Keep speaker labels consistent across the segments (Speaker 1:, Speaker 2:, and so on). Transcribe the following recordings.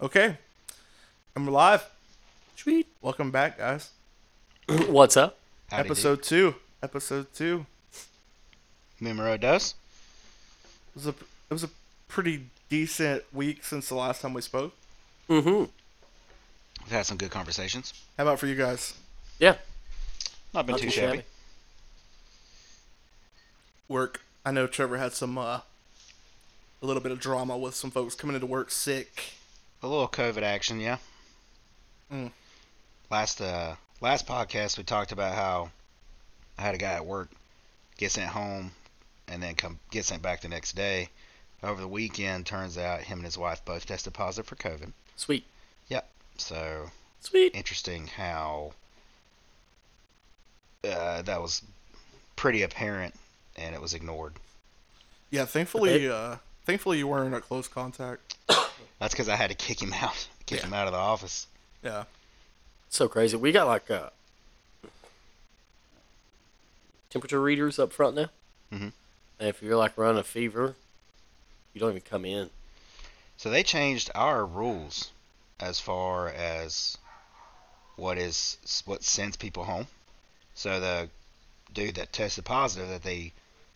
Speaker 1: Okay. I'm live. Sweet. Welcome back, guys.
Speaker 2: What's up?
Speaker 3: Howdy,
Speaker 1: Episode two. Episode two.
Speaker 3: dude. numero dos.
Speaker 1: It was a it was a pretty decent week since the last time we spoke.
Speaker 2: Mm-hmm.
Speaker 3: We've had some good conversations.
Speaker 1: How about for you guys?
Speaker 2: Yeah.
Speaker 3: Not been
Speaker 2: not
Speaker 3: too shabby.
Speaker 1: Work. I know Trevor had some uh a little bit of drama with some folks coming into work sick.
Speaker 3: A little COVID action, yeah.
Speaker 1: Mm.
Speaker 3: Last uh last podcast we talked about how I had a guy at work get sent home and then come get sent back the next day. Over the weekend, turns out him and his wife both tested positive for COVID.
Speaker 2: Sweet.
Speaker 3: So
Speaker 2: Sweet.
Speaker 3: interesting how uh, that was pretty apparent and it was ignored.
Speaker 1: Yeah, thankfully uh thankfully you weren't in a close contact.
Speaker 3: That's because I had to kick him out, kick
Speaker 1: Yeah.
Speaker 3: him out of the office.
Speaker 1: Yeah.
Speaker 2: So crazy. We got like uh temperature readers up front now.
Speaker 3: Mhm.
Speaker 2: And if you're like running a fever, you don't even come in.
Speaker 3: So they changed our rules as far as what is what sends people home. So the dude that tested positive that they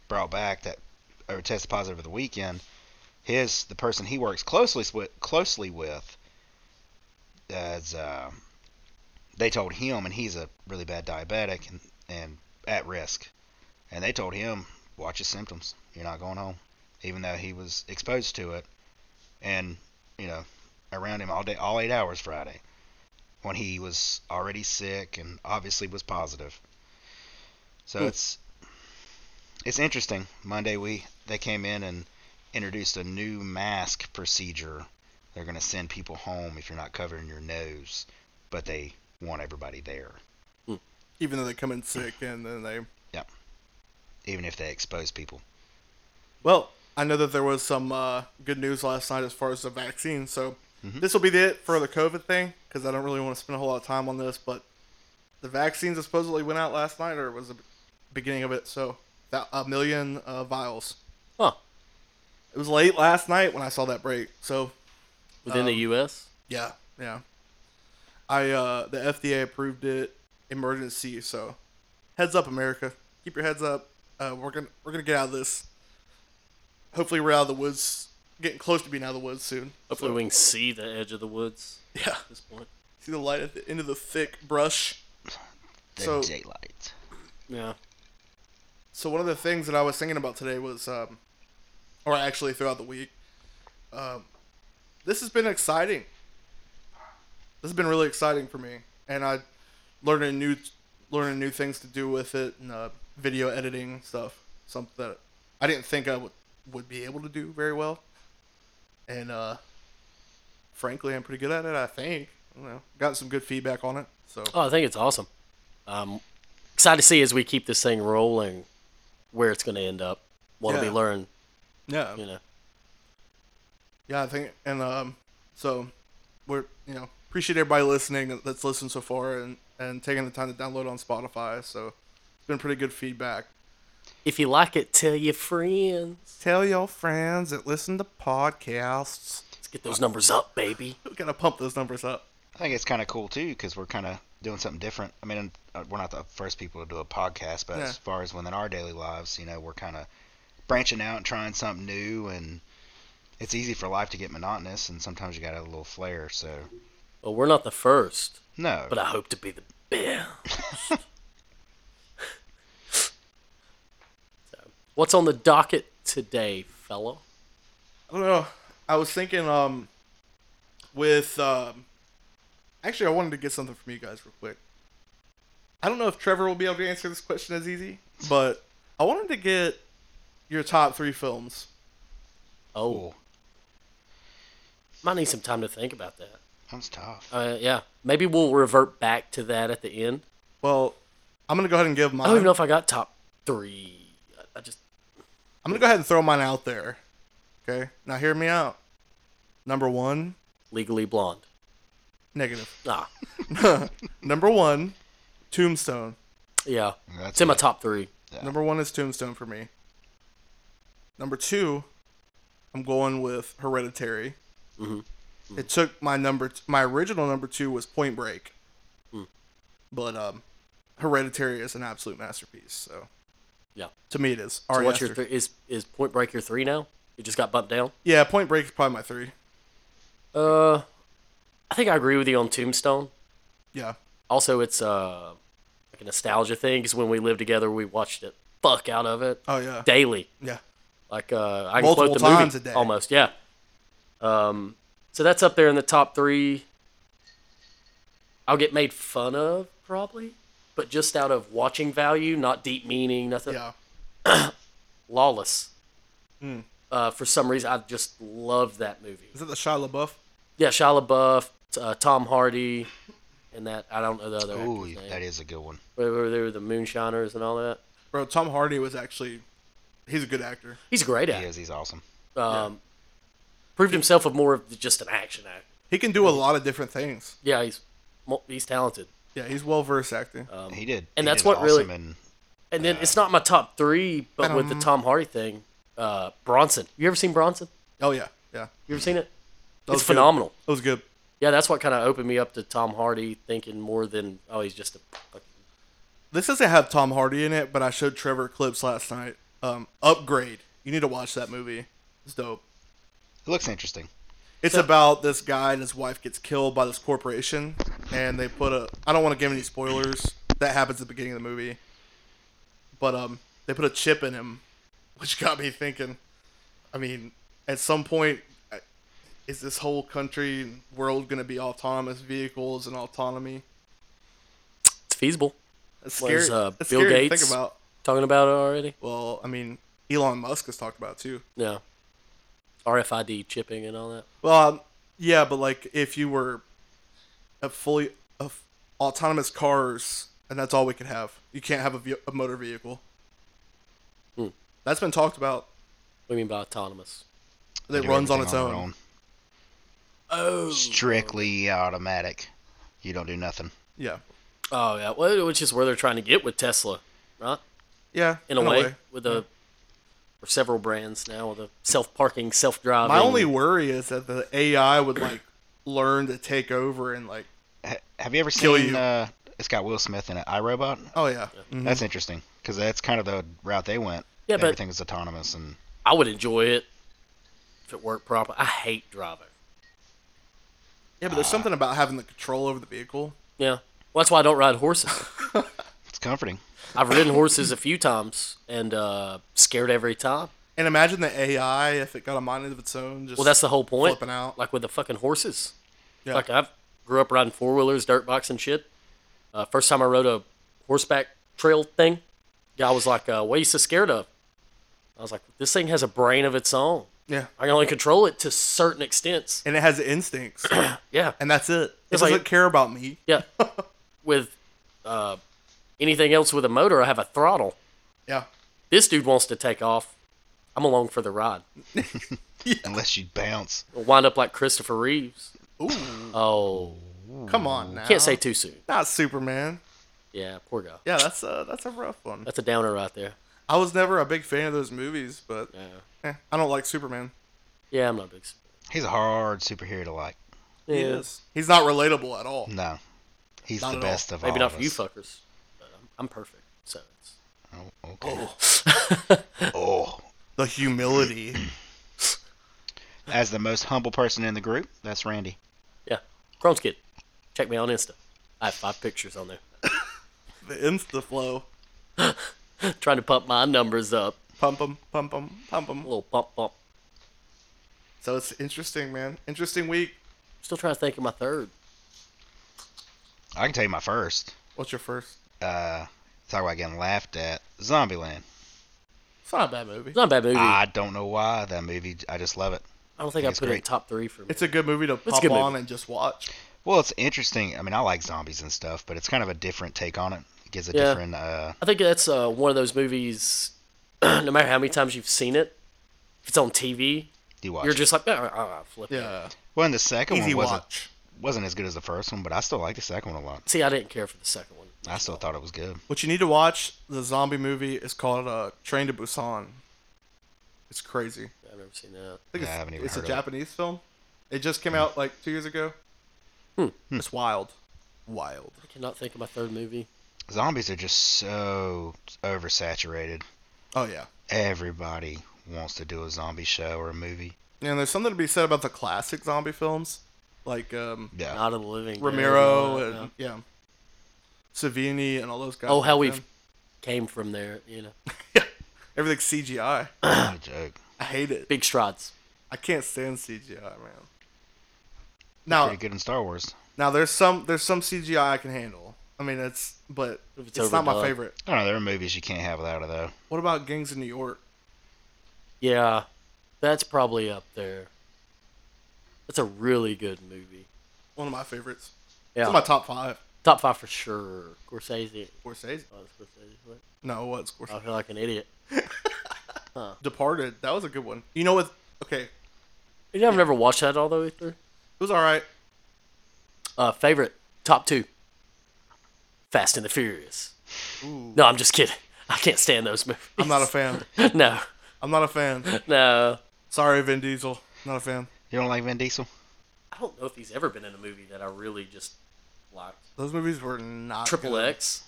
Speaker 3: brought back that or tested positive over the weekend, his the person he works closely s- with closely with as uh, they told him and he's a really bad diabetic and, and at risk. And they told him watch his symptoms. You're not going home even though he was exposed to it and you know around him all day all eight hours friday when he was already sick and obviously was positive so
Speaker 2: Hmm.
Speaker 3: it's it's interesting monday we they came in and introduced a new mask procedure they're going to send people home if you're not covering your nose but they want everybody there
Speaker 1: Even though they come in sick and then they
Speaker 3: even if they expose people
Speaker 1: Well, I know that there was some uh, good news last night as far as the vaccine. So
Speaker 3: Mhm.
Speaker 1: this will be it for the COVID thing because I don't really want to spend a whole lot of time on this. But the vaccines that supposedly went out last night, or was the beginning of it. So that a million uh, vials.
Speaker 2: Huh.
Speaker 1: It was late last night when I saw that break. So
Speaker 2: Within the
Speaker 1: Um,
Speaker 2: US.
Speaker 1: yeah, yeah. I uh, the FDA approved it emergency. So heads up, America. Keep your heads up. Uh, we're gonna we're gonna get out of this. Hopefully, we're out of the woods. Getting close to being out of the woods soon.
Speaker 2: Hopefully
Speaker 1: So,
Speaker 2: we can see the edge of the woods
Speaker 1: yeah.
Speaker 2: at this point.
Speaker 1: See the light at the end of the thick brush.
Speaker 3: the
Speaker 1: So-
Speaker 3: daylight
Speaker 2: Yeah.
Speaker 1: So one of the things that I was thinking about today was, um, or actually throughout the week, um, this has been exciting. This has been really exciting for me, and I learning new learning new things to do with it and uh, video editing stuff, something that I didn't think I would would be able to do very well. And uh, frankly, I'm pretty good at it. I think I don't know. Got some good feedback on it. So
Speaker 2: Oh, I think it's awesome. Um excited to see as we keep this thing rolling where it's gonna end up. What will
Speaker 1: Yeah.
Speaker 2: we learn,
Speaker 1: yeah,
Speaker 2: you know.
Speaker 1: Yeah, I think, and um, so we're you know appreciate everybody listening that's listened so far and and taking the time to download on Spotify. So it's been pretty good feedback.
Speaker 2: If you like it, tell your friends.
Speaker 1: Tell your friends that listen to podcasts.
Speaker 2: Let's get those numbers up, baby.
Speaker 1: We gotta pump those numbers up.
Speaker 3: I think it's kind of cool too because we're kind of doing something different. I mean, uh, we're not the first people to do a podcast, but
Speaker 1: Yeah.
Speaker 3: as far as within our daily lives, you know, we're kind of branching out and trying something new, and it's easy for life to get monotonous, and sometimes you got to have a little flair. So
Speaker 2: Well, we're not the first,
Speaker 3: no,
Speaker 2: but uh, I hope to be the best. so, what's on the docket today, fellow?
Speaker 1: I don't know. I was thinking, um, with um, actually, I wanted to get something from you guys real quick. I don't know if Trevor will be able to answer this question as easy, but I wanted to get your top three films.
Speaker 2: Oh,
Speaker 3: cool.
Speaker 2: might need some time to think about that.
Speaker 3: That was tough.
Speaker 2: Uh, yeah, maybe we'll revert back to that at the end.
Speaker 1: Well, I'm gonna go ahead and give mine.
Speaker 2: I don't even know if I got top three. I- I just
Speaker 1: I'm gonna go ahead and throw mine out there. Okay, now hear me out. Number one,
Speaker 2: legally blonde.
Speaker 1: negative.
Speaker 2: Ah,
Speaker 1: Number one, Tombstone.
Speaker 2: yeah,
Speaker 3: That's
Speaker 2: it's in my
Speaker 3: it.
Speaker 2: top three.
Speaker 3: Yeah.
Speaker 1: Number one is Tombstone for me. Number two, I'm going with Hereditary.
Speaker 2: Mhm.
Speaker 1: It took my number. T- my original number two was Point Break,
Speaker 2: Mm.
Speaker 1: but um, Hereditary is an absolute masterpiece. So
Speaker 2: Yeah.
Speaker 1: to me it is. E
Speaker 2: So
Speaker 1: Ari
Speaker 2: what's your
Speaker 1: Aster.
Speaker 2: th- is is Point Break your three now? It just got bumped down.
Speaker 1: yeah, Point Break is probably my three.
Speaker 2: Uh, I think I agree with you on Tombstone.
Speaker 1: Yeah,
Speaker 2: Also, it's uh like a nostalgia thing because when we lived together, we watched it fuck out of it
Speaker 1: oh yeah,
Speaker 2: daily.
Speaker 1: yeah.
Speaker 2: Like uh, I can
Speaker 1: Multiple
Speaker 2: quote the movie
Speaker 1: times a day.
Speaker 2: almost. Yeah. Um, so that's up there in the top three. I'll get made fun of probably, but just out of watching value, not deep meaning, nothing.
Speaker 1: Yeah,
Speaker 2: Lawless.
Speaker 1: Hmm.
Speaker 2: Uh, for some reason, I just love that movie.
Speaker 1: is that the Shia LaBeouf?
Speaker 2: Yeah, Shia LaBeouf, t- uh, Tom Hardy, and that I don't know the other
Speaker 3: Ooh,
Speaker 2: actor's name.
Speaker 3: that is a good one.
Speaker 2: Where, where they were the Moonshiners and all that.
Speaker 1: Bro, Tom Hardy was actually, he's a good actor.
Speaker 2: He's a great
Speaker 3: He
Speaker 2: actor.
Speaker 3: is. He's awesome.
Speaker 2: Um, Proved himself of more of just an action actor.
Speaker 1: He can do a lot of different things.
Speaker 2: Yeah, he's mo- he's talented.
Speaker 1: Yeah, he's well versed acting.
Speaker 2: Um,
Speaker 3: He did.
Speaker 2: And
Speaker 3: he
Speaker 2: that's
Speaker 3: did
Speaker 2: what really-
Speaker 3: awesome in-
Speaker 2: and then it's not my top three, but with the
Speaker 1: Ba-dum.
Speaker 2: Tom Hardy thing, uh, Bronson. You ever seen Bronson?
Speaker 1: Oh yeah, yeah.
Speaker 2: You ever seen it?
Speaker 1: That was
Speaker 2: it's
Speaker 1: good.
Speaker 2: phenomenal.
Speaker 1: It was good.
Speaker 2: Yeah, that's what kind of opened me up to Tom Hardy, thinking more than oh he's just a fucking
Speaker 1: This doesn't have Tom Hardy in it, but I showed Trevor clips last night. Um, Upgrade. You need to watch that movie. It's dope.
Speaker 3: It looks interesting.
Speaker 1: It's about this guy and his wife gets killed by this corporation, and they put a. I don't want to give any spoilers. That happens at the beginning of the movie. But um, they put a chip in him, which got me thinking. I mean, at some point, I- is this whole country and world going to be autonomous vehicles and autonomy?
Speaker 2: it's feasible.
Speaker 1: That's
Speaker 2: Was,
Speaker 1: scary.
Speaker 2: uh,
Speaker 1: That's
Speaker 2: Bill
Speaker 1: scary to
Speaker 2: Gates-
Speaker 1: think about.
Speaker 2: Talking about it already?
Speaker 1: Well, I mean, Elon Musk has talked about it too.
Speaker 2: Yeah. RFID chipping and all that.
Speaker 1: Well, um, yeah, but like if you were a fully of autonomous cars, and that's all we could have. You can't have a, ve- a motor vehicle.
Speaker 2: Hmm.
Speaker 1: That's been talked about.
Speaker 2: What do you mean by autonomous?
Speaker 1: That
Speaker 3: They do
Speaker 1: runs on its
Speaker 3: everything
Speaker 1: own.
Speaker 3: their
Speaker 2: Oh.
Speaker 3: Strictly automatic. You don't do nothing.
Speaker 1: Yeah,
Speaker 2: Oh yeah, well, which is where they're trying to get with Tesla, right?
Speaker 1: yeah.
Speaker 2: In a, way, with a or several brands now with a self-parking, self-driving.
Speaker 1: My only worry is that the AI would like learn to take over and like.
Speaker 3: Ha- Have you ever
Speaker 1: Kill
Speaker 3: seen?
Speaker 1: you.
Speaker 3: Uh, it's got Will Smith in it. iRobot.
Speaker 1: Oh yeah. Mhm.
Speaker 3: That's interesting because that's kind of the route they went.
Speaker 2: Yeah, but-
Speaker 3: everything is autonomous and
Speaker 2: I would enjoy it if it worked proper. I hate driving.
Speaker 1: Yeah, but there's something about having the control over the vehicle.
Speaker 2: Yeah, well, that's why I don't ride horses.
Speaker 3: it's comforting.
Speaker 2: I've ridden horses a few times and uh, scared every time.
Speaker 1: And imagine the AI if it got a mind of its own. Just
Speaker 2: Well, that's the whole point.
Speaker 1: Flipping out.
Speaker 2: Like with the fucking horses.
Speaker 1: Yeah.
Speaker 2: Like I grew up riding four wheelers, dirt bikes, and shit. Uh, first time I rode a horseback trail thing, guy was like, uh, "What are you so scared of?" I was like, "This thing has a brain of its own.
Speaker 1: yeah.
Speaker 2: I can only control it to certain extents."
Speaker 1: And it has instincts.
Speaker 2: Yeah,
Speaker 1: and that's it. It
Speaker 2: It's
Speaker 1: doesn't
Speaker 2: like-
Speaker 1: care about me.
Speaker 2: yeah. with uh, anything else with a motor, I have a throttle.
Speaker 1: Yeah.
Speaker 2: This dude wants to take off. I'm along for the ride.
Speaker 3: Unless you bounce.
Speaker 2: I'll wind up like Christopher Reeves.
Speaker 1: Ooh.
Speaker 2: Oh,
Speaker 1: Come on now.
Speaker 2: can't say too soon.
Speaker 1: Not Superman.
Speaker 2: Yeah, poor guy.
Speaker 1: Yeah, that's a that's a rough one.
Speaker 2: That's a downer right there.
Speaker 1: I was never a big fan of those movies, but
Speaker 2: Yeah,
Speaker 1: eh, I don't like Superman.
Speaker 2: yeah, I'm not a big. s-
Speaker 3: He's a hard superhero to like.
Speaker 2: Yeah, Hmm.
Speaker 1: He is. He's not relatable at all.
Speaker 3: No, he's
Speaker 1: Not
Speaker 3: the
Speaker 1: at all.
Speaker 3: best of all.
Speaker 2: maybe not
Speaker 3: of
Speaker 2: for you
Speaker 3: us.
Speaker 2: fuckers. But I'm, I'm perfect, so it's.
Speaker 3: Oh, okay.
Speaker 2: Oh.
Speaker 3: Oh.
Speaker 1: The humility.
Speaker 3: as the most humble person in the group, that's Randy.
Speaker 2: Chrome's Kid. Check me on Insta. I have five pictures on there.
Speaker 1: the insta flow.
Speaker 2: Trying to pump my numbers up.
Speaker 1: Pump them, pump them, pump them.
Speaker 2: A little pump pump.
Speaker 1: So it's interesting, man. Interesting week.
Speaker 2: Still trying to think of my third.
Speaker 3: I can tell you my first.
Speaker 1: What's your first?
Speaker 3: Uh, talk about getting laughed at. Zombieland.
Speaker 1: It's not a bad movie.
Speaker 2: It's not a bad movie.
Speaker 3: I don't know why that movie. I just love it.
Speaker 2: I don't think I
Speaker 3: Ah, it's
Speaker 2: put it in
Speaker 3: great.
Speaker 2: top three for me.
Speaker 1: It's a good movie to
Speaker 2: a
Speaker 1: pop
Speaker 2: good
Speaker 1: on
Speaker 2: movie.
Speaker 1: and just watch.
Speaker 3: Well, it's interesting. I mean, I like zombies and stuff, but it's kind of a different take on it. It gives a
Speaker 2: Yeah.
Speaker 3: different. Uh,
Speaker 2: I think that's uh, one of those movies. no matter how many times you've seen it, if it's on TV,
Speaker 3: you watch.
Speaker 2: you're
Speaker 3: it.
Speaker 2: just like, ah, ah, ah, flip. it.
Speaker 1: Yeah.
Speaker 3: well, and the second
Speaker 1: Easy
Speaker 3: one wasn't
Speaker 1: watch.
Speaker 3: wasn't as good as the first one, but I still like the second one a lot.
Speaker 2: See, I didn't care for the second one.
Speaker 3: I still thought it was good.
Speaker 1: What you need to watch, the zombie movie, is called uh, Train to Busan. It's crazy.
Speaker 2: I've never seen that.
Speaker 1: I think
Speaker 3: Yeah, I
Speaker 1: it's,
Speaker 3: haven't even
Speaker 1: it's
Speaker 3: heard
Speaker 1: a
Speaker 3: of it.
Speaker 1: Japanese film. It just came out like two years ago.
Speaker 2: Hmm.
Speaker 1: It's wild. Wild.
Speaker 2: I cannot think of my third movie.
Speaker 3: Zombies are just so oversaturated.
Speaker 1: Oh, yeah.
Speaker 3: Everybody wants to do a zombie show or a movie.
Speaker 1: And there's something to be said about the classic zombie films, like um,
Speaker 3: Yeah.
Speaker 2: Not of the Living. Dead
Speaker 1: Romero
Speaker 2: all that,
Speaker 1: and
Speaker 2: no.
Speaker 1: yeah, Savini and all those guys.
Speaker 2: oh, how
Speaker 1: back
Speaker 2: we
Speaker 1: then.
Speaker 2: came from there. You know,
Speaker 1: everything's CGI.
Speaker 3: no joke.
Speaker 1: I hate it.
Speaker 2: big strides.
Speaker 1: I can't stand CGI, man. Now,
Speaker 3: Pretty good in Star Wars.
Speaker 1: now there's some there's some CGI I can handle. I mean, it's but
Speaker 2: If it's
Speaker 1: it's, not my
Speaker 2: overdone.
Speaker 1: favorite.
Speaker 3: I don't know. There are movies you can't have without it though.
Speaker 1: What about Gangs of New York?
Speaker 2: Yeah, that's probably up there. That's a really good movie.
Speaker 1: One of my favorites.
Speaker 2: Yeah,
Speaker 1: It's in my top five.
Speaker 2: top five for sure. Scorsese.
Speaker 1: Scorsese.
Speaker 2: Oh, Scorsese. what?
Speaker 1: No, what Scorsese?
Speaker 2: I feel like an idiot.
Speaker 1: Departed. That was a good one. You know what? Okay, it
Speaker 2: You know, I've never watched that all the way through.
Speaker 1: was all right.
Speaker 2: Uh, favorite top two. Fast and the Furious.
Speaker 1: Ooh,
Speaker 2: No, I'm just kidding. I can't stand those movies.
Speaker 1: I'm not a fan.
Speaker 2: fan. no,
Speaker 1: I'm not a fan.
Speaker 2: no.
Speaker 1: Sorry, Vin Diesel. Not a fan.
Speaker 3: You don't like Vin Diesel?
Speaker 2: I don't know if he's ever been in a movie that I really just liked.
Speaker 1: Those movies were not
Speaker 2: Triple
Speaker 1: good.
Speaker 2: X.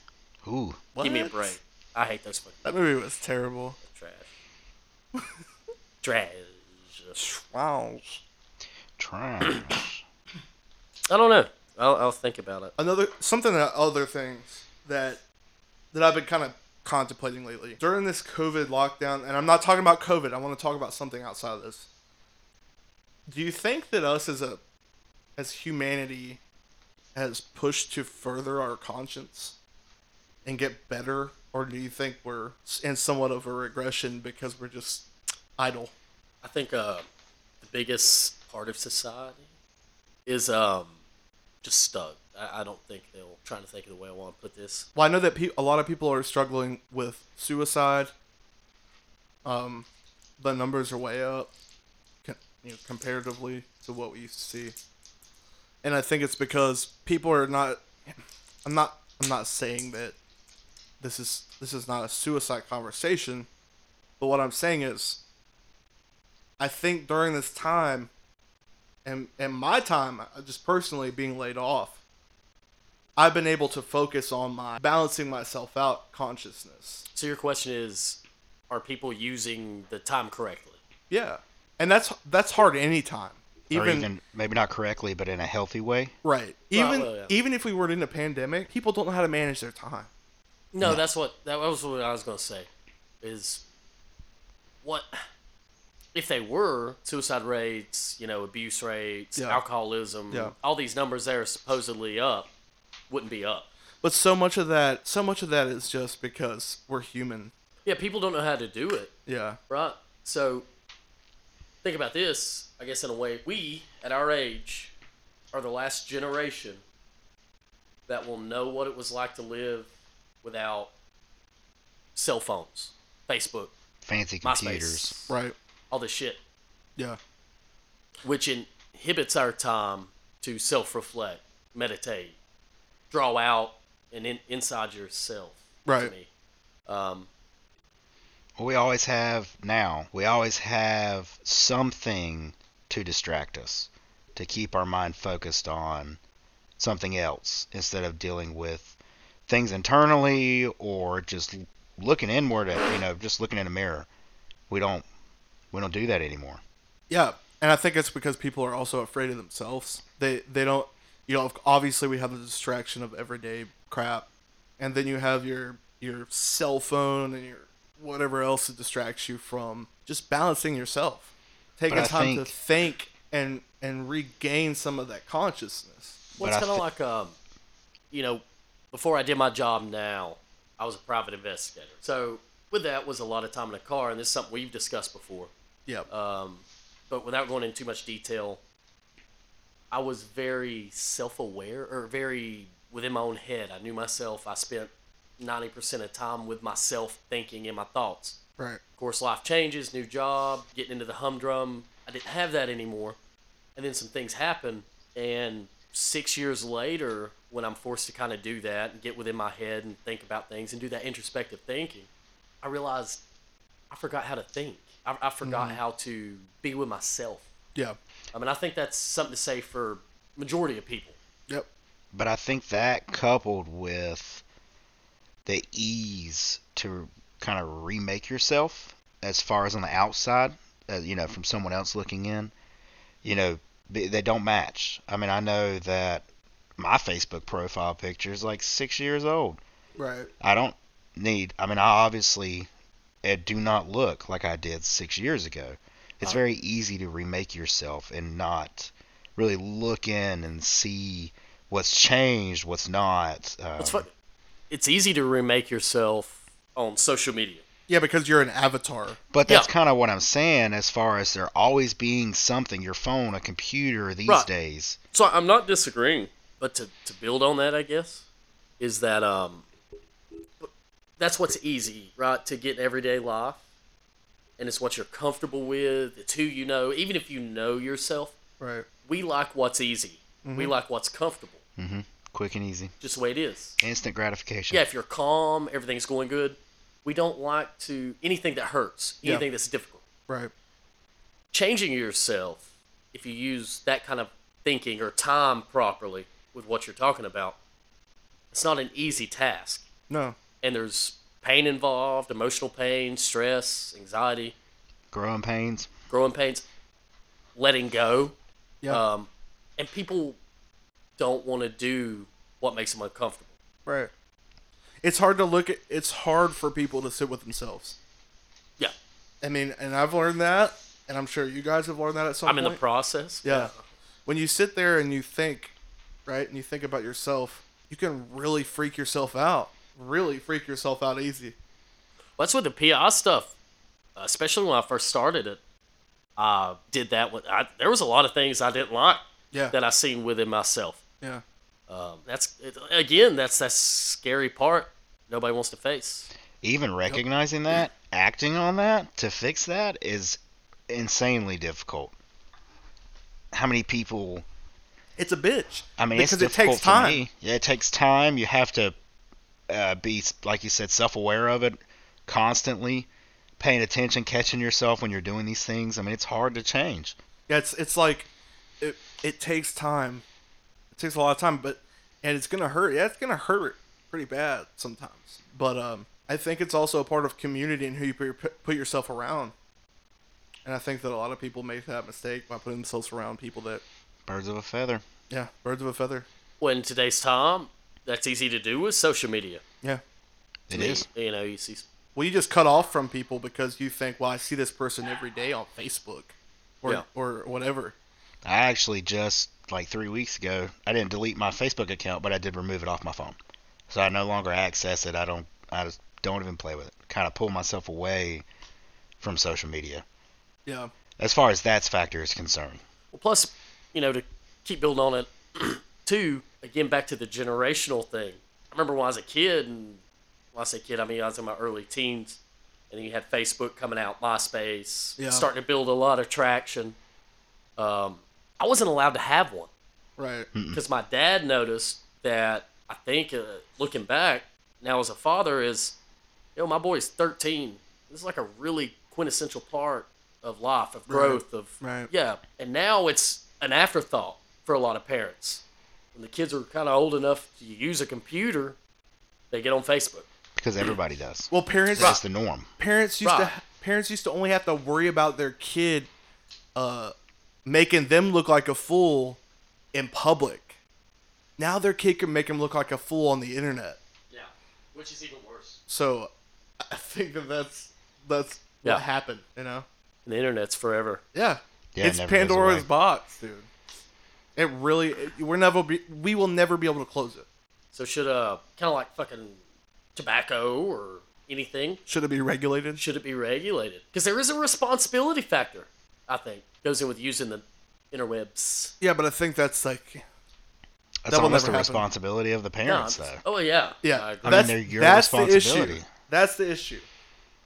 Speaker 3: Ooh.
Speaker 1: What?
Speaker 2: Give me a break. I hate those fucking
Speaker 1: That movie was terrible.
Speaker 2: trash. trash.
Speaker 1: Wow.
Speaker 3: Trash.
Speaker 2: I don't know. I'll, I'll think about it.
Speaker 1: Another something that other things that that I've been kind of contemplating lately during this COVID lockdown, and I'm not talking about COVID. I want to talk about something outside of this. Do you think that us as a as humanity has pushed to further our conscience and get better, or do you think we're in somewhat of a regression because we're just idle?
Speaker 2: I think uh, the biggest part of society is um, just stuck. I, I don't think they'll. I'm trying to think of the way I want to put this.
Speaker 1: Well, I know that pe- a lot of people are struggling with suicide. Um, the numbers are way up, con- you know, comparatively to what we used to see, and I think it's because people are not. I'm not. I'm not saying that this is this is not a suicide conversation, but what I'm saying is, I think during this time, and and my time, uh, just personally being laid off, I've been able to focus on my balancing myself out consciousness.
Speaker 2: So your question is, are people using the time correctly?
Speaker 1: Yeah. And that's that's hard any time.
Speaker 3: or
Speaker 1: Even,
Speaker 3: even maybe not correctly, but in a healthy way.
Speaker 1: right.
Speaker 2: Well,
Speaker 1: Even
Speaker 2: well, yeah.
Speaker 1: even if we were in a pandemic, people don't know how to manage their time.
Speaker 2: No, that's what that was what I was gonna say. Is what if they were suicide rates, you know, abuse rates,
Speaker 1: Yeah.
Speaker 2: alcoholism,
Speaker 1: Yeah.
Speaker 2: all these numbers that are supposedly up wouldn't be up.
Speaker 1: But so much of that so much of that is just because we're human.
Speaker 2: Yeah, people don't know how to do it.
Speaker 1: Yeah.
Speaker 2: Right. So think about this, I guess in a way, we at our age are the last generation that will know what it was like to live without cell phones, Facebook,
Speaker 3: Fancy computers.
Speaker 2: MySpace,
Speaker 1: Right.
Speaker 2: all this shit,
Speaker 1: Yeah.
Speaker 2: which inhibits our time to self reflect, meditate, draw out, and in, inside yourself. To
Speaker 1: Right.
Speaker 2: me. Um,
Speaker 3: We always have now. We always have something to distract us, to keep our mind focused on something else instead of dealing with things internally or just l- looking inward at you know just looking in a mirror. We don't we don't do that anymore.
Speaker 1: Yeah, and I think it's because people are also afraid of themselves. They they don't, you know. Obviously, we have the distraction of everyday crap, and then you have your your cell phone and your whatever else that distracts you from just balancing yourself, taking
Speaker 3: I
Speaker 1: time to
Speaker 3: think-
Speaker 1: think and and regain some of that consciousness.
Speaker 2: well,
Speaker 3: But
Speaker 2: it's
Speaker 3: I
Speaker 2: kind of
Speaker 3: thi-
Speaker 2: like, um, you know, before I did my job now, I was a private investigator. So with that was a lot of time in the car, and this is something we've discussed before.
Speaker 1: Yeah,
Speaker 2: um, but without going into too much detail, I was very self-aware or very within my own head. I knew myself. I spent ninety percent of time with myself, thinking in my thoughts.
Speaker 1: right.
Speaker 2: Of course, life changes, new job, getting into the humdrum. I didn't have that anymore, and then some things happen, and six years later, when I'm forced to kind of do that and get within my head and think about things and do that introspective thinking, I realized I forgot how to think. I, I forgot how to be with myself.
Speaker 1: Yeah,
Speaker 2: I mean, I think that's something to say for majority of people.
Speaker 1: yep.
Speaker 3: But I think that coupled with the ease to kind of remake yourself as far as on the outside, uh, you know, from someone else looking in, you know, they they don't match. I mean, I know that my Facebook profile picture is like six years old.
Speaker 1: Right.
Speaker 3: I don't need, I mean, I obviously uh, do not look like I did six years ago. It's
Speaker 2: Uh.
Speaker 3: very easy to remake yourself and not really look in and see what's changed, what's not. Um,
Speaker 2: It's fu- it's easy to remake yourself on social media.
Speaker 1: Yeah, because you're an avatar.
Speaker 3: But that's
Speaker 2: Yeah.
Speaker 3: kind of what I'm saying as far as there always being something, your phone, a computer these
Speaker 2: Right.
Speaker 3: days.
Speaker 2: So I'm not disagreeing, but to, to build on that, I guess, is that um, that's what's easy, right, to get in everyday life, and it's what you're comfortable with. It's who you know, even if you know yourself.
Speaker 1: Right.
Speaker 2: We like what's easy. We like what's comfortable,
Speaker 3: hmm Quick and easy.
Speaker 2: just the way it is.
Speaker 3: Instant gratification.
Speaker 2: Yeah, if you're calm, everything's going good. We don't like to anything that hurts,
Speaker 1: Yeah.
Speaker 2: anything that's difficult.
Speaker 1: Right.
Speaker 2: changing yourself if you use that kind of thinking or time properly with what you're talking about it's not an easy task
Speaker 1: No.
Speaker 2: and there's pain involved emotional pain stress anxiety
Speaker 3: Growing pains.
Speaker 2: growing pains letting go
Speaker 1: Yeah.
Speaker 2: um, and people don't want to do what makes them uncomfortable
Speaker 1: right. It's hard to look at. It's hard for people to sit with themselves.
Speaker 2: yeah
Speaker 1: I mean, and I've learned that, and I'm sure you guys have learned that at some
Speaker 2: i'm in
Speaker 1: point.
Speaker 2: the process
Speaker 1: yeah. When you sit there and you think, right, and you think about yourself, you can really freak yourself out. Really freak yourself out easy.
Speaker 2: Well, That's with the PI stuff, especially when I first started it. I did that with. I, there was a lot of things I didn't like
Speaker 1: Yeah.
Speaker 2: that I seen within myself.
Speaker 1: yeah.
Speaker 2: Um, that's it- again, that's that scary part nobody wants to face.
Speaker 3: Even recognizing that, acting on that, to fix that is insanely difficult. How many people.
Speaker 1: It's a bitch.
Speaker 3: I mean,
Speaker 1: Because
Speaker 3: it's
Speaker 1: it takes
Speaker 3: difficult for
Speaker 1: time.
Speaker 3: me. Yeah, it takes time. You have to uh, be, like you said, self aware of it constantly, paying attention, catching yourself when you're doing these things. I mean, it's hard to change.
Speaker 1: Yeah, it's it's like it it takes time. It takes a lot of time, but and it's gonna hurt. Yeah, it's gonna hurt pretty bad sometimes. But um, I think it's also a part of community and who you put, your, put yourself around. And I think that a lot of people make that mistake by putting themselves around people that
Speaker 3: Birds of a feather.
Speaker 1: yeah, birds of a feather.
Speaker 2: When today's time, that's easy to do with social media.
Speaker 1: Yeah.
Speaker 3: It is.
Speaker 2: You know, you see.
Speaker 1: Well, you just cut off from people because you think, well, I see this person every day on Facebook, or
Speaker 2: Yeah.
Speaker 1: or whatever.
Speaker 3: I actually just like three weeks ago, I didn't delete my Facebook account, but I did remove it off my phone, so I no longer access it. I don't, I just don't even play with it. Kind of pull myself away from social media
Speaker 1: Yeah.
Speaker 3: as far as that's factor is concerned.
Speaker 2: Well, plus, you know, to keep building on it, too, again, back to the generational thing. I remember when I was a kid, and when I say kid, I mean I was in my early teens, and then you had Facebook coming out, MySpace,
Speaker 1: Yeah.
Speaker 2: starting to build a lot of traction. Um, I wasn't allowed to have one.
Speaker 1: Right.
Speaker 2: because my dad noticed that I think uh, looking back now as a father is, you know, my boy's 13. This is like a really quintessential part of life, of
Speaker 1: Right.
Speaker 2: growth, of
Speaker 1: Right.
Speaker 2: yeah. And now it's an afterthought for a lot of parents. When the kids are kind of old enough to use a computer, they get on Facebook.
Speaker 3: because everybody does.
Speaker 1: Well, parents
Speaker 3: That's the norm.
Speaker 1: parents used
Speaker 2: Right.
Speaker 1: to parents used to only have to worry about their kid uh, making them look like a fool in public. Now their kid can make them look like a fool on the internet.
Speaker 2: Yeah, which is even worse.
Speaker 1: So I think that that's that's
Speaker 2: Yeah.
Speaker 1: what happened. You know.
Speaker 2: And the internet's forever.
Speaker 1: Yeah.
Speaker 3: Yeah, it
Speaker 1: it's
Speaker 3: never goes
Speaker 1: Pandora's
Speaker 3: away.
Speaker 1: box, dude. It really. it- we're never be. We will never be able to close it.
Speaker 2: So should uh kind of like fucking tobacco or anything
Speaker 1: Should it be regulated?
Speaker 2: should it be regulated? Because there is a responsibility factor, I think, goes in with using the interwebs.
Speaker 1: Yeah, but I think that's like.
Speaker 3: That's
Speaker 1: will
Speaker 3: almost the
Speaker 1: never happen.
Speaker 3: responsibility of the
Speaker 2: No,
Speaker 3: parents,
Speaker 2: I'm-
Speaker 3: though.
Speaker 2: oh yeah,
Speaker 1: Yeah,
Speaker 2: I agree.
Speaker 1: that's
Speaker 3: they're your
Speaker 1: that's the issue.
Speaker 3: responsibility.
Speaker 1: That's the issue.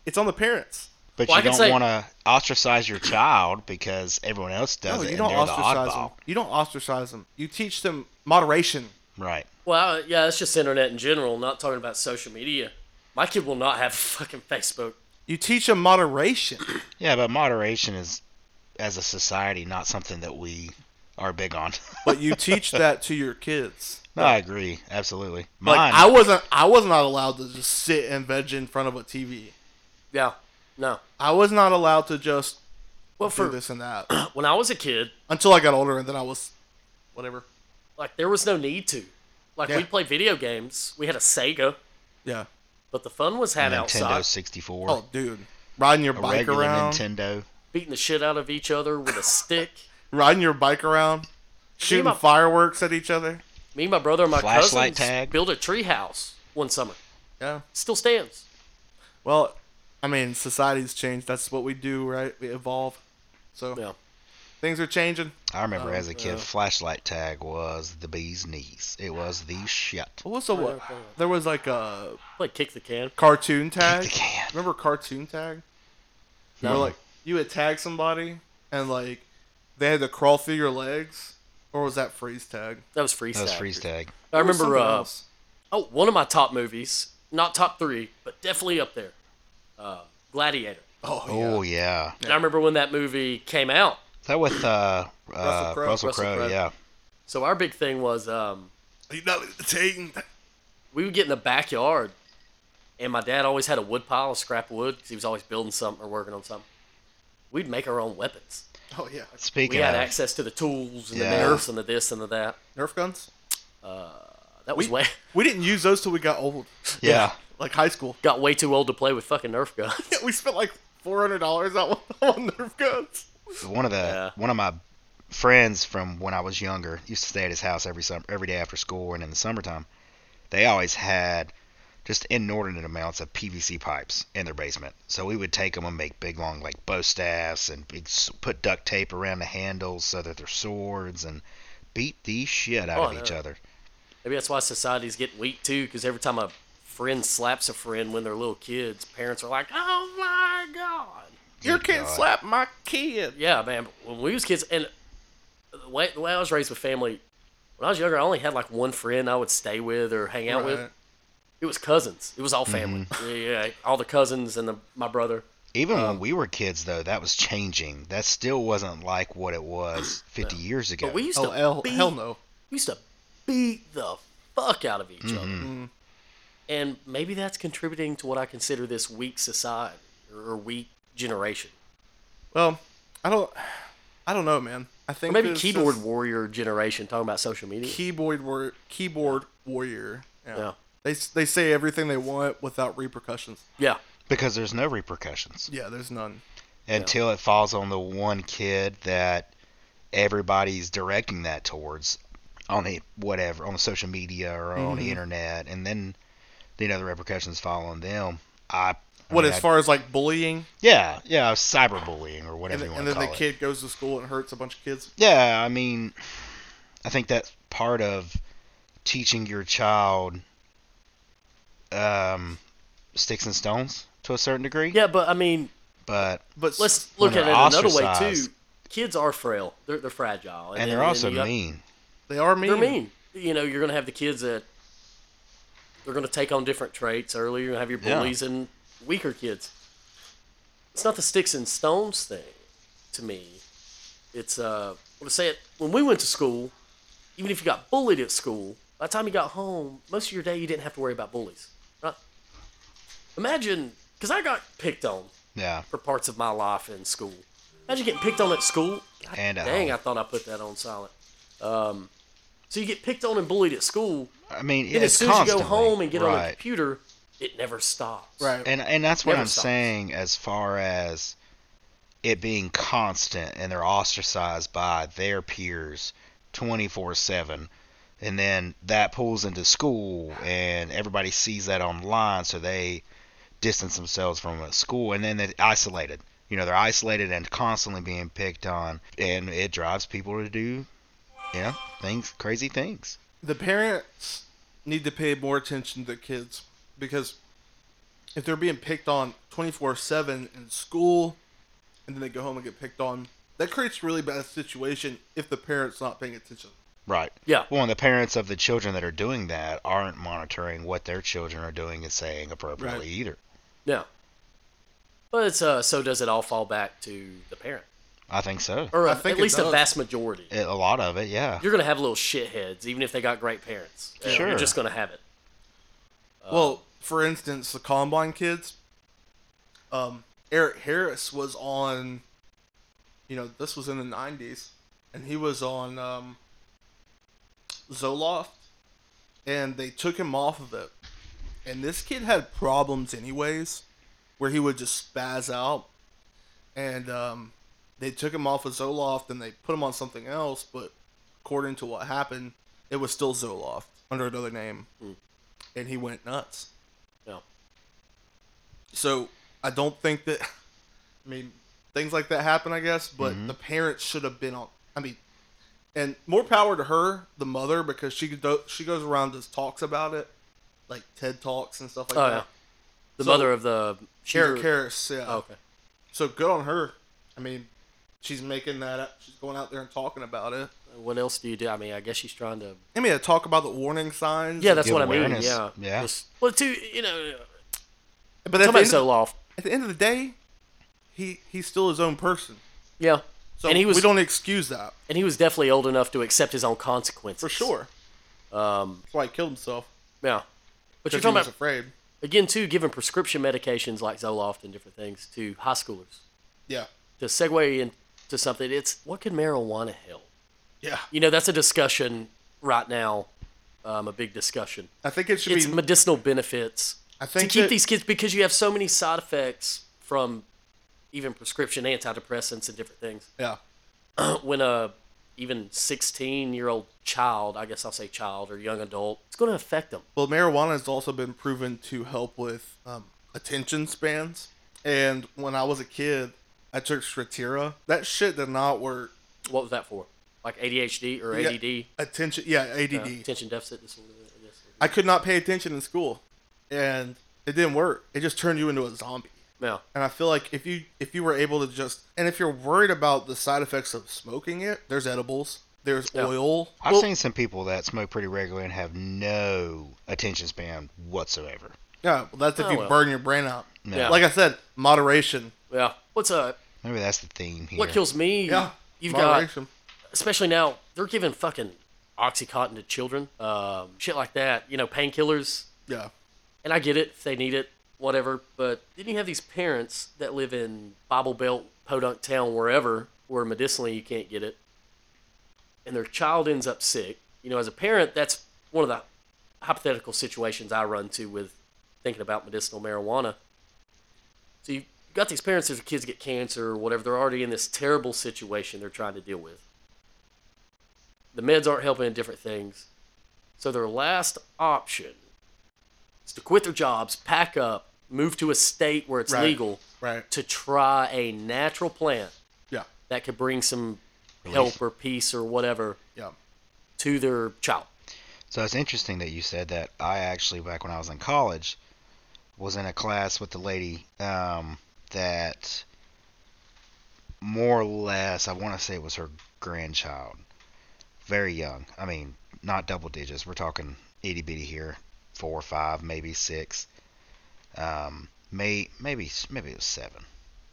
Speaker 1: It's on the parents.
Speaker 3: But
Speaker 2: Well, I
Speaker 3: you
Speaker 2: could
Speaker 3: don't
Speaker 2: say-
Speaker 3: want to ostracize your child because everyone else does
Speaker 1: no,
Speaker 3: it
Speaker 1: you
Speaker 3: and
Speaker 1: don't
Speaker 3: they're the
Speaker 1: ostracize
Speaker 3: oddball.
Speaker 1: them. You don't ostracize them. You teach them moderation.
Speaker 3: Right.
Speaker 2: well, yeah, it's just internet in general. Not talking about social media. My kid will not have fucking Facebook.
Speaker 1: You teach them moderation.
Speaker 3: Yeah, but moderation is, as a society, not something that we are big on.
Speaker 1: but you teach that to your kids.
Speaker 3: no, I agree. Absolutely.
Speaker 1: Like
Speaker 3: Mine.
Speaker 1: I wasn't. I was not allowed to just sit and veg in front of a TV.
Speaker 2: Yeah, no.
Speaker 1: I was not allowed to just
Speaker 2: Well,
Speaker 1: do
Speaker 2: for
Speaker 1: this and that
Speaker 2: when I was a kid,
Speaker 1: until I got older and then I was, whatever.
Speaker 2: like there was no need to. Like
Speaker 1: Yeah.
Speaker 2: we played video games. We had a Sega,
Speaker 1: Yeah.
Speaker 2: but the fun was had
Speaker 3: Nintendo
Speaker 2: outside,
Speaker 3: 64.
Speaker 1: Oh, dude, riding your
Speaker 3: a
Speaker 1: bike
Speaker 3: regular
Speaker 1: around,
Speaker 3: Nintendo.
Speaker 2: beating the shit out of each other with a stick.
Speaker 1: riding your bike around, shooting
Speaker 2: my-
Speaker 1: fireworks at each other.
Speaker 2: Me, and my brother, and my
Speaker 3: Flashlight
Speaker 2: cousins
Speaker 3: tag.
Speaker 2: built a tree house one summer.
Speaker 1: Yeah.
Speaker 2: Still stands.
Speaker 1: Well, I mean, society's changed. That's what we do, right? We evolve. So
Speaker 2: Yeah.
Speaker 1: things are changing.
Speaker 3: I remember
Speaker 2: Oh,
Speaker 3: as a kid,
Speaker 2: yeah.
Speaker 3: flashlight tag was the bee's knees. It was the shit.
Speaker 1: What was the what? There was like a
Speaker 2: Like kick the can.
Speaker 1: cartoon
Speaker 3: Kick
Speaker 1: tag.
Speaker 3: the can.
Speaker 1: Remember cartoon tag?
Speaker 3: No.
Speaker 1: Where like you would tag somebody and like they had to crawl through your legs, or was that freeze tag?
Speaker 2: That was freeze.
Speaker 3: That was
Speaker 2: tag.
Speaker 3: freeze tag.
Speaker 2: I
Speaker 1: There was
Speaker 2: remember.
Speaker 1: something
Speaker 2: Uh,
Speaker 1: else.
Speaker 2: oh, one of my top movies, not top three, but definitely up there. Uh, Gladiator.
Speaker 1: Oh,
Speaker 3: Oh,
Speaker 1: yeah.
Speaker 3: yeah.
Speaker 2: And I remember when that movie came out.
Speaker 3: Is that with uh, uh,
Speaker 1: Crowe.
Speaker 3: Russell
Speaker 2: Russell Crowe.
Speaker 3: Crowe? Yeah.
Speaker 2: So our big thing was um,
Speaker 1: You're not entertained.
Speaker 2: we would get in the backyard, and my dad always had a wood pile of scrap wood 'cause he was always building something or working on something. We'd make our own weapons.
Speaker 1: Oh yeah.
Speaker 3: Speaking
Speaker 2: we had
Speaker 3: of,
Speaker 2: access to the tools and
Speaker 3: Yeah.
Speaker 2: the nerfs and the this and the that.
Speaker 1: Nerf guns.
Speaker 2: That was
Speaker 1: We-
Speaker 2: way
Speaker 1: We didn't use those till we got old.
Speaker 3: yeah,
Speaker 1: Like high school.
Speaker 2: got way too old to play with fucking Nerf guns.
Speaker 1: we spent like four hundred dollars on, on Nerf guns.
Speaker 3: one of the
Speaker 2: Yeah.
Speaker 3: one of my friends from when I was younger used to stay at his house every summer, every day after school, and in the summertime, they always had just inordinate amounts of PVC pipes in their basement. So we would take them and make big long like bow staffs and big, s- put duct tape around the handles so that they're swords and beat the shit out
Speaker 2: Oh,
Speaker 3: of each
Speaker 2: no.
Speaker 3: other.
Speaker 2: Maybe that's why society's getting weak too, because every time a friend slaps a friend when they're little kids, parents are like, "Oh my god!"
Speaker 1: Your
Speaker 3: Good
Speaker 1: kid
Speaker 3: God.
Speaker 1: slapped my kid.
Speaker 2: Yeah, man. but When we was kids, and the way, the way I was raised with family, when I was younger, I only had like one friend I would stay with or hang out with.
Speaker 1: Right.
Speaker 2: It was cousins. It was all family. Yeah, yeah, all the cousins and the, my brother.
Speaker 3: Even when we were kids, though, that was changing. That still wasn't like what it was 50 years ago.
Speaker 2: But we used
Speaker 1: Oh
Speaker 2: to
Speaker 1: hell,
Speaker 2: beat,
Speaker 1: hell no.
Speaker 2: We used to beat the fuck out of each
Speaker 1: Mm.
Speaker 2: other. And maybe that's contributing to what I consider this weak society or weak generation.
Speaker 1: Well, I don't. I don't know, man. I
Speaker 2: Or
Speaker 1: think
Speaker 2: maybe
Speaker 1: it's
Speaker 2: keyboard
Speaker 1: just
Speaker 2: warrior generation talking about social media.
Speaker 1: keyboard war, keyboard warrior. Yeah.
Speaker 2: Yeah.
Speaker 1: They s- they say everything they want without repercussions.
Speaker 2: yeah.
Speaker 3: because there's no repercussions
Speaker 1: Yeah, there's none.
Speaker 3: until it falls on the one kid that everybody's directing that towards on the whatever on the social media or on
Speaker 1: Mm-hmm.
Speaker 3: the internet, and then you know the repercussions fall on them. I I
Speaker 1: What
Speaker 3: mean,
Speaker 1: as
Speaker 3: I-
Speaker 1: far as like bullying,
Speaker 3: yeah yeah cyberbullying or
Speaker 1: and,
Speaker 3: whatever
Speaker 1: then-
Speaker 3: you
Speaker 1: and
Speaker 3: want to
Speaker 1: then
Speaker 3: call
Speaker 1: the
Speaker 3: it.
Speaker 1: kid goes to school and hurts a bunch of kids.
Speaker 3: Yeah, I mean, I think that's part of teaching your child um, sticks and stones to a certain degree.
Speaker 2: Yeah, but I mean,
Speaker 3: But
Speaker 1: But s-
Speaker 2: let's
Speaker 3: When
Speaker 2: look at it
Speaker 3: they're
Speaker 2: another way too.
Speaker 3: ostracized.
Speaker 2: Kids are frail. They're, they're fragile.
Speaker 3: and they're
Speaker 2: then-
Speaker 3: also
Speaker 2: you got-
Speaker 3: mean.
Speaker 1: They are mean.
Speaker 2: They're mean. You know, you're going to have the kids that they're going to take on different traits early. You're going to have your
Speaker 3: Yeah.
Speaker 2: bullies and weaker kids. It's not the sticks and stones thing to me. It's, uh, what to say it, when we went to school, even if you got bullied at school, by the time you got home, most of your day you didn't have to worry about bullies. Right? Imagine, because I got picked on
Speaker 3: Yeah.
Speaker 2: for parts of my life in school. Imagine getting picked on at school. God
Speaker 3: And uh, at
Speaker 2: dang,
Speaker 3: home.
Speaker 2: I thought I put that on silent. Um, so you get picked on and bullied at school.
Speaker 3: I mean,
Speaker 2: Then
Speaker 3: it's
Speaker 2: as soon
Speaker 3: constantly,
Speaker 2: as you go home and get on a
Speaker 3: right.
Speaker 2: computer, it never stops.
Speaker 1: Right.
Speaker 3: And and that's what
Speaker 2: Never
Speaker 3: I'm
Speaker 2: stops.
Speaker 3: saying as far as it being constant and they're ostracized by their peers 24/7 and then that pulls into school and everybody sees that online so they distance themselves from a school and then they're isolated. You know, they're isolated and constantly being picked on and it drives people to do you know, things crazy things.
Speaker 1: the parents need to pay more attention to their kids because if they're being picked on 24-7 in school and then they go home and get picked on that creates a really bad situation if the parents not paying attention
Speaker 3: Right.
Speaker 2: Yeah.
Speaker 3: Well, and the parents of the children that are doing that aren't monitoring what their children are doing and saying appropriately
Speaker 1: Right.
Speaker 3: either.
Speaker 2: No. But it's uh, so does it all fall back to the parent,
Speaker 3: I think so.
Speaker 2: or
Speaker 1: I
Speaker 2: a-
Speaker 1: think
Speaker 2: at
Speaker 1: it
Speaker 2: least a
Speaker 1: does.
Speaker 2: vast majority.
Speaker 3: A a lot of it, yeah.
Speaker 2: You're gonna have little shitheads, even if they got great parents. Uh,
Speaker 3: Sure.
Speaker 2: You're just gonna have it. Uh,
Speaker 1: well for instance the columbine kids um, eric harris was on you know this was in the 90s and he was on um, zoloft and they took him off of it and this kid had problems anyways where he would just spaz out and um, they took him off of zoloft and they put him on something else but according to what happened it was still zoloft under another name
Speaker 2: Mm.
Speaker 1: and he went nuts
Speaker 2: No.
Speaker 1: so I don't think that. I mean, things like that happen, I guess. But
Speaker 2: Mm-hmm.
Speaker 3: Mhm.
Speaker 1: the parents should have been on. I mean, and more power to her, the mother, because she could do, she goes around and talks about it, like TED talks and stuff like
Speaker 2: Oh,
Speaker 1: that.
Speaker 2: yeah. The
Speaker 1: So-
Speaker 2: mother of the
Speaker 1: Karen
Speaker 2: shooter-
Speaker 1: Karras, yeah.
Speaker 2: Oh, okay.
Speaker 1: So good on her. I mean, she's making that. up. She's going out there and talking about it.
Speaker 2: What else do you do? I mean, I guess she's trying to
Speaker 1: I mean, talk about the warning signs.
Speaker 2: Yeah, that's
Speaker 3: give
Speaker 2: what I mean.
Speaker 3: awareness.
Speaker 2: Yeah.
Speaker 3: Yeah.
Speaker 2: Just- well, too, you know,
Speaker 1: but at the,
Speaker 2: somebody's
Speaker 1: end,
Speaker 2: so off.
Speaker 1: at the end of the day, he he's still his own person.
Speaker 2: Yeah.
Speaker 1: So
Speaker 2: And he was-
Speaker 1: we don't excuse that
Speaker 2: And he was definitely old enough to accept his own consequences.
Speaker 1: for sure.
Speaker 2: Um,
Speaker 1: That's why he killed himself.
Speaker 2: yeah. But
Speaker 1: Because
Speaker 2: you're
Speaker 1: he
Speaker 2: talking
Speaker 1: was
Speaker 2: about,
Speaker 1: afraid.
Speaker 2: again, too, giving prescription medications like Zoloft and different things to high schoolers.
Speaker 1: Yeah.
Speaker 2: To segue into something, it's what can marijuana help?
Speaker 1: Yeah.
Speaker 2: You know, that's a discussion right now, um, a big discussion.
Speaker 1: I think it should
Speaker 2: It's
Speaker 1: be.
Speaker 2: medicinal benefits
Speaker 1: I
Speaker 2: to
Speaker 1: think
Speaker 2: keep
Speaker 1: that-
Speaker 2: these kids because you have so many side effects from even prescription antidepressants and different things.
Speaker 1: Yeah.
Speaker 2: when a even 16 year old child, I guess I'll say child or young adult, it's going to affect them.
Speaker 1: Well, marijuana has also been proven to help with um, attention spans. And when I was a kid, I took Stratira. That shit did not work.
Speaker 2: What was that for? Like ADHD or
Speaker 1: Yeah,
Speaker 2: ADD?
Speaker 1: Attention, yeah,
Speaker 2: Uh,
Speaker 1: ADD.
Speaker 2: attention deficit disorder, I guess.
Speaker 1: I could not pay attention in school, and it didn't work. It just turned you into a zombie.
Speaker 2: Yeah.
Speaker 1: And I feel like if you if you were able to just and if you're worried about the side effects of smoking it, there's edibles, there's
Speaker 2: Yeah.
Speaker 1: oil.
Speaker 3: I've
Speaker 2: Well-
Speaker 3: seen some people that smoke pretty regularly and have no attention span whatsoever.
Speaker 1: Yeah, well, that's if
Speaker 2: Oh,
Speaker 1: you
Speaker 2: well.
Speaker 1: burn your brain out.
Speaker 3: No.
Speaker 2: Yeah.
Speaker 1: Like I said, moderation.
Speaker 2: Yeah. What's uh,
Speaker 3: Maybe that's the theme here.
Speaker 2: What kills me?
Speaker 1: Yeah,
Speaker 2: You've got,
Speaker 1: moderation.
Speaker 2: especially now, they're giving fucking Oxycontin to children, um, shit like that, you know, painkillers.
Speaker 1: Yeah.
Speaker 2: and I get it if they need it, whatever. But then you have these parents that live in Bible Belt, Podunk Town, wherever, where medicinally you can't get it, and their child ends up sick. You know, as a parent, that's one of the hypothetical situations I run to with thinking about medicinal marijuana. So you've got these parents whose kids get cancer or whatever. They're already in this terrible situation they're trying to deal with. The meds aren't helping in different things. So their last option is to quit their jobs, pack up, move to a state where it's
Speaker 1: Right.
Speaker 2: legal
Speaker 1: Right.
Speaker 2: to try a natural plant
Speaker 1: Yeah.
Speaker 2: that could bring some
Speaker 3: Relief.
Speaker 2: help or peace or whatever
Speaker 1: Yeah.
Speaker 2: to their child.
Speaker 3: So it's interesting that you said that. I actually, back when I was in college, was in a class with the lady um, that more or less, I want to say it was her grandchild, very young. I mean, not double digits. We're talking itty bitty here, four, five, maybe six. Um, may maybe maybe it was seven.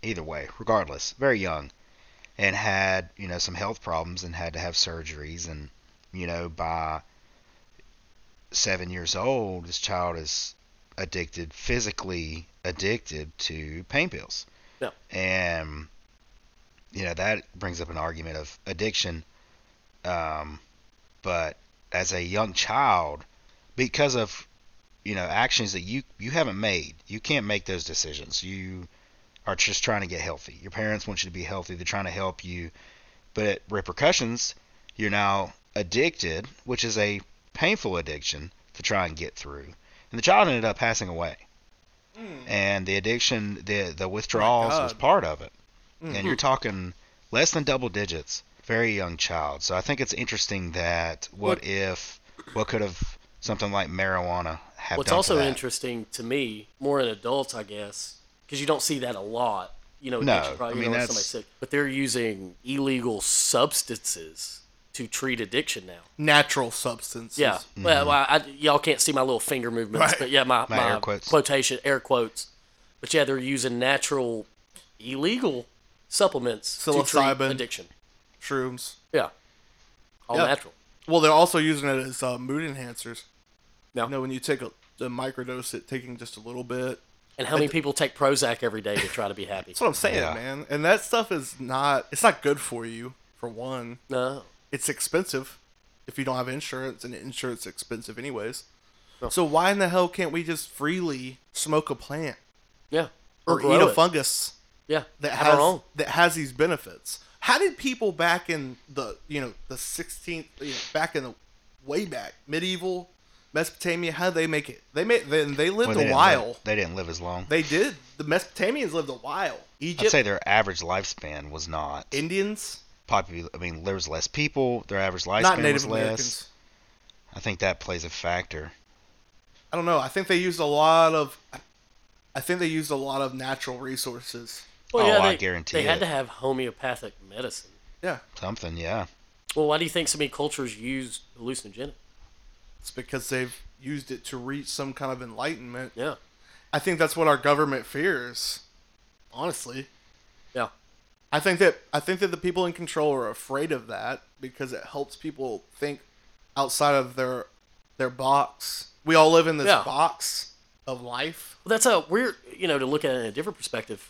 Speaker 3: Either way, regardless, very young, and had you know some health problems and had to have surgeries and you know by seven years old, this child is addicted, physically addicted to pain pills.
Speaker 2: Yeah.
Speaker 3: And you know that brings up an argument of addiction. Um, but as a young child, because of you know actions that you you haven't made, you can't make those decisions. You are just trying to get healthy. Your parents want you to be healthy. They're trying to help you, but repercussions. You're now addicted, which is a painful addiction to try and get through. And the child ended up passing away.
Speaker 1: Mm.
Speaker 3: And the addiction, the the withdrawals was
Speaker 1: God.
Speaker 3: part of it.
Speaker 1: Mhm.
Speaker 3: And you're talking less than double digits, very young child. So I think it's interesting that what,
Speaker 2: What-
Speaker 3: if what could have something like marijuana have
Speaker 2: What's
Speaker 3: done
Speaker 2: also
Speaker 3: for that?
Speaker 2: interesting to me, more in adults, I guess, because you don't see that a lot. You know,
Speaker 3: No,
Speaker 2: addiction problem, you
Speaker 3: I mean,
Speaker 2: know, when
Speaker 3: that's-
Speaker 2: somebody's sick, but they're using illegal substances to treat addiction now.
Speaker 1: Natural substances.
Speaker 2: Yeah. Well, I, I, y'all can't see my little finger movements,
Speaker 1: Right.
Speaker 2: but yeah, my,
Speaker 3: mm-hmm. My
Speaker 2: my,
Speaker 3: air quotes.
Speaker 2: quotation, air quotes. But yeah, they're using natural, illegal supplements to treat
Speaker 1: Psilocybin.
Speaker 2: addiction.
Speaker 1: Shrooms.
Speaker 2: Yeah. All
Speaker 1: Yeah.
Speaker 2: natural.
Speaker 1: Well, they're also using it as uh, mood enhancers.
Speaker 2: Yeah.
Speaker 1: You know, when you take a, the microdose, it taking just a little bit.
Speaker 2: And how many people take Prozac every day to try to be happy?
Speaker 1: That's what I'm saying,
Speaker 3: Yeah.
Speaker 1: man. And that stuff is not. It's not good for you. For one,
Speaker 2: No.
Speaker 1: it's expensive if you don't have insurance, and insurance is expensive anyways.
Speaker 2: Yeah.
Speaker 1: So why in the hell can't we just freely smoke a plant
Speaker 2: Yeah.
Speaker 1: or
Speaker 2: grow
Speaker 1: eat a
Speaker 2: it.
Speaker 1: fungus
Speaker 2: Yeah.
Speaker 1: that
Speaker 2: Have
Speaker 1: has
Speaker 2: our own.
Speaker 1: that has these benefits? How did people back in the you know the 16th you know, back in the way back medieval Mesopotamia? How did they make it? They made then they lived
Speaker 3: Well, they
Speaker 1: a
Speaker 3: didn't
Speaker 1: while.
Speaker 3: live- they didn't live as long.
Speaker 1: They did. The Mesopotamians lived a while.
Speaker 3: I'd
Speaker 1: Egypt,
Speaker 3: say their average lifespan was not
Speaker 1: Indians,
Speaker 3: popular. I mean, there was less people. Their average lifespan
Speaker 1: not Native
Speaker 3: was less.
Speaker 1: Americans.
Speaker 3: I think that plays a factor.
Speaker 1: I don't know. I think they used a lot of. I think they used a lot of natural resources.
Speaker 2: Well,
Speaker 3: Oh,
Speaker 2: yeah,
Speaker 3: I
Speaker 2: they,
Speaker 3: guarantee
Speaker 2: They had
Speaker 3: it.
Speaker 2: to have homeopathic medicine.
Speaker 1: Yeah,
Speaker 3: Something, yeah.
Speaker 2: Well, why do you think so many cultures use hallucinogenic?
Speaker 1: it's because they've used it to reach some kind of enlightenment.
Speaker 2: Yeah.
Speaker 1: I think that's what our government fears. Honestly,
Speaker 2: Yeah.
Speaker 1: I think that I think that the people in control are afraid of that because it helps people think outside of their their box. We all live in this
Speaker 2: Yeah.
Speaker 1: box of life.
Speaker 2: Well, that's a we're you know to look at it in a different perspective.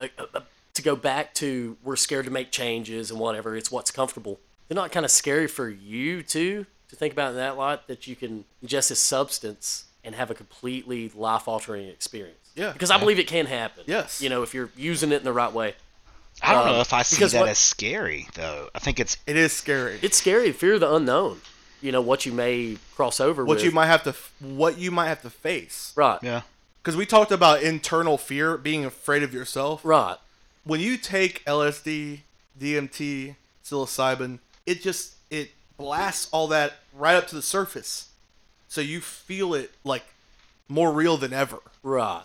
Speaker 2: Uh, uh, uh, to go back to we're scared to make changes and whatever. It's what's comfortable. They're not kind of scary for you too to think about in that light that you can ingest this substance and have a completely life altering experience.
Speaker 1: Yeah.
Speaker 2: Because I believe it can happen.
Speaker 1: Yes.
Speaker 2: You know if you're using it in the right way.
Speaker 3: I don't
Speaker 2: Um,
Speaker 3: know if I see
Speaker 2: because
Speaker 3: that
Speaker 2: what-
Speaker 3: as scary though. I think it's
Speaker 1: It is scary.
Speaker 2: It's scary. Fear of the unknown. You know what you may cross over
Speaker 1: what
Speaker 2: with.
Speaker 1: you might have to f- what you might have to face
Speaker 2: Right.
Speaker 3: yeah.
Speaker 1: because we talked about internal fear being afraid of yourself
Speaker 2: Right.
Speaker 1: when you take lsd dmt psilocybin it just it blasts all that right up to the surface so you feel it like more real than ever
Speaker 2: Right.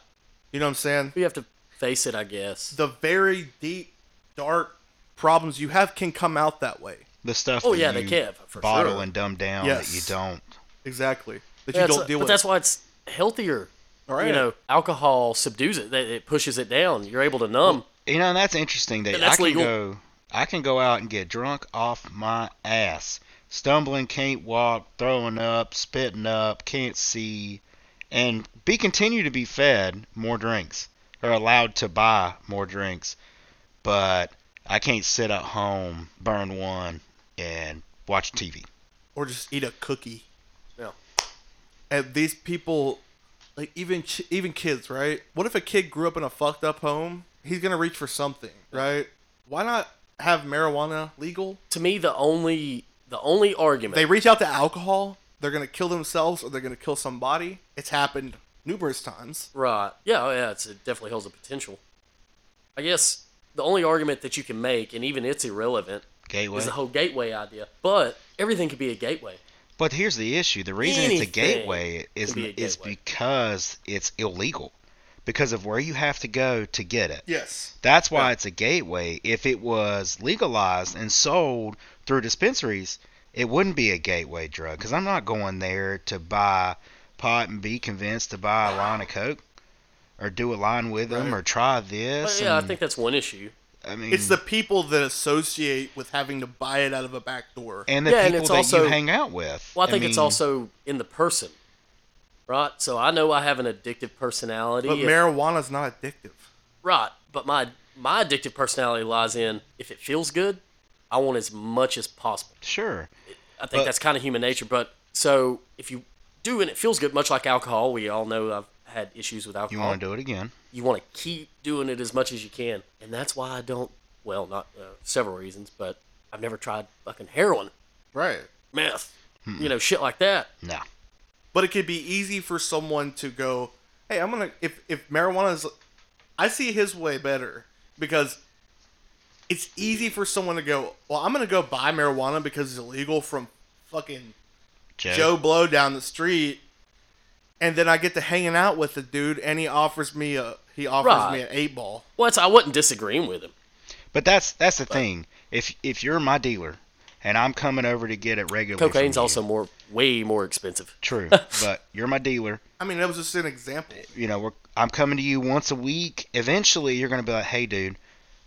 Speaker 1: you know what i'm saying
Speaker 2: You have to face it, I guess.
Speaker 1: the very deep dark problems you have can come out that way
Speaker 3: The stuff
Speaker 2: Oh
Speaker 3: that
Speaker 2: yeah, they
Speaker 3: you
Speaker 2: can for
Speaker 3: bottle
Speaker 2: sure.
Speaker 3: and dumb down that you
Speaker 1: Yes.
Speaker 3: don't.
Speaker 1: exactly that
Speaker 2: Yeah,
Speaker 1: you
Speaker 2: it's-
Speaker 1: don't deal
Speaker 2: but
Speaker 1: with
Speaker 2: that's why it's healthier.
Speaker 1: all right
Speaker 2: You know, alcohol subdues it; that- it pushes it down. You're able to numb.
Speaker 3: You know, and that's interesting that
Speaker 2: And that's
Speaker 3: I can
Speaker 2: legal.
Speaker 3: go I can go out and get drunk off my ass. Stumbling, can't walk, throwing up, spitting up, can't see, and be continue to be fed more drinks or allowed to buy more drinks. But I can't sit at home, burn one, and watch TV.
Speaker 1: or just eat a cookie.
Speaker 2: Yeah.
Speaker 1: And these people, like even ch- even kids, right? What if a kid grew up in a fucked up home? He's gonna reach for something, right? Why not have marijuana legal?
Speaker 2: To me, the only the only argument.
Speaker 1: They reach out to alcohol. They're gonna kill themselves or they're gonna kill somebody. It's happened numerous times.
Speaker 2: right? Yeah, oh, yeah. It's, it definitely holds a potential. I guess the only argument that you can make, and even it's irrelevant,
Speaker 3: Gateway.
Speaker 2: is the whole gateway idea. But everything could be a gateway.
Speaker 3: But here's the issue: the reason it's a
Speaker 2: Anything
Speaker 3: gateway is
Speaker 2: could be a
Speaker 3: is
Speaker 2: gateway.
Speaker 3: because it's illegal, because of where you have to go to get it.
Speaker 1: Yes.
Speaker 3: That's why it's a gateway. If it was legalized and sold through dispensaries, it wouldn't be a gateway drug because I'm not going there to buy pot and be convinced to buy a line of coke or do a line with them
Speaker 1: Right.
Speaker 3: or try
Speaker 2: Well,
Speaker 3: this.
Speaker 2: yeah, I
Speaker 3: and-
Speaker 2: think that's one issue.
Speaker 3: I mean,
Speaker 1: It's the people that associate with having to buy it out of a back door.
Speaker 3: and the
Speaker 2: Yeah, and
Speaker 3: people
Speaker 2: it's
Speaker 3: that
Speaker 2: also-
Speaker 3: you hang out with.
Speaker 2: Well, I think it's
Speaker 3: mean,
Speaker 2: also in the person, right? So I know I have an addictive personality.
Speaker 1: But
Speaker 2: If-
Speaker 1: marijuana's not addictive.
Speaker 2: right, but my my addictive personality lies in if it feels good, I want as much as possible.
Speaker 3: sure.
Speaker 2: I think
Speaker 3: But-
Speaker 2: that's kind of human nature. But so if you do and it feels good, much like alcohol, we all know I've had issues with
Speaker 3: You
Speaker 2: alcohol.
Speaker 3: want to do it again?
Speaker 2: you want to keep doing it as much as you can, and that's why I don't. Well, not uh, several reasons, but I've never tried fucking heroin,
Speaker 1: Right.
Speaker 2: meth,
Speaker 3: Hmm.
Speaker 2: you know, shit like that.
Speaker 3: No.
Speaker 1: But it could be easy for someone to go, "Hey, I'm gonna if if marijuana is, I see his way better because it's easy for someone to go, well, I'm gonna go buy marijuana because it's illegal from fucking
Speaker 3: Joe.
Speaker 1: Joe Blow down the street, and then I get to hanging out with the dude, and he offers me a he offers
Speaker 2: Right.
Speaker 1: me an eight ball.
Speaker 2: Well, it's, I wasn't disagreeing with him.
Speaker 3: But that's that's the thing. If if you're my dealer and I'm coming over to get it regularly, from
Speaker 2: Cocaine's
Speaker 3: you-
Speaker 2: also more, way more expensive.
Speaker 3: true. but you're my dealer.
Speaker 1: I mean, that was just an example.
Speaker 3: you know, we're, I'm coming to you once a week. Eventually, you're going to be like, hey, dude,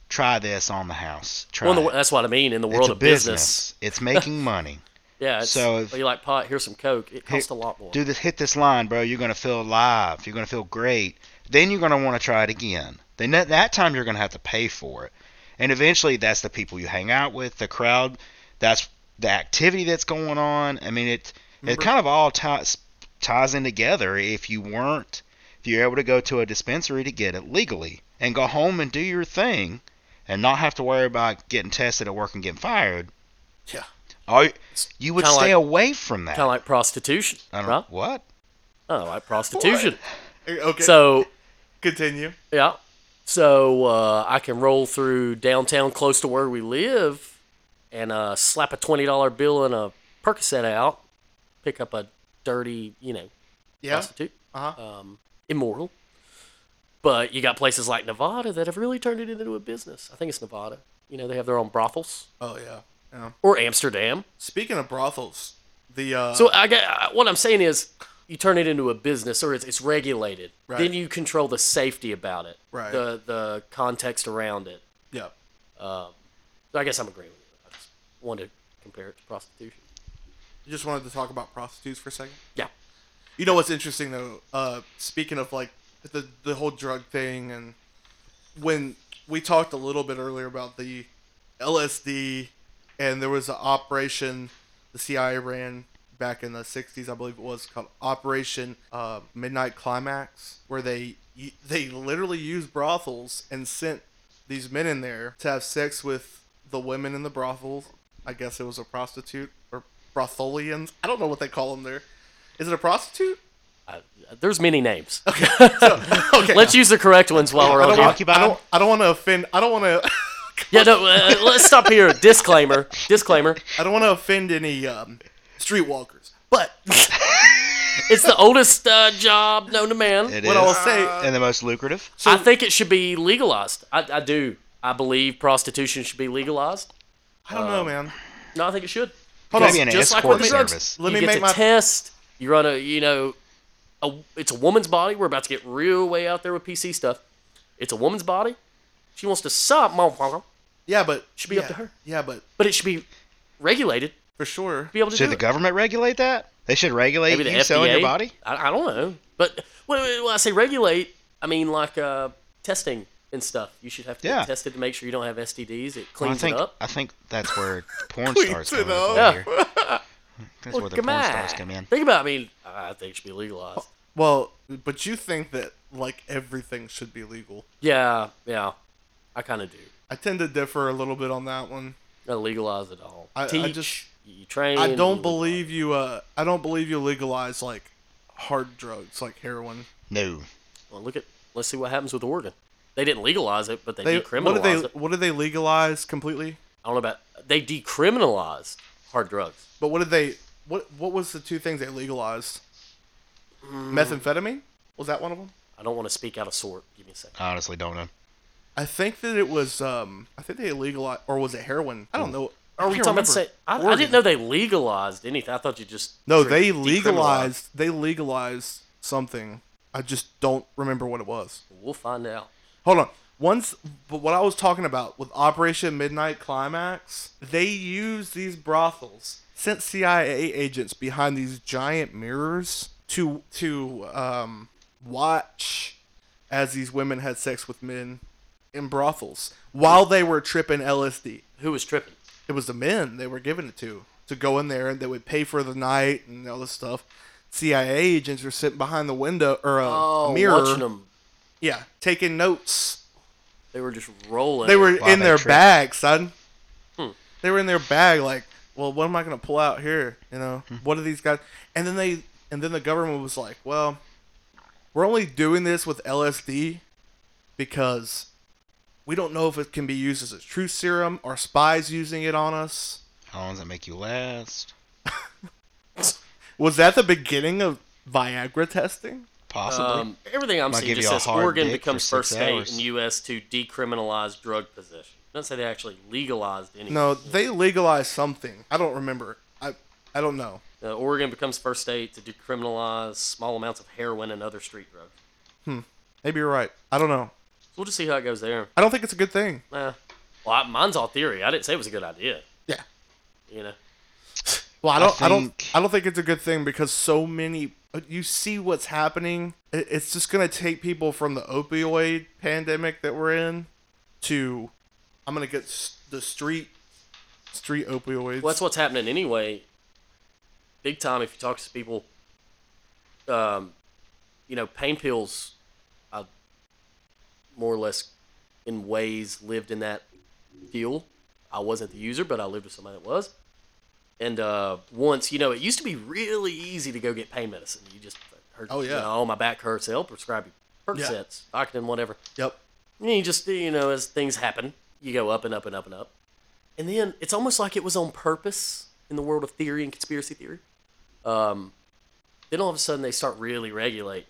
Speaker 3: try this on the house. Try
Speaker 2: Well, in the,
Speaker 3: it.
Speaker 2: that's what I mean in the world
Speaker 3: It's a
Speaker 2: of business.
Speaker 3: business. It's making money.
Speaker 2: Yeah. It's,
Speaker 3: So if-
Speaker 2: oh, you like pot? Here's some coke. It costs a lot more.
Speaker 3: Do this, hit this line, bro. You're going to feel alive. You're going to feel great. Then you're going to want to try it again. Then that, that time you're going to have to pay for it. And eventually, that's the people you hang out with, the crowd. That's the activity that's going on. I mean, it it
Speaker 2: Mm-hmm.
Speaker 1: Remember-
Speaker 3: kind of all ties ties in together. If you weren't, if you're able to go to a dispensary to get it legally and go home and do your thing, and not have to worry about getting tested at work and getting fired.
Speaker 1: Yeah.
Speaker 3: All, you would
Speaker 2: kinda
Speaker 3: stay
Speaker 2: like-
Speaker 3: away from that.
Speaker 2: Kind of like prostitution,
Speaker 3: I don't,
Speaker 2: right? Oh,
Speaker 3: What?
Speaker 2: I don't like prostitution.
Speaker 1: Eh, Okay.
Speaker 2: So
Speaker 1: continue.
Speaker 2: Yeah. So uh, I can roll through downtown close to where we live and uh, slap a $20 bill and a Percocet out, pick up a dirty, you know,
Speaker 1: Yeah.
Speaker 2: prostitute,
Speaker 1: Uh huh.
Speaker 2: um, immoral. But you got places like Nevada that have really turned it into a business. I think it's Nevada. You know, they have their own brothels
Speaker 1: Oh yeah. Yeah.
Speaker 2: or Amsterdam.
Speaker 1: Speaking of brothels, the uh,
Speaker 2: So I got, what I'm saying is you turn it into a business or it's, it's regulated.
Speaker 1: Right.
Speaker 2: Then you control the safety about it,
Speaker 1: Right.
Speaker 2: the, the context around it.
Speaker 1: yeah.
Speaker 2: Um, so I guess I'm agreeing with you. I just wanted to compare it to prostitution.
Speaker 1: You just wanted to talk about prostitutes for a second.
Speaker 2: Yeah.
Speaker 1: You know what's interesting though? Uh, speaking of like the the whole drug thing, and when we talked a little bit earlier about the LSD, and there was an operation the CIA ran back in the '60s, I believe it was called Operation uh, Midnight Climax, where they they literally used brothels and sent these men in there to have sex with the women in the brothels. I guess it was a prostitute or brothelians. I don't know what they call them there. Is it a prostitute?
Speaker 2: I, Uh, there's many names. Okay.
Speaker 1: okay.
Speaker 2: Let's use the correct ones while we're
Speaker 1: I
Speaker 2: on
Speaker 1: don't,
Speaker 2: here.
Speaker 1: want, I don't. I don't want to offend. I don't want to.
Speaker 2: Yeah, no, uh, let's stop here. Disclaimer. Disclaimer.
Speaker 1: I don't want to offend any um, streetwalkers. But
Speaker 2: It's the oldest uh, job known to man.
Speaker 3: It
Speaker 1: what I uh, will
Speaker 3: is.
Speaker 1: say,
Speaker 3: and the most lucrative.
Speaker 2: I think it should be legalized. I, I do. I believe prostitution should be legalized.
Speaker 1: I don't know, man.
Speaker 2: No, Uh, I think it should.
Speaker 1: Hold
Speaker 3: Maybe
Speaker 1: on.
Speaker 3: an
Speaker 2: just like
Speaker 3: escort
Speaker 2: with drugs.
Speaker 3: service.
Speaker 1: Let
Speaker 2: you
Speaker 1: me
Speaker 2: get
Speaker 1: make
Speaker 2: to
Speaker 1: my.
Speaker 2: test. You run a, you know, a, it's a woman's body. We're about to get real way out there with PC stuff. It's a woman's body. She wants to suck, motherfucker.
Speaker 1: yeah, but
Speaker 2: Should be
Speaker 1: yeah,
Speaker 2: up to her.
Speaker 1: Yeah, but
Speaker 2: But it should be regulated. to
Speaker 1: for sure.
Speaker 2: Be able to
Speaker 3: Should
Speaker 2: do
Speaker 3: the
Speaker 2: it.
Speaker 3: government regulate that? They should regulate
Speaker 2: Maybe the
Speaker 3: you
Speaker 2: FDA.
Speaker 3: selling your body.
Speaker 2: I, I don't know. But when, when I say regulate, I mean like uh, testing and stuff. You should have to
Speaker 3: Yeah.
Speaker 2: get tested to make sure you don't have STDs. It
Speaker 3: Well, I
Speaker 2: cleans
Speaker 3: think
Speaker 2: it up.
Speaker 3: I think that's where porn
Speaker 1: Cleans
Speaker 3: stars
Speaker 1: it
Speaker 3: come in.
Speaker 1: up.
Speaker 2: Yeah. Oh,
Speaker 3: over here. That's where the porn stars come in.
Speaker 2: Think about. it. I mean, I think it should be legalized.
Speaker 1: Well, but you think that like everything should be legal.
Speaker 2: Yeah, yeah. I kind of do.
Speaker 1: I tend to differ a little bit on that one.
Speaker 2: Gotta legalize it all.
Speaker 1: I- I
Speaker 2: Teach.
Speaker 1: just-
Speaker 2: you train.
Speaker 1: I
Speaker 2: you-
Speaker 1: don't believe you. Uh, I don't believe you legalize like hard drugs like heroin.
Speaker 3: No,
Speaker 2: Well, look at. Let's see what happens with Oregon. They didn't legalize it, but they,
Speaker 1: They
Speaker 2: decriminalized
Speaker 1: what did they
Speaker 2: it.
Speaker 1: what did they legalize completely?
Speaker 2: I don't know about. They decriminalized hard drugs.
Speaker 1: But what did they what what was the two things they legalized?
Speaker 2: Mm.
Speaker 1: Methamphetamine was that one of them?
Speaker 2: I don't want to speak out of sort. Give me a second.
Speaker 3: I honestly don't know.
Speaker 1: I think that it was um I think they legalized or was it heroin? I don't know. I
Speaker 2: Are we
Speaker 1: can't
Speaker 2: talking
Speaker 1: remember.
Speaker 2: about say? Hmm. I, I
Speaker 1: Oregon.
Speaker 2: didn't know they legalized anything. I thought you just
Speaker 1: No,
Speaker 2: decri-
Speaker 1: they
Speaker 2: decriminalized.
Speaker 1: legalized. They legalized something. I just don't remember what it was.
Speaker 2: We'll find out.
Speaker 1: Hold on. Once, but what I was talking about with Operation Midnight Climax, they use these brothels, sent CIA agents behind these giant mirrors to to um, watch as these women had sex with men in brothels while they were tripping LSD.
Speaker 2: Who was tripping?
Speaker 1: It was the men they were giving it to to go in there, and they would pay for the night and all this stuff. CIA agents were sitting behind the window or a
Speaker 2: Oh,
Speaker 1: mirror,
Speaker 2: watching them.
Speaker 1: yeah, taking notes.
Speaker 2: They were just rolling.
Speaker 1: They were
Speaker 3: Wow,
Speaker 1: in
Speaker 3: that
Speaker 1: their
Speaker 3: trick.
Speaker 1: bag, son.
Speaker 2: Hmm.
Speaker 1: They were in their bag, like, well, what am I gonna pull out here? You know, what are these guys? And then they, and then the government was like, well, we're only doing this with LSD because we don't know if it can be used as a truth serum or spies using it on us.
Speaker 3: How long does that make you last?
Speaker 1: Was that the beginning of Viagra testing?
Speaker 3: Possibly.
Speaker 2: Um, everything I'm
Speaker 3: Might
Speaker 2: seeing
Speaker 3: give
Speaker 2: just
Speaker 3: you a
Speaker 2: says
Speaker 3: hard
Speaker 2: Oregon
Speaker 3: dick
Speaker 2: becomes
Speaker 3: for
Speaker 2: first
Speaker 3: six
Speaker 2: state
Speaker 3: hours.
Speaker 2: in U.S. to decriminalize drug possession. It doesn't say they actually legalized anything.
Speaker 1: No, they legalized something. I don't remember. I, I don't know.
Speaker 2: Uh, Oregon becomes first state to decriminalize small amounts of heroin and other street drugs.
Speaker 1: Maybe you're right. I don't know.
Speaker 2: So we'll just see how it goes there.
Speaker 1: I don't think it's a good thing.
Speaker 2: Nah. Well, I, mine's all theory. I didn't say it was a good idea.
Speaker 1: Yeah.
Speaker 2: You know,
Speaker 1: Well, I
Speaker 3: I
Speaker 1: don't, I, don't,
Speaker 3: think-
Speaker 1: I don't think it's a good thing because so many. uh, You see what's happening. It- It's just gonna take people from the opioid pandemic that we're in to, I'm gonna get s- the street, street opioids.
Speaker 2: well, that's what's happening anyway. Big time. If you talk to people, um, you know, pain pills, I've more or less, in ways, lived in that field. I wasn't the user, but I lived with somebody that was. And uh, once, you know, it used to be really easy to go get pain medicine. You just hurt.
Speaker 1: Oh, yeah.
Speaker 2: You know, oh, my back hurts. They'll prescribe you
Speaker 1: Yeah.
Speaker 2: Percocets, Vicodin, whatever.
Speaker 1: Yep.
Speaker 2: And you just you know, as things happen, you go up and up and up and up. And then it's almost like it was on purpose in the world of theory and conspiracy theory. Um, then all of a sudden they start really regulating.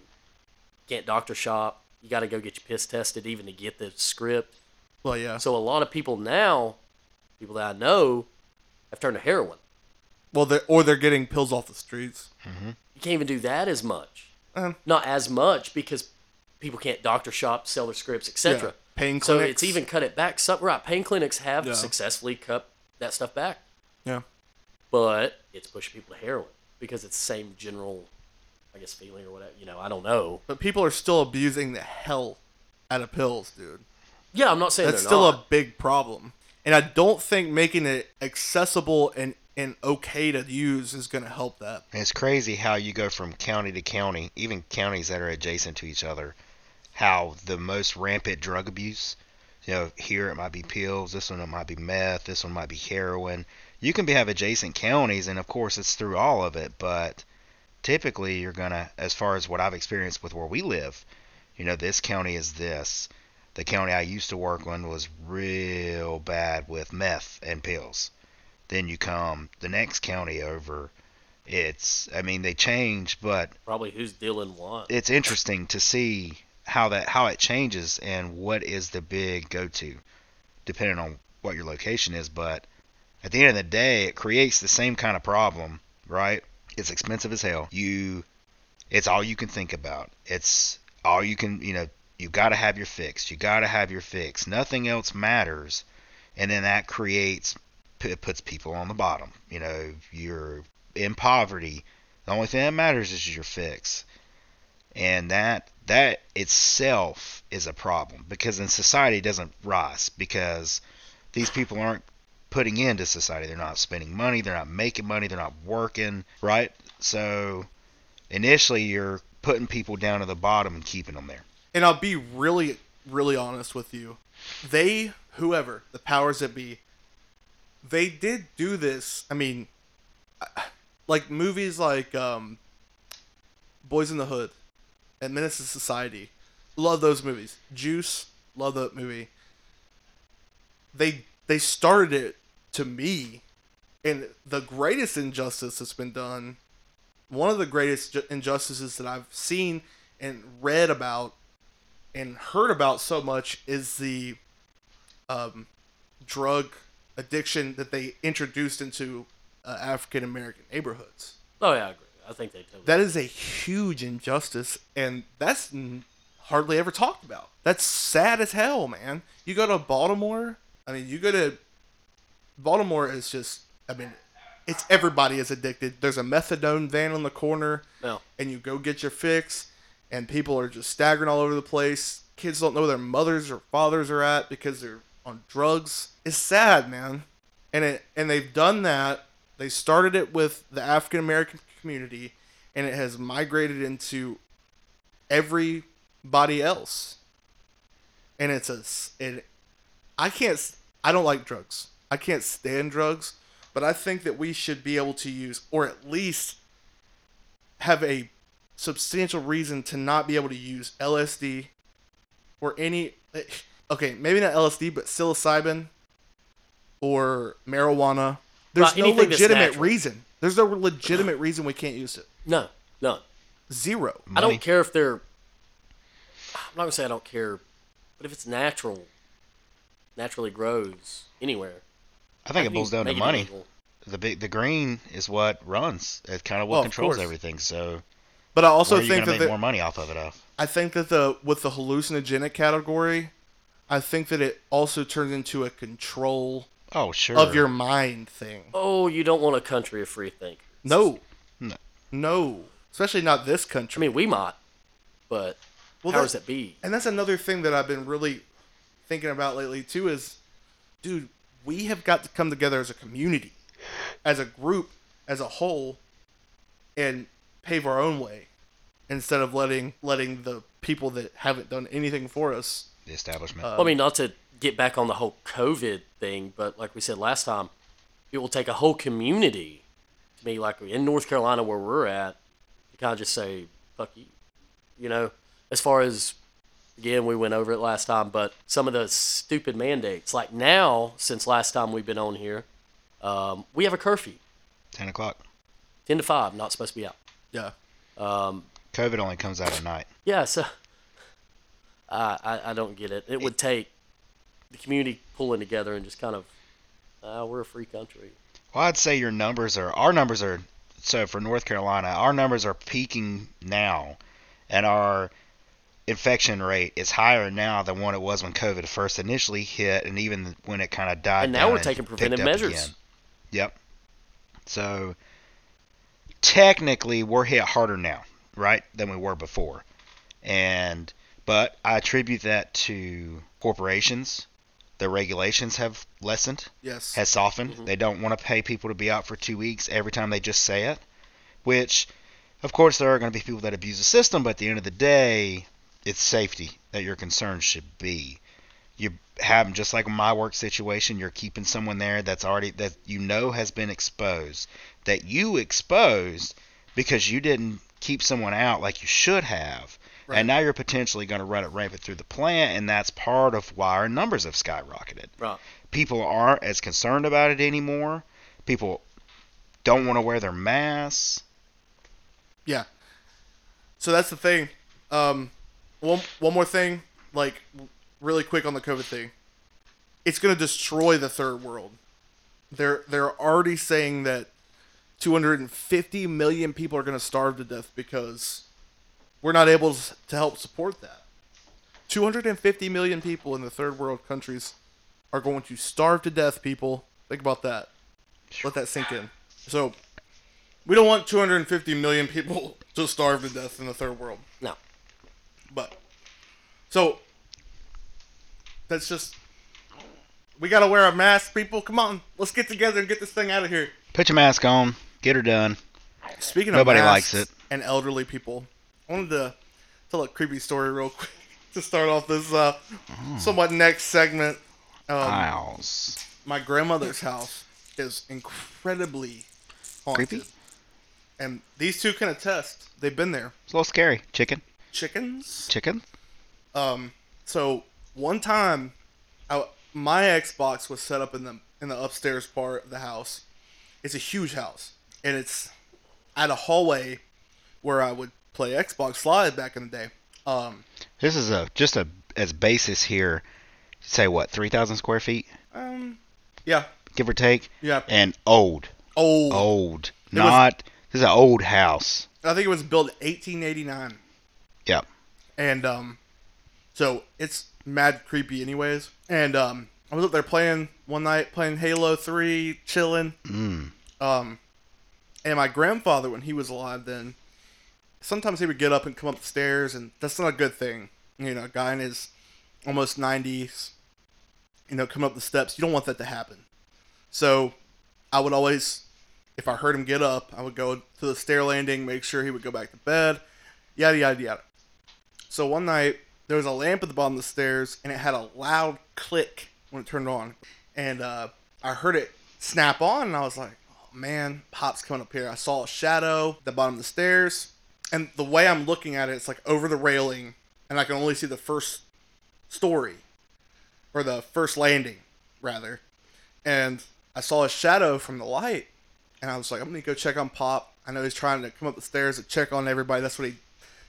Speaker 2: Can't doctor shop. You got to go get your piss tested even to get the script.
Speaker 1: Well, yeah.
Speaker 2: So a lot of people now, people that I know, have turned to heroin.
Speaker 1: Well, they're, or they're getting pills off the streets.
Speaker 2: You can't even do that as much.
Speaker 1: Um,
Speaker 2: Not as much because people can't doctor shop, sell their scripts,
Speaker 1: yeah.
Speaker 2: etc.
Speaker 1: Pain
Speaker 2: So
Speaker 1: clinics.
Speaker 2: it's even cut it back. Some right, pain clinics have
Speaker 1: Yeah.
Speaker 2: successfully cut that stuff back,
Speaker 1: yeah.
Speaker 2: but it's pushing people to heroin because it's the same general, I guess, feeling or whatever. You know, I don't know.
Speaker 1: But people are still abusing the hell out of pills, dude.
Speaker 2: Yeah, I'm not saying
Speaker 1: That's
Speaker 2: they're
Speaker 1: still
Speaker 2: not.
Speaker 1: a big problem. And I don't think making it accessible and, and okay to use is going to help that.
Speaker 3: And it's crazy how you go from county to county, even counties that are adjacent to each other, how the most rampant drug abuse, you know, here it might be pills, this one it might be meth, this one might be heroin. You can be have adjacent counties and of course it's through all of it, but typically you're gonna as far as what I've experienced with where we live, you know, this county is this. The county I used to work on was real bad with meth and pills. Then you come the next county over it's i mean they change but
Speaker 2: Probably who's dealing what.
Speaker 3: it's interesting to see how that how it changes and what is the big go to depending on what your location is but at the end of the day it creates the same kind of problem right it's expensive as hell you it's all you can think about it's all you can you know you got to have your fix you got to have your fix nothing else matters and then that creates it puts people on the bottom you know you're in poverty the only thing that matters is your fix and that that itself is a problem because then society doesn't rise because these people aren't putting into society they're not spending money they're not making money they're not working right so initially you're putting people down to the bottom and keeping them there
Speaker 1: and I'll be really, really honest with you. They, whoever, the powers that be, they did do this. I mean, I- like movies like um, Boys in the Hood and Menace to Society. Love those movies. Juice, love that movie. They they started it to me, and the greatest injustice that's been done one of the greatest ju- injustices that I've seen and read about and heard about so much is the um, drug addiction that they introduced into uh, African American neighborhoods.
Speaker 2: Oh yeah, I agree. I think they totally.
Speaker 1: That is a huge injustice, and that's n- hardly ever talked about. That's sad as hell, man. You go to Baltimore. I mean, you go to Baltimore is just. I mean, it's everybody is addicted. There's a methadone van on the corner,
Speaker 2: no,
Speaker 1: and you go get your fix, and people are just staggering all over the place. Kids don't know where their mothers or fathers are at because they're on drugs. It's sad, man. And it and they've done that. They started it with the African American community, and it has migrated into everybody else. And it's a s- it. I can't. s- I don't like drugs. I can't stand drugs, but I think that we should be able to use, or at least have a substantial reason to not be able to use LSD or any eh, okay, maybe not LSD, but psilocybin or marijuana. There's
Speaker 2: Right,
Speaker 1: no
Speaker 2: anything that's
Speaker 1: legitimate
Speaker 2: natural.
Speaker 1: reason. There's no legitimate reason we can't use it.
Speaker 2: no, no.
Speaker 1: Zero.
Speaker 2: I
Speaker 3: Money.
Speaker 2: don't care if they're. I'm not gonna say I don't care, but if it's natural, naturally grows anywhere.
Speaker 3: I think
Speaker 2: How
Speaker 3: it
Speaker 2: can
Speaker 3: boils
Speaker 2: you
Speaker 3: down to
Speaker 2: make it
Speaker 3: money.
Speaker 2: illegal?
Speaker 3: The big, the green is what runs. It's kind of what
Speaker 1: Oh, of
Speaker 3: controls
Speaker 1: course.
Speaker 3: everything. So
Speaker 1: But I also
Speaker 3: where are you
Speaker 1: think
Speaker 3: gonna
Speaker 1: that
Speaker 3: make
Speaker 1: the-
Speaker 3: more money off of it? Off.
Speaker 1: I think that the with the hallucinogenic category, I think that it also turns into a control
Speaker 3: Oh sure.
Speaker 1: of your mind thing.
Speaker 2: Oh, you don't want a country of free thinkers.
Speaker 1: No.
Speaker 3: No.
Speaker 1: No. Especially not this country.
Speaker 2: I mean we might, but
Speaker 1: Well,
Speaker 2: powers
Speaker 1: that-
Speaker 2: that be?
Speaker 1: And that's another thing that I've been really thinking about lately too is dude, we have got to come together as a community, as a group, as a whole and pave our own way instead of letting letting the people that haven't done anything for us
Speaker 3: the establishment.
Speaker 1: uh,
Speaker 2: Well, I mean, not to get back on the whole COVID thing, but like we said last time, it will take a whole community to me, like in North Carolina where we're at, to kind of just say, fuck you. You know, as far as, again, we went over it last time, but some of the stupid mandates, like now, since last time we've been on here, um, we have a curfew,
Speaker 3: Ten o'clock.
Speaker 2: 10 to 5, not supposed to be out.
Speaker 1: yeah.
Speaker 2: Um,
Speaker 3: COVID only comes out at night.
Speaker 2: yeah, so I, I I don't get it. It would take the community pulling together and just kind of, uh, we're a free country.
Speaker 3: Well, I'd say your numbers are our numbers are so for North Carolina, our numbers are peaking now, and our infection rate is higher now than what it was when COVID first initially hit, and even when it kind of died.
Speaker 2: And now
Speaker 3: down
Speaker 2: we're taking
Speaker 3: picked
Speaker 2: preventive
Speaker 3: up
Speaker 2: measures.
Speaker 3: again. Yep. So technically, we're hit harder now, right, than we were before, and but I attribute that to corporations. The regulations have lessened
Speaker 1: Yes. Mm-hmm.
Speaker 3: has softened. They don't want to pay people to be out for two weeks every time they just say it, which, of course, there are going to be people that abuse the system, but at the end of the day, it's safety that your concern should be. You have, just like my work situation, you're keeping someone there that's already, that you know has been exposed, that you exposed because you didn't keep someone out like you should have.
Speaker 1: Right.
Speaker 3: And now you're potentially going to run it rampant through the plant, and that's part of why our numbers have skyrocketed
Speaker 2: Right.
Speaker 3: people aren't as concerned about it anymore. People don't want to wear their masks.
Speaker 1: Yeah. So that's the thing. Um, one one more thing, like really quick on the COVID thing. It's going to destroy the third world. They're they're already saying that 250 million people are going to starve to death because we're not able s- to help support that. 250 million people in the third world countries are going to starve to death. People, think about that. Let that sink in. So we don't want 250 million people to starve to death in the third world.
Speaker 2: No.
Speaker 1: But so that's just we gotta wear a mask, people. Come on, let's get together and get this thing out of here.
Speaker 3: Put your mask on. Get her done.
Speaker 1: Speaking of
Speaker 3: Nobody
Speaker 1: masks
Speaker 3: likes it.
Speaker 1: and elderly people, I wanted to tell a creepy story real quick to start off this uh,
Speaker 3: Mm.
Speaker 1: somewhat next segment. Um,
Speaker 3: Miles.
Speaker 1: my grandmother's house is incredibly haunted.
Speaker 3: Creepy?
Speaker 1: And these two can attest. They've been there.
Speaker 3: It's a little scary. Chicken.
Speaker 1: Chickens.
Speaker 3: Chicken.
Speaker 1: Um. So one time, I, my Xbox was set up in the in the upstairs part of the house. It's a huge house, and it's at a hallway where I would play Xbox Live back in the day. Um.
Speaker 3: This is a just a as basis here. Say what? Three thousand square feet.
Speaker 1: Um. Yeah.
Speaker 3: give or take,
Speaker 1: Yeah.
Speaker 3: and old,
Speaker 1: Oh,
Speaker 3: old,
Speaker 1: was-
Speaker 3: not this is an old house.
Speaker 1: I think it was built 1889.
Speaker 3: Yeah.
Speaker 1: And um, so it's mad creepy, anyways. And um, I was up there playing one night, playing Halo 3, chilling.
Speaker 3: Mm.
Speaker 1: Um, and my grandfather, when he was alive, then sometimes he would get up and come up the stairs, and that's not a good thing. You know, a guy in his almost 90s, you know, come up the steps. You don't want that to happen. So I would always, if I heard him get up, I would go to the stair landing, make sure he would go back to bed, yada, yada, yada. So one night, there was a lamp at the bottom of the stairs, and it had a loud click when it turned on. And uh, I heard it snap on, and I was like, oh, man, Pop's coming up here. I saw a shadow at the bottom of the stairs. And the way I'm looking at it, it's like over the railing, and I can only see the first story, or the first landing, rather. And I saw a shadow from the light, and I was like, I'm gonna go check on Pop. I know he's trying to come up the stairs and check on everybody. That's what he,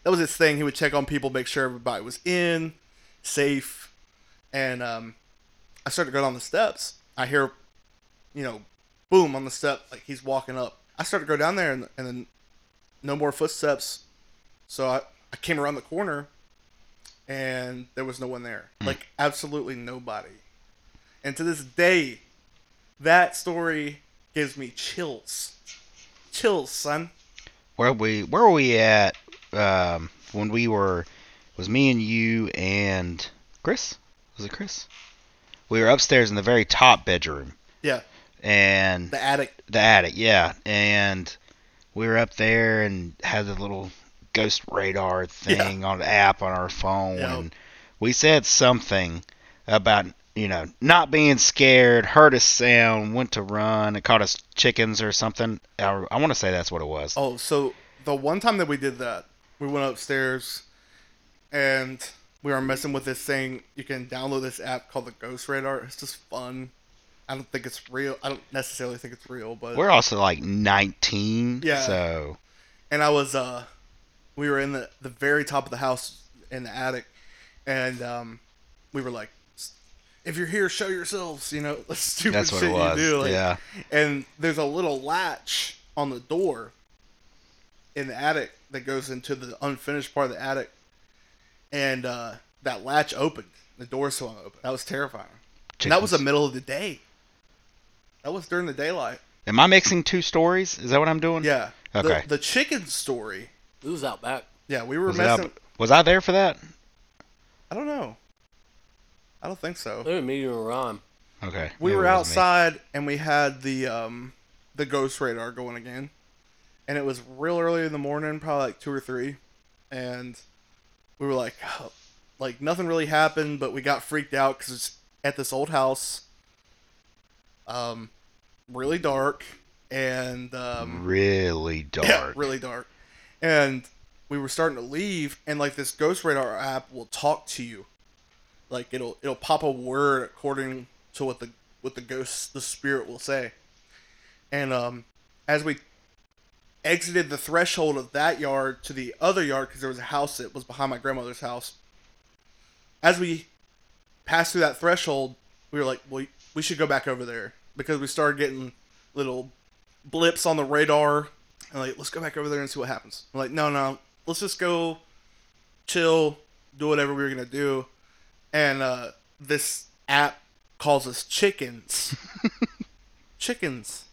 Speaker 1: that was his thing. He would check on people, make sure everybody was in, safe. And um, I started to go down the steps. I hear, you know, boom on the step, like he's walking up. I started to go down there, and, and then no more footsteps. So I, I came around the corner, and there was no one there. Like absolutely nobody. And to this day, that story gives me chills. Chills, son.
Speaker 3: Where we where were we at um, when we were it was me and you and Chris? Was it Chris? We were upstairs in the very top bedroom
Speaker 1: Yeah,
Speaker 3: and
Speaker 1: the attic.
Speaker 3: the attic, yeah. And we were up there and had the little ghost radar thing on the app on our phone.
Speaker 1: Yep.
Speaker 3: And we said something about, you know, not being scared, heard a sound, went to run, it caught us chickens or something. I, I want to say that's what it was.
Speaker 1: Oh, so the one time that we did that, we went upstairs, and we were messing with this thing. You can download this app called the Ghost Radar. It's just fun. I don't think it's real. I don't necessarily think it's real, but
Speaker 3: We're also like 19,
Speaker 1: Yeah.
Speaker 3: so
Speaker 1: and I was uh we were in the the very top of the house in the attic and um we were like if you're here show yourselves you know that's stupid
Speaker 3: that's what
Speaker 1: shit
Speaker 3: it was.
Speaker 1: you do like,
Speaker 3: yeah.
Speaker 1: and there's a little latch on the door in the attic that goes into the unfinished part of the attic and uh that latch opened the door swung open that was terrifying and that was the
Speaker 3: Chickens.
Speaker 1: middle of the day that was during the daylight
Speaker 3: Am I mixing two stories? Is that what I'm doing?
Speaker 1: yeah
Speaker 3: Okay.
Speaker 1: the, the chicken story
Speaker 2: It was out back.
Speaker 1: yeah we were
Speaker 3: Was, it out-
Speaker 1: messing
Speaker 3: was I there for that?
Speaker 1: I don't know. I don't think so.
Speaker 2: They didn't meet in a rhyme.
Speaker 3: Okay.
Speaker 1: We
Speaker 3: maybe
Speaker 1: were
Speaker 3: it was me.
Speaker 1: outside and we had the um the ghost radar going again. And it was real early in the morning, probably like 2 or 3, and we were like oh, like nothing really happened, but we got freaked out cuz it's at this old house. Um really dark and
Speaker 3: Mm-hmm.
Speaker 1: um
Speaker 3: really
Speaker 1: Yeah,
Speaker 3: dark.
Speaker 1: really dark. And we were starting to leave, and like this Ghost Radar app will talk to you, like it'll it'll pop a word according to what the what the ghost the spirit will say. And um, as we exited the threshold of that yard to the other yard, because there was a house that was behind my grandmother's house. As we passed through that threshold, we were like, "Well, we should go back over there," because we started getting little blips on the radar and like let's go back over there and see what happens I'm like no no let's just go chill do whatever we were gonna do and uh this app calls us chickens chickens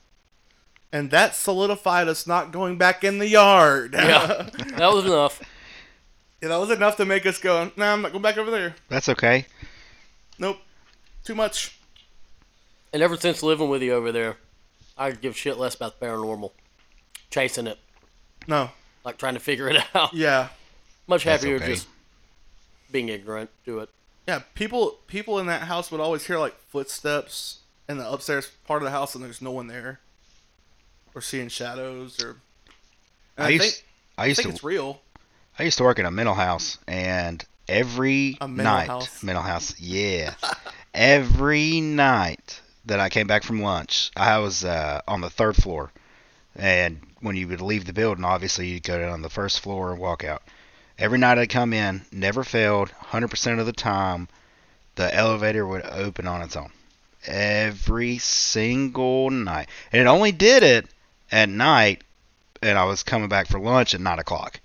Speaker 1: and that solidified us not going back in the yard
Speaker 2: Yeah. That was enough.
Speaker 1: Yeah, that was enough to make us go no i'm not going back over there
Speaker 3: That's okay.
Speaker 1: nope too much
Speaker 2: And ever since living with you over there, I give shit less about the paranormal. Chasing it,
Speaker 1: no
Speaker 2: like trying to figure it out.
Speaker 1: yeah
Speaker 2: Much
Speaker 3: That's
Speaker 2: happier
Speaker 3: okay.
Speaker 2: just being ignorant to it.
Speaker 1: Yeah, people people in that house would always hear like footsteps in the upstairs part of the house, and there's no one there, or seeing shadows, or. And I,
Speaker 3: I used
Speaker 1: think,
Speaker 3: I
Speaker 1: I
Speaker 3: used
Speaker 1: think
Speaker 3: to
Speaker 1: it's real.
Speaker 3: I used to work in a mental house, and every
Speaker 1: A mental
Speaker 3: night,
Speaker 1: house.
Speaker 3: mental house, yeah, every night that I came back from lunch, I was uh, on the third floor, and when you would leave the building, obviously you'd go down on the first floor and walk out. Every night I'd come in, never failed, 100% of the time, the elevator would open on its own. every single night, and it only did it at night. And I was coming back for lunch at nine o'clock.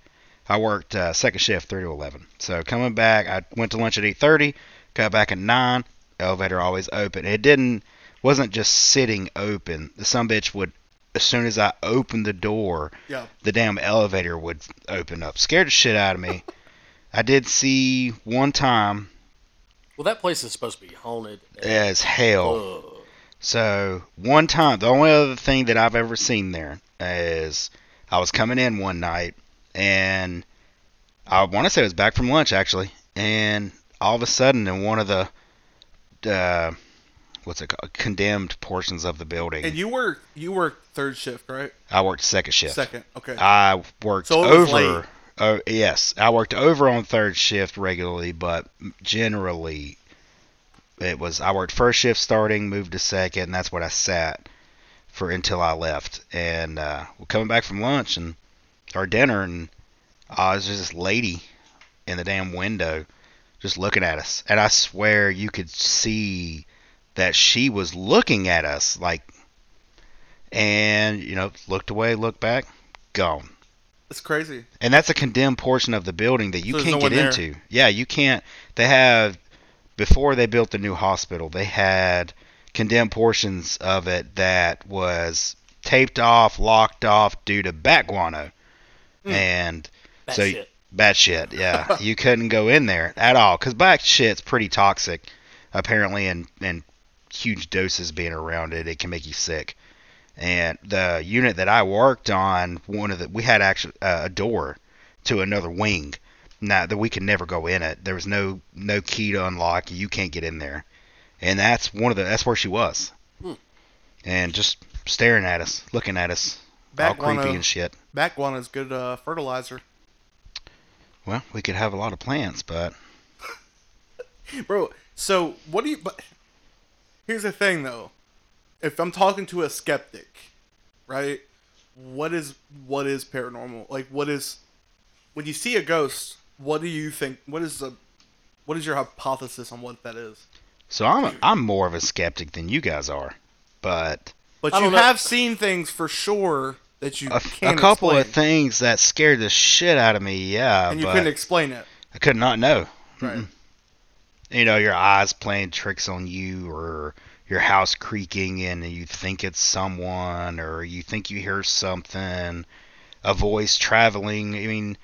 Speaker 3: I worked uh, second shift three to eleven. So coming back, I went to lunch at eight thirty. Got back at nine. Elevator always open. It didn't wasn't just sitting open. The some bitch would as soon as I opened the door,
Speaker 1: Yeah.
Speaker 3: the damn elevator would open up. Scared the shit out of me. I did see one time
Speaker 2: Well, that place is supposed to be haunted. and
Speaker 3: as hell.
Speaker 2: ugh.
Speaker 3: So one time, the only other thing that I've ever seen there is I was coming in one night, and I want to say it was back from lunch actually, and all of a sudden in one of the uh, what's it called condemned portions of the building,
Speaker 1: And you work you work third shift, right?
Speaker 3: I worked second shift.
Speaker 1: Second. Okay.
Speaker 3: I worked
Speaker 1: So it was late.
Speaker 3: over. Oh yes, I worked over on third shift regularly, but generally, it was I worked first shift starting, moved to second, and that's what I sat for until I left. And uh, we're coming back from lunch and or dinner, and I was just this lady in the damn window, just looking at us, and I swear you could see that she was looking at us like, and you know, looked away, looked back, gone.
Speaker 1: it's crazy.
Speaker 3: And that's a condemned portion of the building that you
Speaker 1: So there's
Speaker 3: can't
Speaker 1: no
Speaker 3: get
Speaker 1: one there.
Speaker 3: into. Yeah, you can't. They have before they built the new hospital, they had condemned portions of it that was taped off, locked off due to bat guano
Speaker 1: Hmm.
Speaker 3: and
Speaker 2: That
Speaker 3: So-
Speaker 2: shit.
Speaker 3: bat shit. Yeah, you couldn't go in there at all because bat shit's pretty toxic, apparently, and and huge doses being around it, it can make you sick. And the unit that I worked on, one of the we had actually uh, a door to another wing. Now that we could never go in it. There was no no key to unlock. You can't get in there, and that's one of the that's where she was,
Speaker 2: Hmm.
Speaker 3: and just staring at us, looking at us, all
Speaker 1: Back
Speaker 3: creepy
Speaker 1: guano,
Speaker 3: and shit.
Speaker 1: back guano is good uh, fertilizer.
Speaker 3: Well, we could have a lot of plants, but
Speaker 1: Bro, so what do you but here's the thing though. If I'm talking to a skeptic, right? What is what is paranormal? Like what is when you see a ghost, what do you think what is the what is your hypothesis on what that is?
Speaker 3: So I'm I'm more of a skeptic than you guys are, but
Speaker 1: But
Speaker 2: I
Speaker 1: you
Speaker 2: don't know.
Speaker 1: have seen things for sure that you
Speaker 3: a, a
Speaker 1: can't
Speaker 3: couple
Speaker 1: explain,
Speaker 3: of things that scared the shit out of me. Yeah,
Speaker 1: and you
Speaker 3: but
Speaker 1: couldn't explain it.
Speaker 3: I could not know.
Speaker 1: Right.
Speaker 3: Mm-mm. You know, your eyes playing tricks on you, or your house creaking, and you think it's someone, or you think you hear something, a voice traveling. I mean,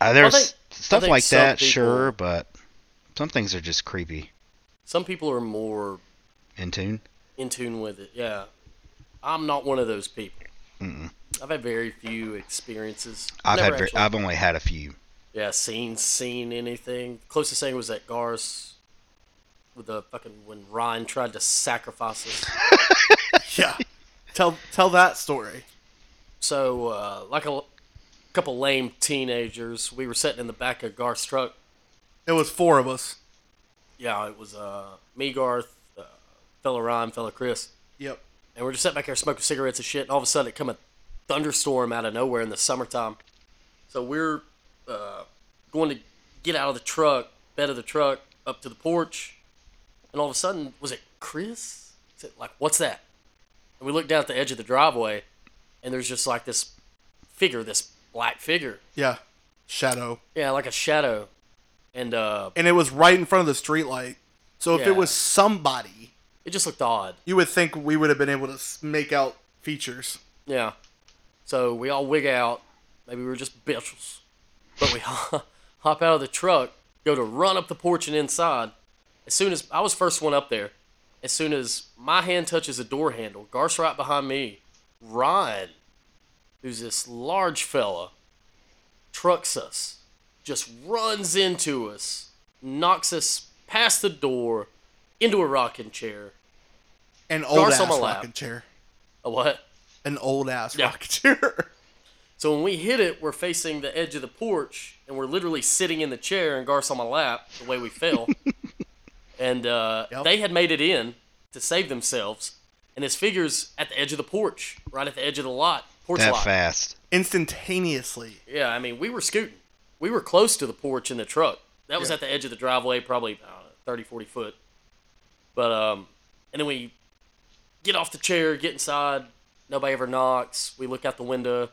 Speaker 3: uh, there's
Speaker 2: think-
Speaker 3: stuff
Speaker 2: think
Speaker 3: like
Speaker 2: some
Speaker 3: that,
Speaker 2: people-
Speaker 3: sure, but some things are just creepy.
Speaker 2: Some people are more
Speaker 3: In tune.
Speaker 2: in tune with it. Yeah, I'm not one of those people.
Speaker 3: Mm-mm.
Speaker 2: I've had very few experiences.
Speaker 3: I've
Speaker 2: Never
Speaker 3: had ver
Speaker 2: actually-
Speaker 3: I've only had a few.
Speaker 2: yeah seen seen anything. Closest thing was that Gar's with the fucking when Ryan tried to sacrifice us.
Speaker 1: Yeah. tell tell that story.
Speaker 2: So, uh, like a l- couple lame teenagers, we were sitting in the back of Garth's truck.
Speaker 1: It was four of us.
Speaker 2: Yeah, it was uh, me, Garth, uh, fella Ryan, fella Chris,
Speaker 1: Yep.
Speaker 2: and we're just sitting back there smoking cigarettes and shit. And all of a sudden, it come a thunderstorm out of nowhere in the summertime. So we're uh, going to get out of the truck, bed of the truck, up to the porch, and all of a sudden, was it Chris? Said like, "What's that?" And we look down at the edge of the driveway, and there's just like this figure, this black figure.
Speaker 1: Yeah. Shadow.
Speaker 2: Yeah, like a shadow. And uh
Speaker 1: And it was right in front of the street light. So if
Speaker 2: Yeah.
Speaker 1: it was somebody,
Speaker 2: it just looked odd.
Speaker 1: you would think we would have been able to s- make out features.
Speaker 2: Yeah. So we all wig out. Maybe we were just bitches. But we hop out of the truck, go to run up the porch and inside. As soon as I was first one up there, as soon as my hand touches the door handle, Garth's right behind me. Ryan, who's this large fella, trucks us, just runs into us, knocks us past the door, into a rocking chair.
Speaker 1: An old
Speaker 2: Garth's on
Speaker 1: ass
Speaker 2: my lap.
Speaker 1: rocking chair.
Speaker 2: A what?
Speaker 1: An old ass
Speaker 2: Yeah.
Speaker 1: rocking chair.
Speaker 2: So when we hit it, we're facing the edge of the porch, and we're literally sitting in the chair, and Garth's on my lap, the way we fell. and uh,
Speaker 1: Yep.
Speaker 2: they had made it in to save themselves, and his figure's at the edge of the porch, right at the edge of the lot, porch
Speaker 3: That
Speaker 2: lot.
Speaker 3: fast.
Speaker 1: Instantaneously.
Speaker 2: Yeah, I mean, we were scooting. We were close to the porch in the truck. That was at the edge of the driveway, probably I don't know, 30, 40 foot. But um, and then we get off the chair, get inside. Nobody ever knocks. We look out the window.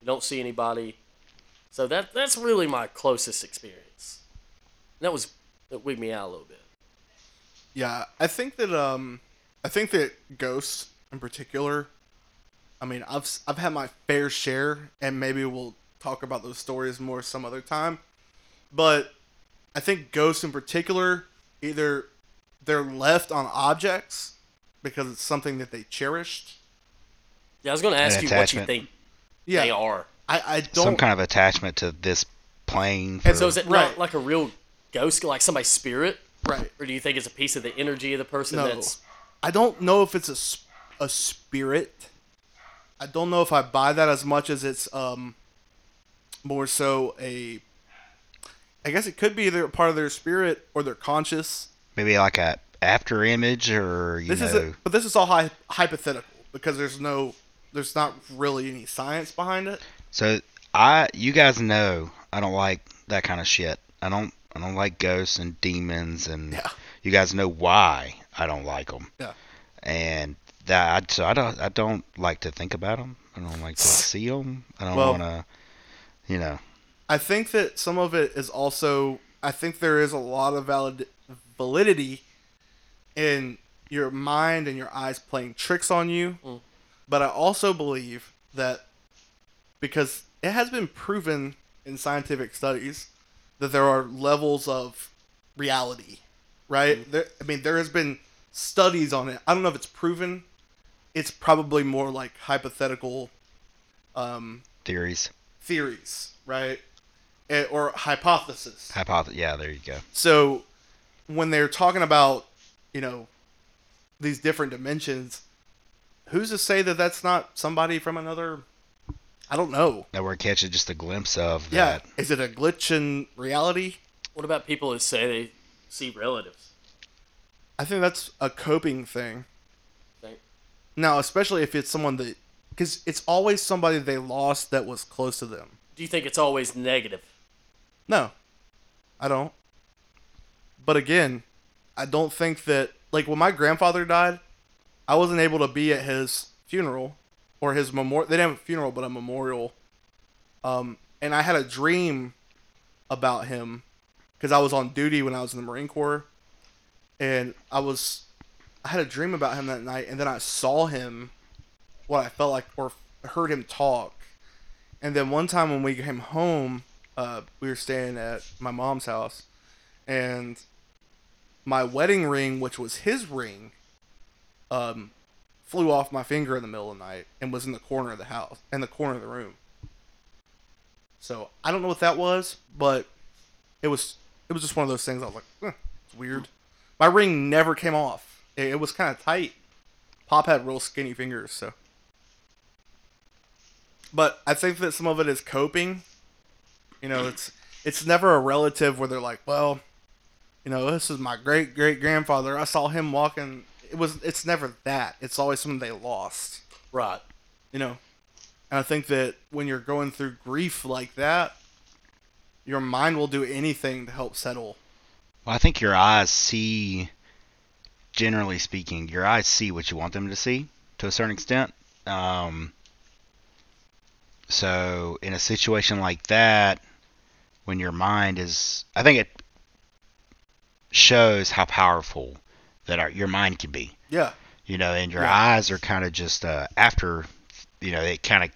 Speaker 2: We don't see anybody. So that that's really my closest experience. And that was that wigged me out a little bit.
Speaker 1: Yeah, I think that um, I think that ghosts in particular. I mean, I've s- I've had my fair share, and maybe we'll talk about those stories more some other time. But I think ghosts in particular, either they're left on objects because it's something that they cherished.
Speaker 2: Yeah, I was going to ask
Speaker 3: An
Speaker 2: you what you
Speaker 3: attachment.
Speaker 2: think they
Speaker 1: Yeah,
Speaker 2: are.
Speaker 1: I, I
Speaker 3: Some
Speaker 1: don't.
Speaker 3: kind of attachment to this plane. For,
Speaker 2: And so is it
Speaker 1: Right.
Speaker 2: not like a real ghost, like somebody's spirit,
Speaker 1: right.
Speaker 2: or do you think it's a piece of the energy of the person
Speaker 1: No.
Speaker 2: that's
Speaker 1: I don't know if it's a, s- a spirit. I don't know if I buy that as much as it's um more so a I guess it could be either a part of their spirit or their conscious.
Speaker 3: maybe like a after image or you
Speaker 1: This
Speaker 3: know
Speaker 1: is a, but this is all hy- hypothetical because there's no there's not really any science behind it.
Speaker 3: So I, you guys know, I don't like that kind of shit. I don't, I don't like ghosts and demons, and
Speaker 1: Yeah.
Speaker 3: you guys know why I don't like them.
Speaker 1: Yeah.
Speaker 3: And that, I, so I don't, I don't like to think about them. I don't like to see them. I don't
Speaker 1: Well-
Speaker 3: want to, you know.
Speaker 1: I think that some of it is also. I think there is a lot of valid validity in your mind and your eyes playing tricks on you,
Speaker 2: Mm.
Speaker 1: but I also believe that because it has been proven in scientific studies that there are levels of reality, right? There, I mean, there has been studies on it. I don't know if it's proven. It's probably more like hypothetical. Um,
Speaker 3: Theories,
Speaker 1: theories, right? Eh, or hypothesis.
Speaker 3: hypothesis. Yeah, there you go.
Speaker 1: So when they're talking about, you know, these different dimensions, who's to say that that's not somebody from another? I don't know.
Speaker 3: Now we're catching just a glimpse of
Speaker 1: Yeah.
Speaker 3: that.
Speaker 1: Is it a glitch in reality?
Speaker 2: What about people that say they see relatives?
Speaker 1: I think that's a coping thing.
Speaker 2: Think-
Speaker 1: Now, especially if it's someone that, because it's always somebody they lost that was close to them.
Speaker 2: Do you think it's always negative?
Speaker 1: No, I don't. But again, I don't think that like when my grandfather died, I wasn't able to be at his funeral or his memorial. They didn't have a funeral, but a memorial. Um, and I had a dream about him because I was on duty when I was in the Marine Corps, and I was I had a dream about him that night, and then I saw him, what I felt like or heard him talk, and then one time when we came home, uh, we were staying at my mom's house, and my wedding ring, which was his ring, um, flew off my finger in the middle of the night and was in the corner of the house, in the corner of the room. So I don't know what that was, but it was it was just one of those things. I was like, "Huh, it's weird. My ring never came off. It, it was kind of tight. Pop had real skinny fingers, so. But I think that some of it is coping you know, it's it's never a relative where they're like, well, you know, this is my great great grandfather. I saw him walking. It was. It's never that. It's always something they lost.
Speaker 2: Right.
Speaker 1: You know, and I think that when you're going through grief like that, your mind will do anything to help settle.
Speaker 3: Well, I think your eyes see, generally speaking, your eyes see what you want them to see to a certain extent. Um, so, in a situation like that, when your mind is, I think it shows how powerful that our, your mind can be.
Speaker 1: Yeah.
Speaker 3: You know, and your
Speaker 1: Yeah.
Speaker 3: eyes are kind of just uh, after, you know, it kind of.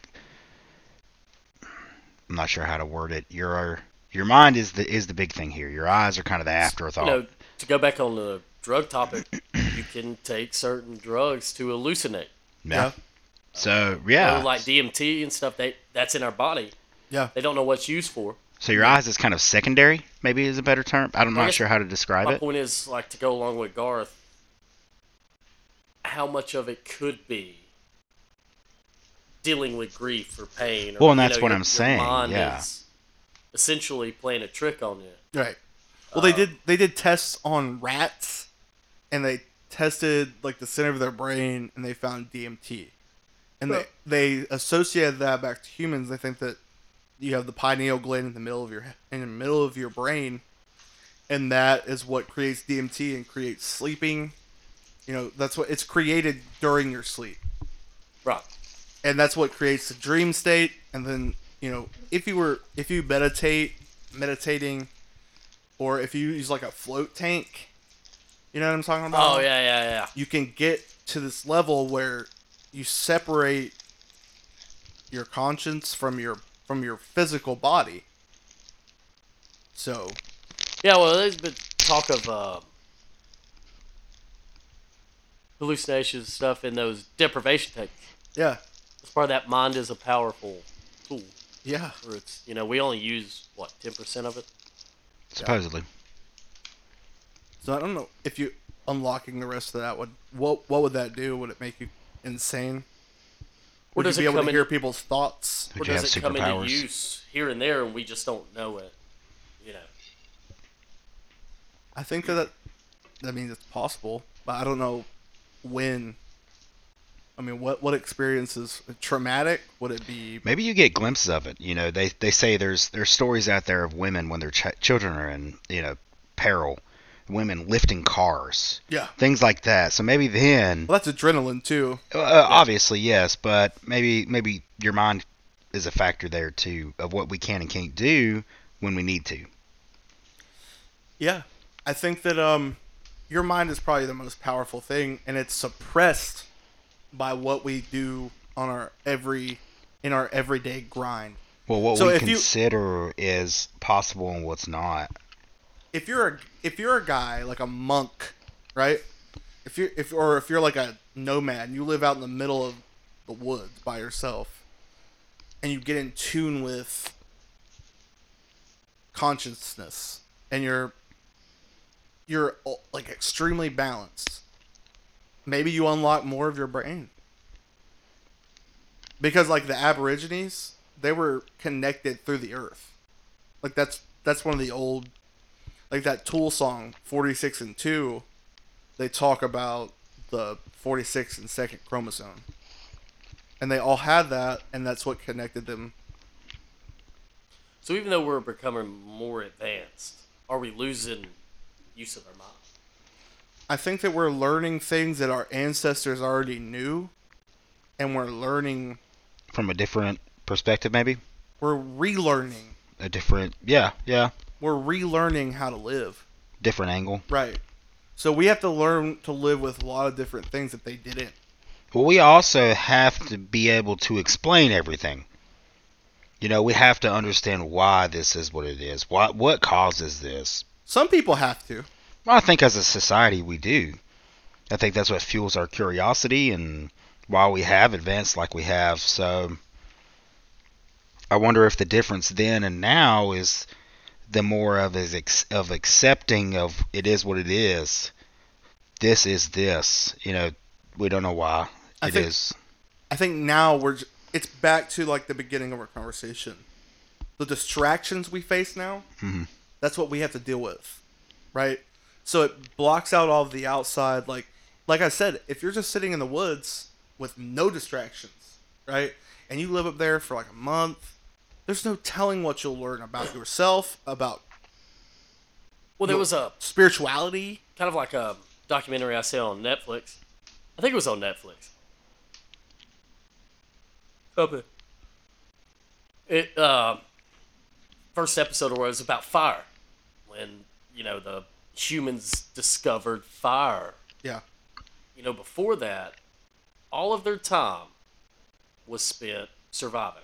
Speaker 3: I'm not sure how to word it. Your your mind is the is the big thing here. Your eyes are kind of the afterthought.
Speaker 2: You know, to go back on the drug topic, you can take certain drugs to hallucinate.
Speaker 1: Yeah.
Speaker 3: So
Speaker 2: You
Speaker 3: yeah.
Speaker 2: know, like DMT and stuff, they that's in our body.
Speaker 1: Yeah.
Speaker 2: They don't know what's used for.
Speaker 3: so your eyes is kind of secondary, maybe is a better term. I'm
Speaker 2: I
Speaker 3: not
Speaker 2: guess-
Speaker 3: sure how to describe
Speaker 2: My
Speaker 3: it.
Speaker 2: point is, like, to go along with Garth, how much of it could be dealing with grief or pain. Or,
Speaker 3: Well, and
Speaker 2: you
Speaker 3: that's
Speaker 2: know,
Speaker 3: what
Speaker 2: your-
Speaker 3: I'm
Speaker 2: your
Speaker 3: saying,
Speaker 2: mind
Speaker 3: yeah.
Speaker 2: is essentially playing a trick on you.
Speaker 1: Right. Well, they did. They did tests on rats, and they tested like the center of their brain, and they found DMT, and
Speaker 2: Well-
Speaker 1: they they associated that back to humans. They think that you have the pineal gland in the middle of your in the middle of your brain, and that is what creates DMT and creates sleeping You know, that's what it's created during your sleep.
Speaker 2: Right.
Speaker 1: and that's what creates the dream state and then you know if you were if you meditate meditating or if you use like a float tank you know what i'm talking about
Speaker 2: Oh yeah, yeah, yeah.
Speaker 1: you can get to this level where you separate your conscience from your from your physical body so
Speaker 2: Yeah, well, there's been talk of uh, hallucinations and stuff in those deprivation techniques.
Speaker 1: yeah
Speaker 2: As part of that, mind is a powerful tool.
Speaker 1: yeah
Speaker 2: Or it's you know we only use what ten percent of it.
Speaker 3: supposedly.
Speaker 1: so i don't know if you unlocking the rest of that would what what would that do would it make you insane
Speaker 2: Or
Speaker 1: would you
Speaker 2: does
Speaker 1: be
Speaker 2: it
Speaker 1: able
Speaker 2: come
Speaker 1: to
Speaker 2: in?
Speaker 1: hear people's thoughts
Speaker 2: Or
Speaker 3: Would you have
Speaker 2: does it come into
Speaker 3: superpowers?
Speaker 2: use here and there, and we just don't know it? You know.
Speaker 1: I think that that, I mean it's possible, but I don't know when. I mean, what what experiences traumatic would it be?
Speaker 3: Maybe you get glimpses of it. You know, they they say there's there's stories out there of women when their ch- children are in you know peril, women lifting cars,
Speaker 1: Yeah,
Speaker 3: things like that. So maybe then,
Speaker 1: well, that's adrenaline too.
Speaker 3: uh, uh, obviously yes, but maybe maybe your mind is a factor there too of what we can and can't do when we need to.
Speaker 1: Yeah, I think that um, your mind is probably the most powerful thing, and it's suppressed by what we do on our every in our everyday grind.
Speaker 3: Well, what
Speaker 1: So
Speaker 3: we
Speaker 1: if you-
Speaker 3: consider is possible and what's not.
Speaker 1: if you're a if you're a guy like a monk, right? If you are if or if you're like a nomad, and you live out in the middle of the woods by yourself, and you get in tune with consciousness, and you're you're oh, like extremely balanced. Maybe you unlock more of your brain because like the Aborigines, they were connected through the earth. Like that's that's one of the old like that Tool song, 46 and 2, they talk about the 46 and second chromosome. And they all had that, and that's what connected them.
Speaker 2: So even though we're becoming more advanced, are we losing use of our mind?
Speaker 1: I think that we're learning things that our ancestors already knew, and we're learning,
Speaker 3: from a different perspective, maybe
Speaker 1: we're relearning.
Speaker 3: a different, yeah, yeah,
Speaker 1: We're relearning how to live.
Speaker 3: different angle.
Speaker 1: Right. So we have to learn to live with a lot of different things that they didn't.
Speaker 3: Well, we also have to be able to explain everything. You know, we have to understand why this is what it is. What what causes this?
Speaker 1: Some people have to.
Speaker 3: Well, I think as a society we do. I think that's what fuels our curiosity and why we have advanced like we have. So I wonder if the difference then and now is the more of is ex- of accepting of it is what it is. This is this. You know, we don't know why
Speaker 1: I
Speaker 3: it
Speaker 1: think-
Speaker 3: is.
Speaker 1: I think now we're j- it's back to like the beginning of our conversation. The distractions we face now,
Speaker 3: Mhm.
Speaker 1: that's what we have to deal with, right? So it blocks out all of the outside like like I said, if you're just sitting in the woods with no distractions, right? And you live up there for like a month, there's no telling what you'll learn about yourself, about
Speaker 2: Well, there
Speaker 1: No.
Speaker 2: was a
Speaker 1: spirituality.
Speaker 2: kind of like a documentary I saw on Netflix. I think it was on Netflix. Something. It uh, first episode was about fire, when you know the humans discovered fire.
Speaker 1: Yeah.
Speaker 2: You know, before that, all of their time was spent surviving.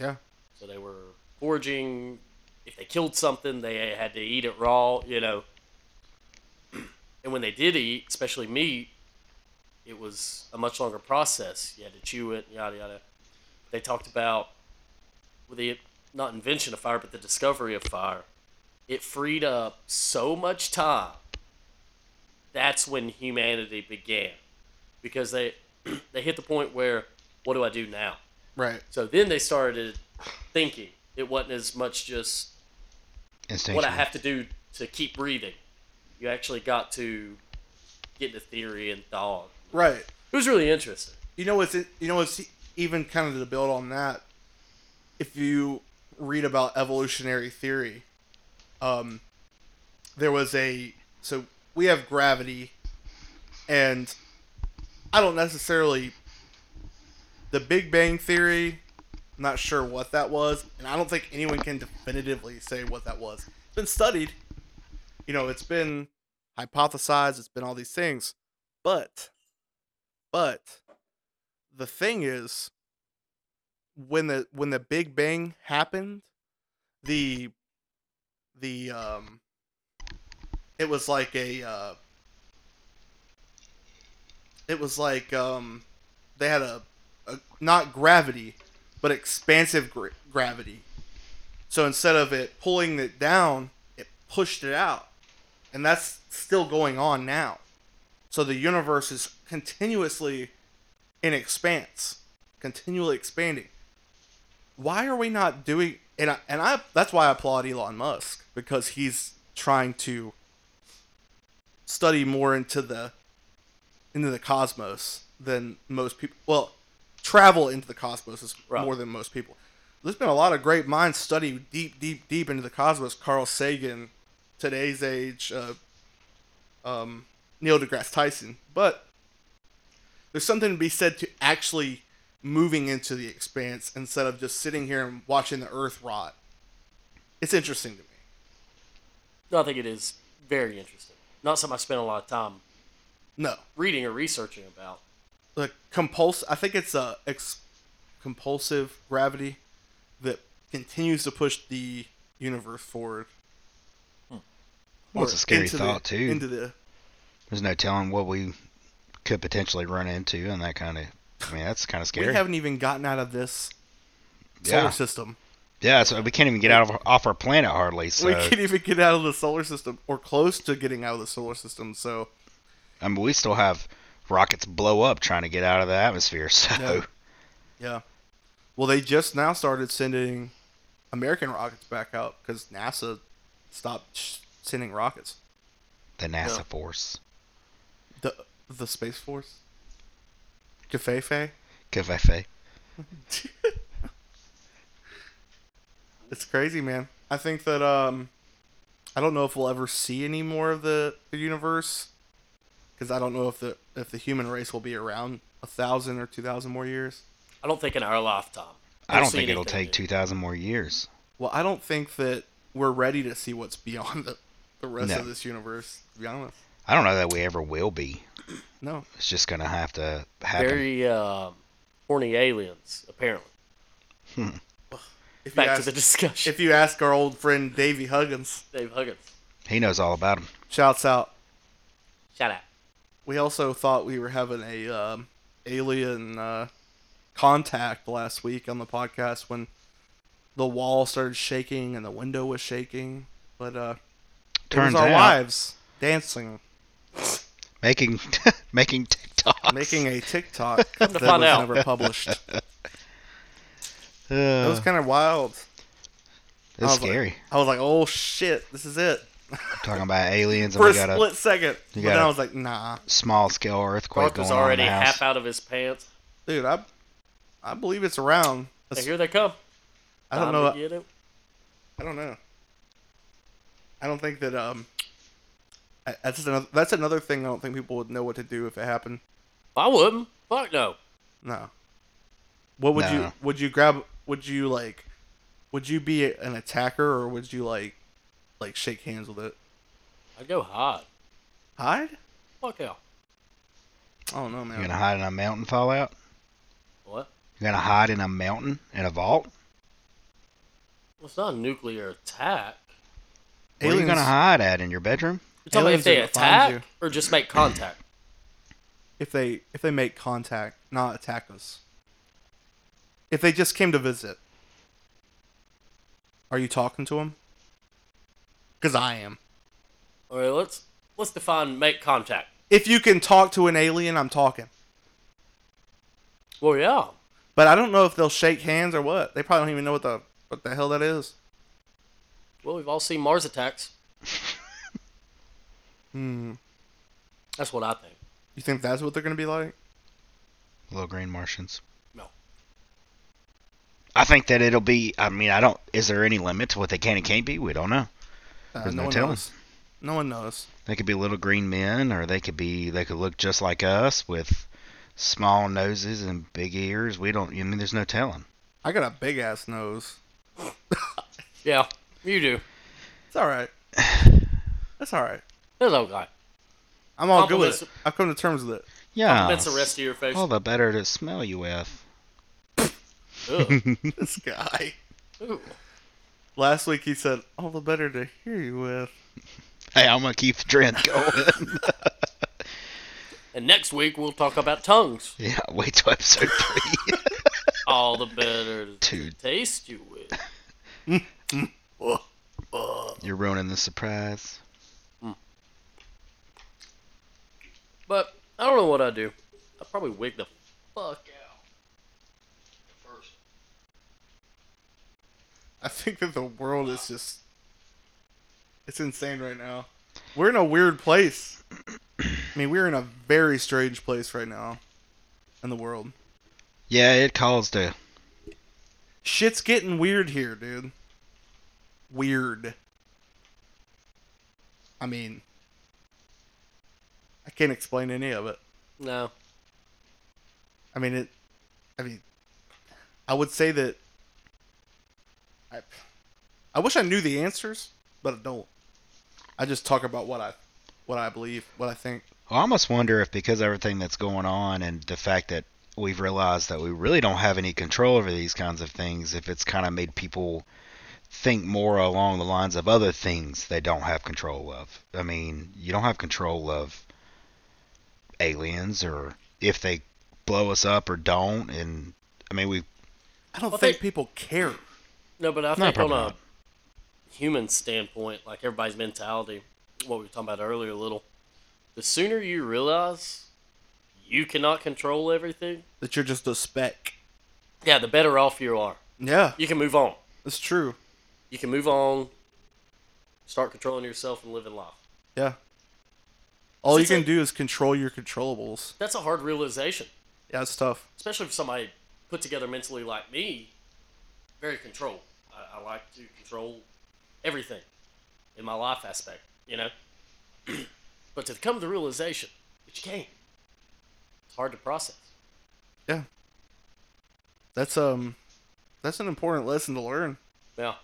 Speaker 1: Yeah.
Speaker 2: So they were foraging. If they killed something, they had to eat it raw, you know. And when they did eat, especially meat, it was a much longer process. You had to chew it, yada yada. They talked about with the not invention of fire, but the discovery of fire. It freed up so much time. That's when humanity began, because they they hit the point where what do I do now?
Speaker 1: Right.
Speaker 2: So then they started thinking. It wasn't as much just
Speaker 3: Instinctual.
Speaker 2: what I have to do to keep breathing. You actually got to get into theory and thought.
Speaker 1: Right.
Speaker 2: It was really interesting.
Speaker 1: You know what's you know what's even kind of to build on that. If you read about evolutionary theory, um, there was a so we have gravity, and I don't necessarily. The Big Bang Theory, I'm not sure what that was, and I don't think anyone can definitively say what that was. It's been studied, you know, it's been hypothesized, it's been all these things, but, but, the thing is, when the when the Big Bang happened, the the um, it was like a uh, it was like um, they had a, a not gravity but expansive gra- gravity so instead of it pulling it down it pushed it out and that's still going on now so the universe is continuously in expanse continually expanding why are we not doing and I, and I that's why I applaud Elon Musk because he's trying to study more into the into the cosmos than most people well travel into the cosmos is
Speaker 2: Right.
Speaker 1: more than most people there's been a lot of great minds study deep deep deep into the cosmos carl sagan today's age uh, um, neil degrasse tyson but there's something to be said to actually moving into the expanse instead of just sitting here and watching the earth rot it's interesting to me
Speaker 2: No, I think it is very interesting. Not something I spent a lot of time
Speaker 1: no
Speaker 2: reading or researching about.
Speaker 1: the compuls I think it's a ex- compulsive gravity that continues to push the universe forward.
Speaker 3: Hmm. Well, it's
Speaker 1: Or
Speaker 3: a scary
Speaker 1: into the-
Speaker 3: thought, too.
Speaker 1: Into the
Speaker 3: There's no telling what we could potentially run into and that kind of. I mean, that's kind of scary.
Speaker 1: we haven't even gotten out of this solar
Speaker 3: yeah,
Speaker 1: system.
Speaker 3: yeah. So we can't even get out of off our planet hardly. So
Speaker 1: We can't even get out of the solar system or close to getting out of the solar system. So
Speaker 3: I mean, we still have rockets blow up trying to get out of the atmosphere. So
Speaker 1: Yeah. yeah, well they just now started sending American rockets back out because NASA stopped sh- sending rockets.
Speaker 3: the NASA
Speaker 2: Yeah.
Speaker 3: force,
Speaker 1: The the space force. Kefefe.
Speaker 3: Kefefe.
Speaker 1: it's crazy, man. I think that um, I don't know if we'll ever see any more of the, the universe, because I don't know if the if the human race will be around a thousand or two thousand more years.
Speaker 2: I don't think in our lifetime.
Speaker 3: I
Speaker 2: we'll
Speaker 3: don't
Speaker 2: see
Speaker 3: think it'll
Speaker 2: anything
Speaker 3: take
Speaker 2: new.
Speaker 3: two thousand more years.
Speaker 1: Well, I don't think that we're ready to see what's beyond the the rest
Speaker 3: No.
Speaker 1: of this universe. To be honest,
Speaker 3: I don't know that we ever will be.
Speaker 1: no.
Speaker 3: It's just gonna have to happen.
Speaker 2: Very um, horny aliens, apparently.
Speaker 1: If you,
Speaker 2: Back
Speaker 1: ask,
Speaker 2: to the discussion.
Speaker 1: if you ask our old friend Davy Huggins,
Speaker 2: Dave Huggins,
Speaker 3: He knows all about them.
Speaker 1: shouts out.
Speaker 2: shout out.
Speaker 1: We also thought we were having a um, alien uh, contact last week on the podcast when the wall started shaking and the window was shaking, but uh, it was
Speaker 3: Turns
Speaker 1: our
Speaker 3: out,
Speaker 1: wives dancing,
Speaker 3: making making TikToks.
Speaker 1: making a TikTok that was
Speaker 2: find out.
Speaker 1: never published. It
Speaker 3: Uh,
Speaker 1: was kind of wild. I
Speaker 3: it's
Speaker 1: was like-
Speaker 3: scary.
Speaker 1: I was like, "Oh shit, this is it."
Speaker 3: Talking about aliens and
Speaker 1: For
Speaker 3: we
Speaker 1: a
Speaker 3: got a
Speaker 1: split second, but then
Speaker 3: gotta-
Speaker 1: I was like, "Nah,
Speaker 3: small scale
Speaker 2: Clark
Speaker 3: earthquake going
Speaker 2: was
Speaker 3: on in
Speaker 2: already
Speaker 3: the house.
Speaker 2: half out of his pants.
Speaker 1: dude, I, I believe it's around."
Speaker 2: Hey, here they come.
Speaker 1: I don't
Speaker 2: Time
Speaker 1: know.
Speaker 2: to get it.
Speaker 1: I don't know. I don't think that um. I- That's another. That's another thing. I don't think people would know what to do if it happened.
Speaker 2: I wouldn't. Fuck no.
Speaker 1: No. What would you?
Speaker 3: No.
Speaker 1: Would you grab? Would you like? Would you be an attacker or would you like, like shake hands with it?
Speaker 2: I'd go hide.
Speaker 1: Hide?
Speaker 2: Fuck hell.
Speaker 1: I don't know, man.
Speaker 3: You're gonna hide in a mountain fallout.
Speaker 2: What?
Speaker 3: You're gonna hide in a mountain in a vault.
Speaker 2: Well, it's not a nuclear attack.
Speaker 3: Where are you gonna hide at in your bedroom?
Speaker 2: You're talking about
Speaker 1: Aliens
Speaker 2: if they
Speaker 1: are gonna find
Speaker 2: attack or just make contact.
Speaker 1: if they if they make contact, not attack us. If they just came to visit, are you talking to them? Because I am.
Speaker 2: All right, let's let's define make contact.
Speaker 1: If you can talk to an alien, I'm talking.
Speaker 2: Well, yeah.
Speaker 1: But I don't know if they'll shake hands or what. They probably don't even know what the what the hell that is.
Speaker 2: Well, we've all seen Mars attacks.
Speaker 1: Hmm.
Speaker 2: That's what I think.
Speaker 1: You think that's what they're gonna be like?
Speaker 3: Little green Martians.
Speaker 2: No.
Speaker 3: I think that it'll be. I mean, I don't. Is there any limit to what they can and can't be? We don't know.
Speaker 1: Uh,
Speaker 3: There's no
Speaker 1: one
Speaker 3: telling.
Speaker 1: knows. No one knows.
Speaker 3: They could be little green men, or they could be they could look just like us with small noses and big ears. We don't. I mean, there's no telling.
Speaker 1: I got a big ass nose.
Speaker 2: Yeah, you do.
Speaker 1: It's all right. It's all right.
Speaker 2: Hello, guy.
Speaker 1: I'm all good with it.
Speaker 2: Compliments-
Speaker 1: I've come to terms with it.
Speaker 3: Yeah.
Speaker 2: That's the rest of your face.
Speaker 3: All the better to smell you with.
Speaker 2: Ugh.
Speaker 1: This guy.
Speaker 2: Ooh.
Speaker 1: Last week he said, "All the better to hear you with."
Speaker 3: Hey, I'm gonna keep the trend going.
Speaker 2: And next week we'll talk about tongues.
Speaker 3: yeah, wait till episode three.
Speaker 2: All the better to
Speaker 3: Dude.
Speaker 2: taste you with.
Speaker 1: Ugh.
Speaker 3: You're ruining the surprise.
Speaker 2: But I don't know what I do. I probably wig the fuck out. First.
Speaker 1: I think that the world is just it's insane right now. We're in a weird place. I mean, we're in a very strange place right now in the world.
Speaker 3: Yeah, it calls to.
Speaker 1: Shit's getting weird here, dude. Weird. I mean, I can't explain any of it.
Speaker 2: No.
Speaker 1: I mean it. I mean, I would say that. I, I wish I knew the answers, but I don't. I just talk about what I, what I believe, what I think.
Speaker 3: I almost wonder if because everything that's going on and the fact that we've realized that we really don't have any control over these kinds of things, if it's kind of made people think more along the lines of other things they don't have control of. I mean, you don't have control of aliens or if they blow us up or don't. And I mean, we
Speaker 1: I don't
Speaker 2: Well,
Speaker 1: think
Speaker 2: they-
Speaker 1: people care.
Speaker 2: No, but I
Speaker 3: No,
Speaker 2: think on a
Speaker 3: probably not.
Speaker 2: human standpoint, like everybody's mentality, what we were talking about earlier a little, the sooner you realize you cannot control everything,
Speaker 1: That you're just a speck.
Speaker 2: yeah, the better off you are.
Speaker 1: Yeah,
Speaker 2: You can move on.
Speaker 1: it's true.
Speaker 2: You can move on, start controlling yourself and living life.
Speaker 1: Yeah. All
Speaker 2: So
Speaker 1: you
Speaker 2: it's
Speaker 1: can
Speaker 2: like-
Speaker 1: do is control your controllables.
Speaker 2: That's a hard realization.
Speaker 1: Yeah, it's tough.
Speaker 2: especially for somebody put together mentally like me, very controlled. I, I like to control everything in my life aspect, you know. but to come to the realization that you can't, it's hard to process.
Speaker 1: That's um, that's an important lesson to learn.
Speaker 2: Yeah,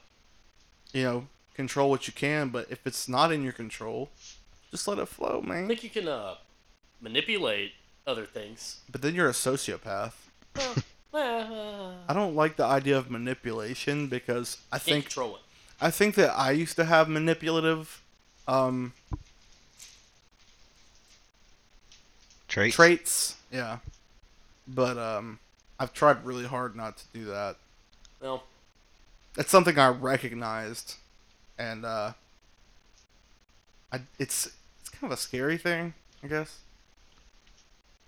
Speaker 1: You know, control what you can, but if it's not in your control, just let it flow,
Speaker 2: I
Speaker 1: man.
Speaker 2: think you can uh, manipulate other things.
Speaker 1: But then you're a sociopath.
Speaker 2: Well, well,
Speaker 1: I don't like the idea of manipulation because I
Speaker 2: can't
Speaker 1: think
Speaker 2: control it.
Speaker 1: I think that I used to have manipulative um,
Speaker 3: traits.
Speaker 1: traits. Yeah, but um, I've tried really hard not to do that.
Speaker 2: Well,
Speaker 1: That's something I recognized, and uh, I it's it's kind of a scary thing, I guess.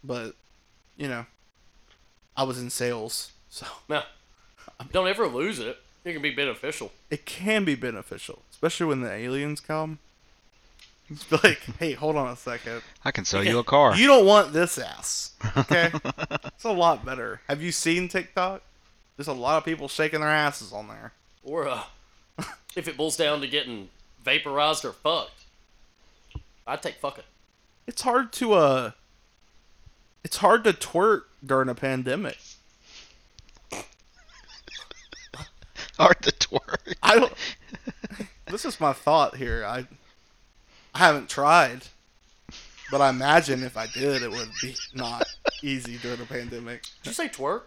Speaker 1: But you know, I was in sales, so
Speaker 2: no, don't ever lose it. It can be beneficial.
Speaker 1: it can be beneficial, especially when the aliens come. It's like, hey, hold on a second.
Speaker 3: I can sell you a car.
Speaker 1: You don't want this ass. Okay? it's a lot better. Have you seen TikTok? There's a lot of people shaking their asses on there.
Speaker 2: Or uh, if it boils down to getting vaporized or fucked, I'd take fucking.
Speaker 1: It's hard to uh it's hard to twerk during a pandemic.
Speaker 3: Hard to twerk.
Speaker 1: I don't This is my thought here. I I haven't tried. But I imagine if I did it would be not easy during a pandemic.
Speaker 2: Did you say twerk?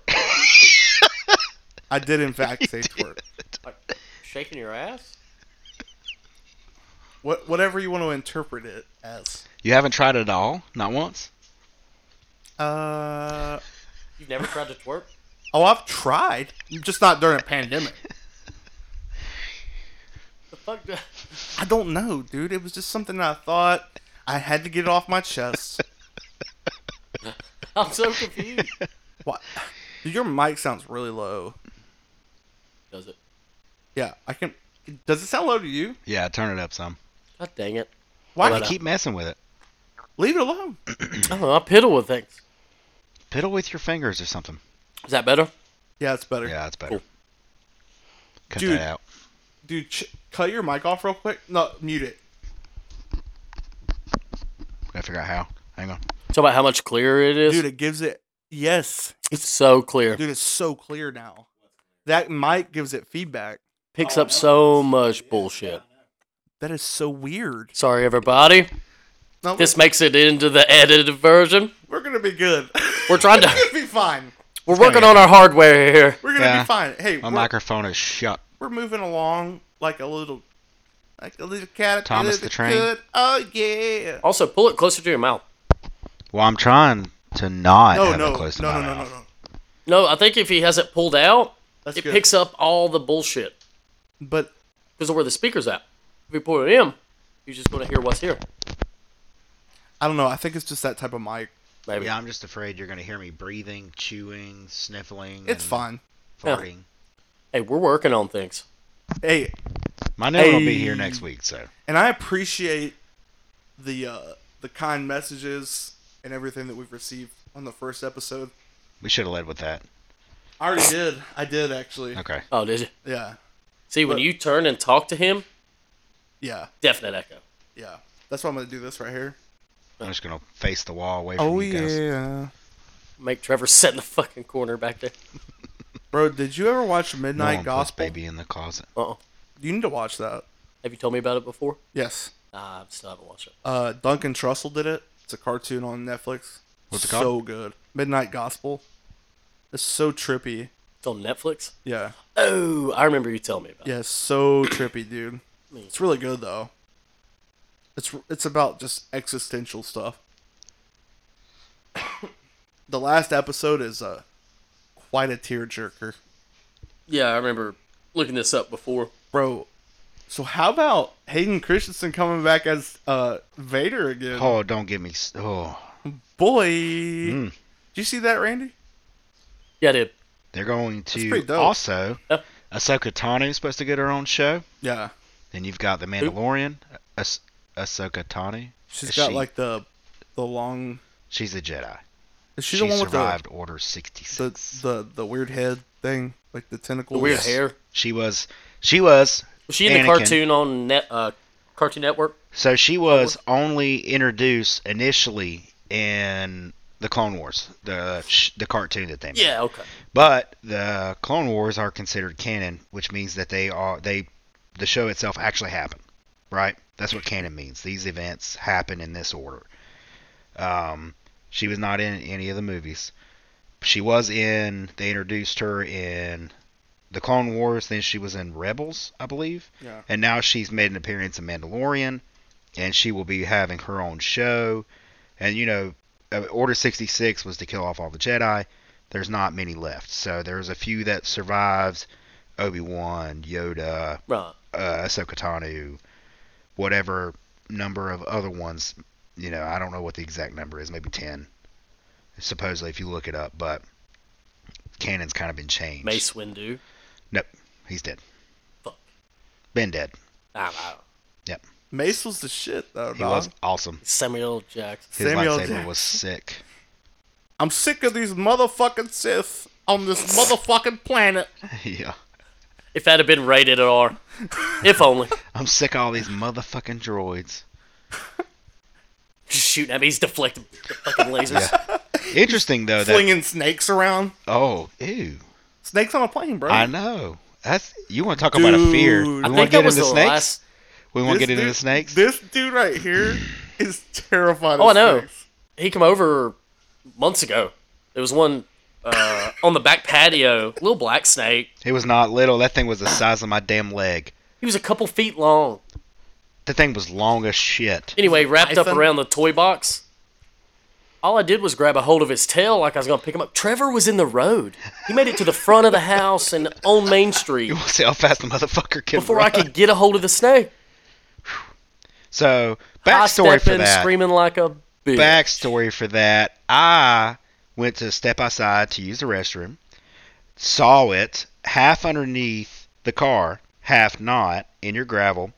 Speaker 1: I did in fact say twerk.
Speaker 2: Like shaking your ass?
Speaker 1: What whatever you want to interpret it as.
Speaker 3: You haven't tried it at all? Not once?
Speaker 1: Uh
Speaker 2: You've never tried to twerk?
Speaker 1: Oh, I've tried, just not during a pandemic.
Speaker 2: The fuck? do-
Speaker 1: I don't know, dude. It was just something I thought I had to get it off my chest.
Speaker 2: I'm so confused.
Speaker 1: What? Dude, your mic sounds really low.
Speaker 2: Does it?
Speaker 1: Yeah, I can. Does it sound low to you?
Speaker 3: Yeah, turn it up some.
Speaker 2: God dang it!
Speaker 1: Why?
Speaker 3: I
Speaker 2: Let up.
Speaker 3: keep messing with it.
Speaker 1: Leave it alone.
Speaker 2: I don't know. I piddle with things.
Speaker 3: Piddle with your fingers or something.
Speaker 2: Is that better?
Speaker 1: Yeah, it's better.
Speaker 3: Yeah, that's better.
Speaker 2: Cool.
Speaker 3: Cut
Speaker 1: Dude.
Speaker 3: that out.
Speaker 1: Dude, ch- cut your mic off real quick. No, mute it.
Speaker 3: figure out how. Hang on.
Speaker 2: Talk about how much clearer it is.
Speaker 1: Dude, it gives it. Yes.
Speaker 2: it's so clear.
Speaker 1: Dude, it's so clear now. That mic gives it feedback.
Speaker 2: Picks up so much bullshit.
Speaker 1: That is so weird.
Speaker 2: Sorry, everybody.
Speaker 1: No,
Speaker 2: This makes it into the edited version.
Speaker 1: we're gonna be good.
Speaker 2: We're trying to-
Speaker 1: we're gonna be fine.
Speaker 2: We're working on our hardware here.
Speaker 1: We're gonna
Speaker 3: Yeah.
Speaker 1: be fine. Hey,
Speaker 3: My
Speaker 1: we're,
Speaker 3: microphone is shut.
Speaker 1: we're moving along like a little, like a little cat.
Speaker 3: Thomas the Train.
Speaker 1: Oh yeah.
Speaker 2: Also, pull it closer to your mouth.
Speaker 3: Well, I'm trying to not
Speaker 1: No,
Speaker 3: have
Speaker 1: no,
Speaker 3: it
Speaker 1: no,
Speaker 3: close to
Speaker 1: no,
Speaker 3: my
Speaker 1: no, no,
Speaker 3: mouth.
Speaker 1: no.
Speaker 2: No, I think if he has it pulled out,
Speaker 1: That's
Speaker 2: it
Speaker 1: good.
Speaker 2: picks up all the bullshit
Speaker 1: But
Speaker 2: because of where the speaker's at. If you pull it in, you're just going to hear what's here.
Speaker 1: I don't know. I think it's just that type of mic.
Speaker 2: Maybe.
Speaker 3: Yeah, I'm just afraid you're gonna hear me breathing, chewing, sniffling.
Speaker 1: It's
Speaker 3: and
Speaker 1: fine.
Speaker 2: Yeah.
Speaker 3: Farting.
Speaker 2: Hey, we're working on things.
Speaker 1: Hey,
Speaker 3: My new one will be
Speaker 1: Hey.
Speaker 3: here next week, so
Speaker 1: and I appreciate the uh, the kind messages and everything that we've received on the first episode.
Speaker 3: we should have led with that.
Speaker 1: I already did. I did actually.
Speaker 3: Okay.
Speaker 2: Oh, did you?
Speaker 1: Yeah.
Speaker 2: See, when
Speaker 1: But-
Speaker 2: you turn and talk to him,
Speaker 1: Yeah.
Speaker 2: definite echo.
Speaker 1: Yeah. That's why I'm gonna do this right here. Oh,
Speaker 3: I'm just gonna face the wall away from you guys.
Speaker 2: Make Trevor sit in the fucking corner back there.
Speaker 1: Bro, did you ever watch
Speaker 3: No
Speaker 1: Midnight
Speaker 3: one puts
Speaker 1: Gospel?
Speaker 3: baby in the closet.
Speaker 2: Uh-oh.
Speaker 1: You need to watch that.
Speaker 2: Have you told me about it before?
Speaker 1: Yes.
Speaker 2: Nah, I still haven't watched it.
Speaker 1: Uh, Duncan Trussell did it. It's a cartoon on Netflix.
Speaker 3: What's it
Speaker 1: So good. Midnight Gospel. It's so trippy.
Speaker 2: It's on Netflix.
Speaker 1: Yeah.
Speaker 2: Oh, I remember you telling me about
Speaker 1: Yeah, it's so trippy, dude.
Speaker 2: it.
Speaker 1: It's really good though. It's it's about just existential stuff. the last episode is uh, quite a tearjerker,
Speaker 2: Yeah, I remember looking this up before.
Speaker 1: bro. So how about Hayden Christensen coming back as uh, Vader again?
Speaker 3: Oh, don't get me. s- Oh,
Speaker 1: Boy,
Speaker 3: Mm.
Speaker 1: do you see that, Randy?
Speaker 2: Yeah, I did.
Speaker 3: they're going to
Speaker 1: pretty dope.
Speaker 3: also.
Speaker 2: Yeah.
Speaker 3: Ahsoka Tano's supposed to get her own show.
Speaker 1: Yeah,
Speaker 3: Then you've got the Mandalorian. Ahs- Ahsoka Tano.
Speaker 1: she's
Speaker 3: Is
Speaker 1: got
Speaker 3: she-
Speaker 1: like the the long.
Speaker 3: She's a Jedi.
Speaker 1: Is she,
Speaker 3: She,
Speaker 1: the one with the,
Speaker 3: survived Order
Speaker 1: the
Speaker 3: 66.
Speaker 1: the the weird head thing, like the
Speaker 2: The
Speaker 1: tentacles?
Speaker 2: weird
Speaker 3: Yes.
Speaker 2: hair.
Speaker 3: she was. She was.
Speaker 2: Was she in the
Speaker 3: Anakin.
Speaker 2: cartoon on net, uh, Cartoon Network?
Speaker 3: So she was only introduced initially in the Clone Wars, the sh- the cartoon that they made.
Speaker 2: Yeah, okay.
Speaker 3: But the Clone Wars are considered canon, which means that they are they the show itself actually happened, right? That's what canon means. These events happen in this order. Um, she was not in any of the movies. She was in. They introduced her in the Clone Wars. Then she was in Rebels, I believe.
Speaker 1: Yeah.
Speaker 3: And now she's made an appearance in Mandalorian, and she will be having her own show. And you know, uh, Order 66 was to kill off all the Jedi. There's not many left, so there's a few that survived. Obi Wan, Yoda,
Speaker 2: Right.
Speaker 3: uh, Ahsoka Tano, whatever number of other ones. You know, I don't know what the exact number is. Maybe ten, supposedly, if you look it up. But canon's kind of been changed.
Speaker 2: Mace Windu.
Speaker 3: He's dead.
Speaker 2: Fuck.
Speaker 3: Been dead.
Speaker 2: I don't know.
Speaker 1: Mace was the shit though.
Speaker 3: He
Speaker 1: dog.
Speaker 3: was awesome.
Speaker 2: Samuel Jackson.
Speaker 3: His
Speaker 1: Samuel
Speaker 3: lightsaber
Speaker 1: Jackson.
Speaker 3: was sick.
Speaker 1: I'm sick of these motherfucking Sith on this motherfucking planet.
Speaker 3: yeah.
Speaker 2: If that had been rated R. if only.
Speaker 3: I'm sick of all these motherfucking droids.
Speaker 2: Just shooting at me. He's deflecting the fucking lasers.
Speaker 3: Interesting though that
Speaker 1: Flinging snakes around.
Speaker 3: oh ew
Speaker 1: Snakes on a plane, bro.
Speaker 3: I know that's you want to talk about a fear.
Speaker 1: Dude.
Speaker 3: We
Speaker 1: I
Speaker 2: I
Speaker 3: want to
Speaker 2: think
Speaker 3: get
Speaker 2: that was
Speaker 3: into
Speaker 2: the
Speaker 3: snakes.
Speaker 2: last.
Speaker 3: We
Speaker 1: This
Speaker 3: want to get into
Speaker 1: dude-
Speaker 3: the snakes.
Speaker 1: This dude right here is terrified
Speaker 2: Oh,
Speaker 1: of
Speaker 2: I know.
Speaker 1: snakes.
Speaker 2: He came over months ago. There was one uh, on the back patio. Little black snake.
Speaker 3: It was not little. That thing was the size of my damn leg.
Speaker 2: He was a couple feet long.
Speaker 3: That thing was long as shit.
Speaker 2: Anyway, wrapped up
Speaker 1: Python?
Speaker 2: around the toy box. All I did was grab a hold of his tail like I was going to pick him up. Trevor was in the road. He made it to the front of the house and on Main Street
Speaker 3: We'll see how fast the motherfucker can
Speaker 2: before
Speaker 3: run.
Speaker 2: I could get a hold of the snake.
Speaker 3: So
Speaker 2: I
Speaker 3: backstory
Speaker 2: stepped
Speaker 3: for
Speaker 2: in
Speaker 3: that.
Speaker 2: screaming like a bitch.
Speaker 3: backstory for that. I went to step outside to use the restroom, saw it half underneath the car, half not in your gravel.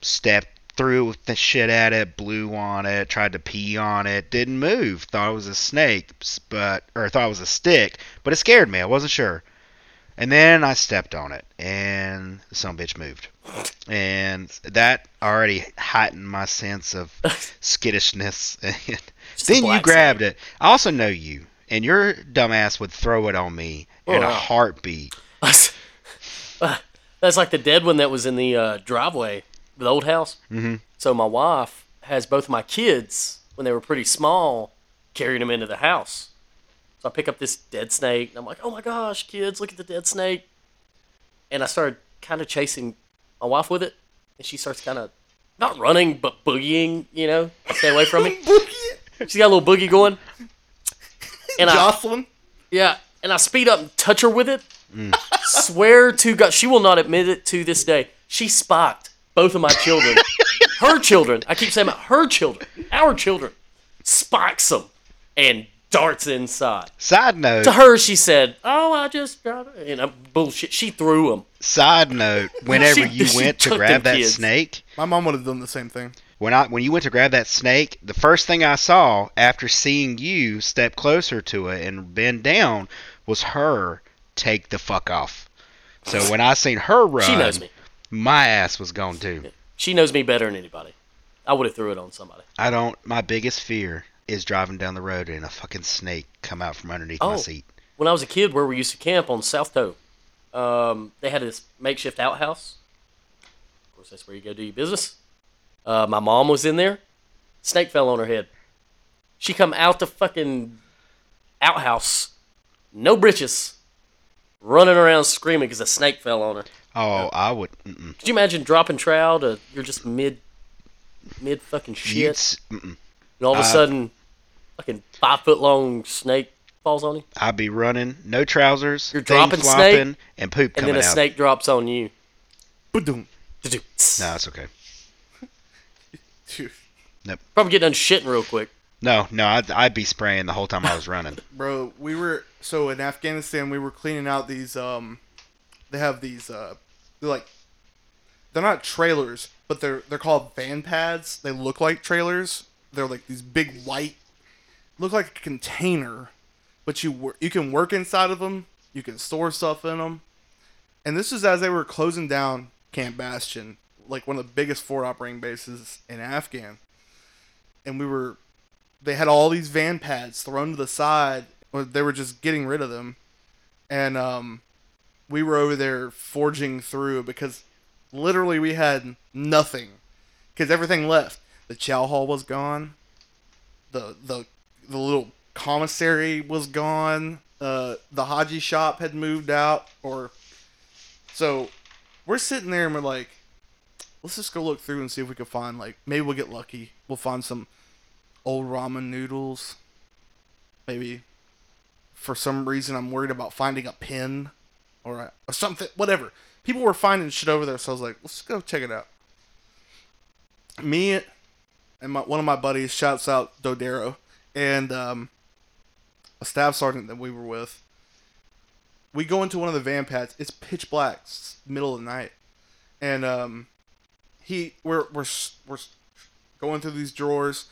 Speaker 3: Stepped through with the shit at it, blew on it, tried to pee on it, didn't move. Thought it was a snake, s- but or thought it was a stick, but it scared me. I wasn't sure. And then I stepped on it, and some bitch moved, and that already heightened my sense of skittishness. And
Speaker 2: Just a
Speaker 3: then you
Speaker 2: black
Speaker 3: grabbed it. I also know you, and your dumbass would throw it on me in
Speaker 2: Oh,
Speaker 3: a
Speaker 2: wow.
Speaker 3: heartbeat.
Speaker 2: That's like the dead one that was in the uh, driveway, the old house. Mm-hmm. So my wife has both of my kids when they were pretty small, carrying them into the house. So I pick up this dead snake, and I'm like, "Oh my gosh, kids, look at the dead snake!" And I started kind of chasing my wife with it, and she starts kind of not running but boogieing, you know, stay away from me. She's got a little boogie going, and I
Speaker 1: Jocelyn.
Speaker 2: yeah, and I speed up and touch her with it. Swear to God, she will not admit it to this day. She spiked both of my children, her children. I keep saying about her children, our children. Spikes them and darts inside.
Speaker 3: Side note.
Speaker 2: To her, she said, "Oh, I just got it," and i bullshit. She threw them.
Speaker 3: Side note. Whenever
Speaker 2: She-
Speaker 3: you
Speaker 2: she
Speaker 3: went to
Speaker 2: took
Speaker 3: grab
Speaker 2: them
Speaker 3: that
Speaker 2: kids.
Speaker 3: snake,
Speaker 1: My mom would have done the same thing.
Speaker 3: when I when you went to grab that snake, the first thing I saw after seeing you step closer to it and bend down was her take the fuck off. So when I seen her run,
Speaker 2: She knows me.
Speaker 3: my ass was gone too.
Speaker 2: She knows me better than anybody. I would have threw it on somebody.
Speaker 3: I don't. My biggest fear is driving down the road and a fucking snake come out from underneath my
Speaker 2: Oh.
Speaker 3: seat.
Speaker 2: when I was a kid, where we used to camp on South Toe, um, they had this makeshift outhouse. Of course, that's where you go do your business. Uh, my mom was in there. Snake fell on her head. She come out the fucking outhouse, no britches, running around screaming because a snake fell on her.
Speaker 3: Oh, I would. Mm-mm.
Speaker 2: Could you imagine dropping trout? Uh, you're just mid, mid fucking
Speaker 3: You'd,
Speaker 2: shit,
Speaker 3: s- mm-mm.
Speaker 2: and all of a
Speaker 3: I-
Speaker 2: sudden, fucking five foot long snake falls on you,
Speaker 3: I'd be running, no trousers,
Speaker 2: You're
Speaker 3: thing
Speaker 2: dropping snake,
Speaker 3: flopping, and poop
Speaker 2: and
Speaker 3: coming
Speaker 2: then a
Speaker 3: out.
Speaker 2: snake drops on you.
Speaker 1: Badoom.
Speaker 3: No, it's okay.
Speaker 1: Dude,
Speaker 2: Probably getting done shitting real quick.
Speaker 3: No, no, I'd, I'd be spraying the whole time I was running.
Speaker 1: bro, we were so in Afghanistan. We were cleaning out these. Um, they have these. Uh, they're like, they're not trailers, but they're they're called van pads. They look like trailers. They're like these big white, look like a container, but you wor- you can work inside of them. You can store stuff in them. And this is as they were closing down Camp Bastion, like one of the biggest forward operating bases in Afghan. And we were they had all these van pads thrown to the side. Or they were just getting rid of them, and um, we were over there forging through because literally we had nothing because everything left. The chow hall was gone. The the the little commissary was gone. Uh, the Haji shop had moved out, or so we're sitting there and we're like, let's just go look through and see if we can find like maybe we'll get lucky. We'll find some old ramen noodles. Maybe for some reason I'm worried about finding a pin or, a, or something, whatever. People were finding shit over there, so I was like, let's go check it out. Me and my, one of my buddies, shouts out Dodero, and um, a staff sergeant that we were with. We go into one of the van pads. It's pitch black, it's middle of the night, and um, he we're we're s- we're s- going through these drawers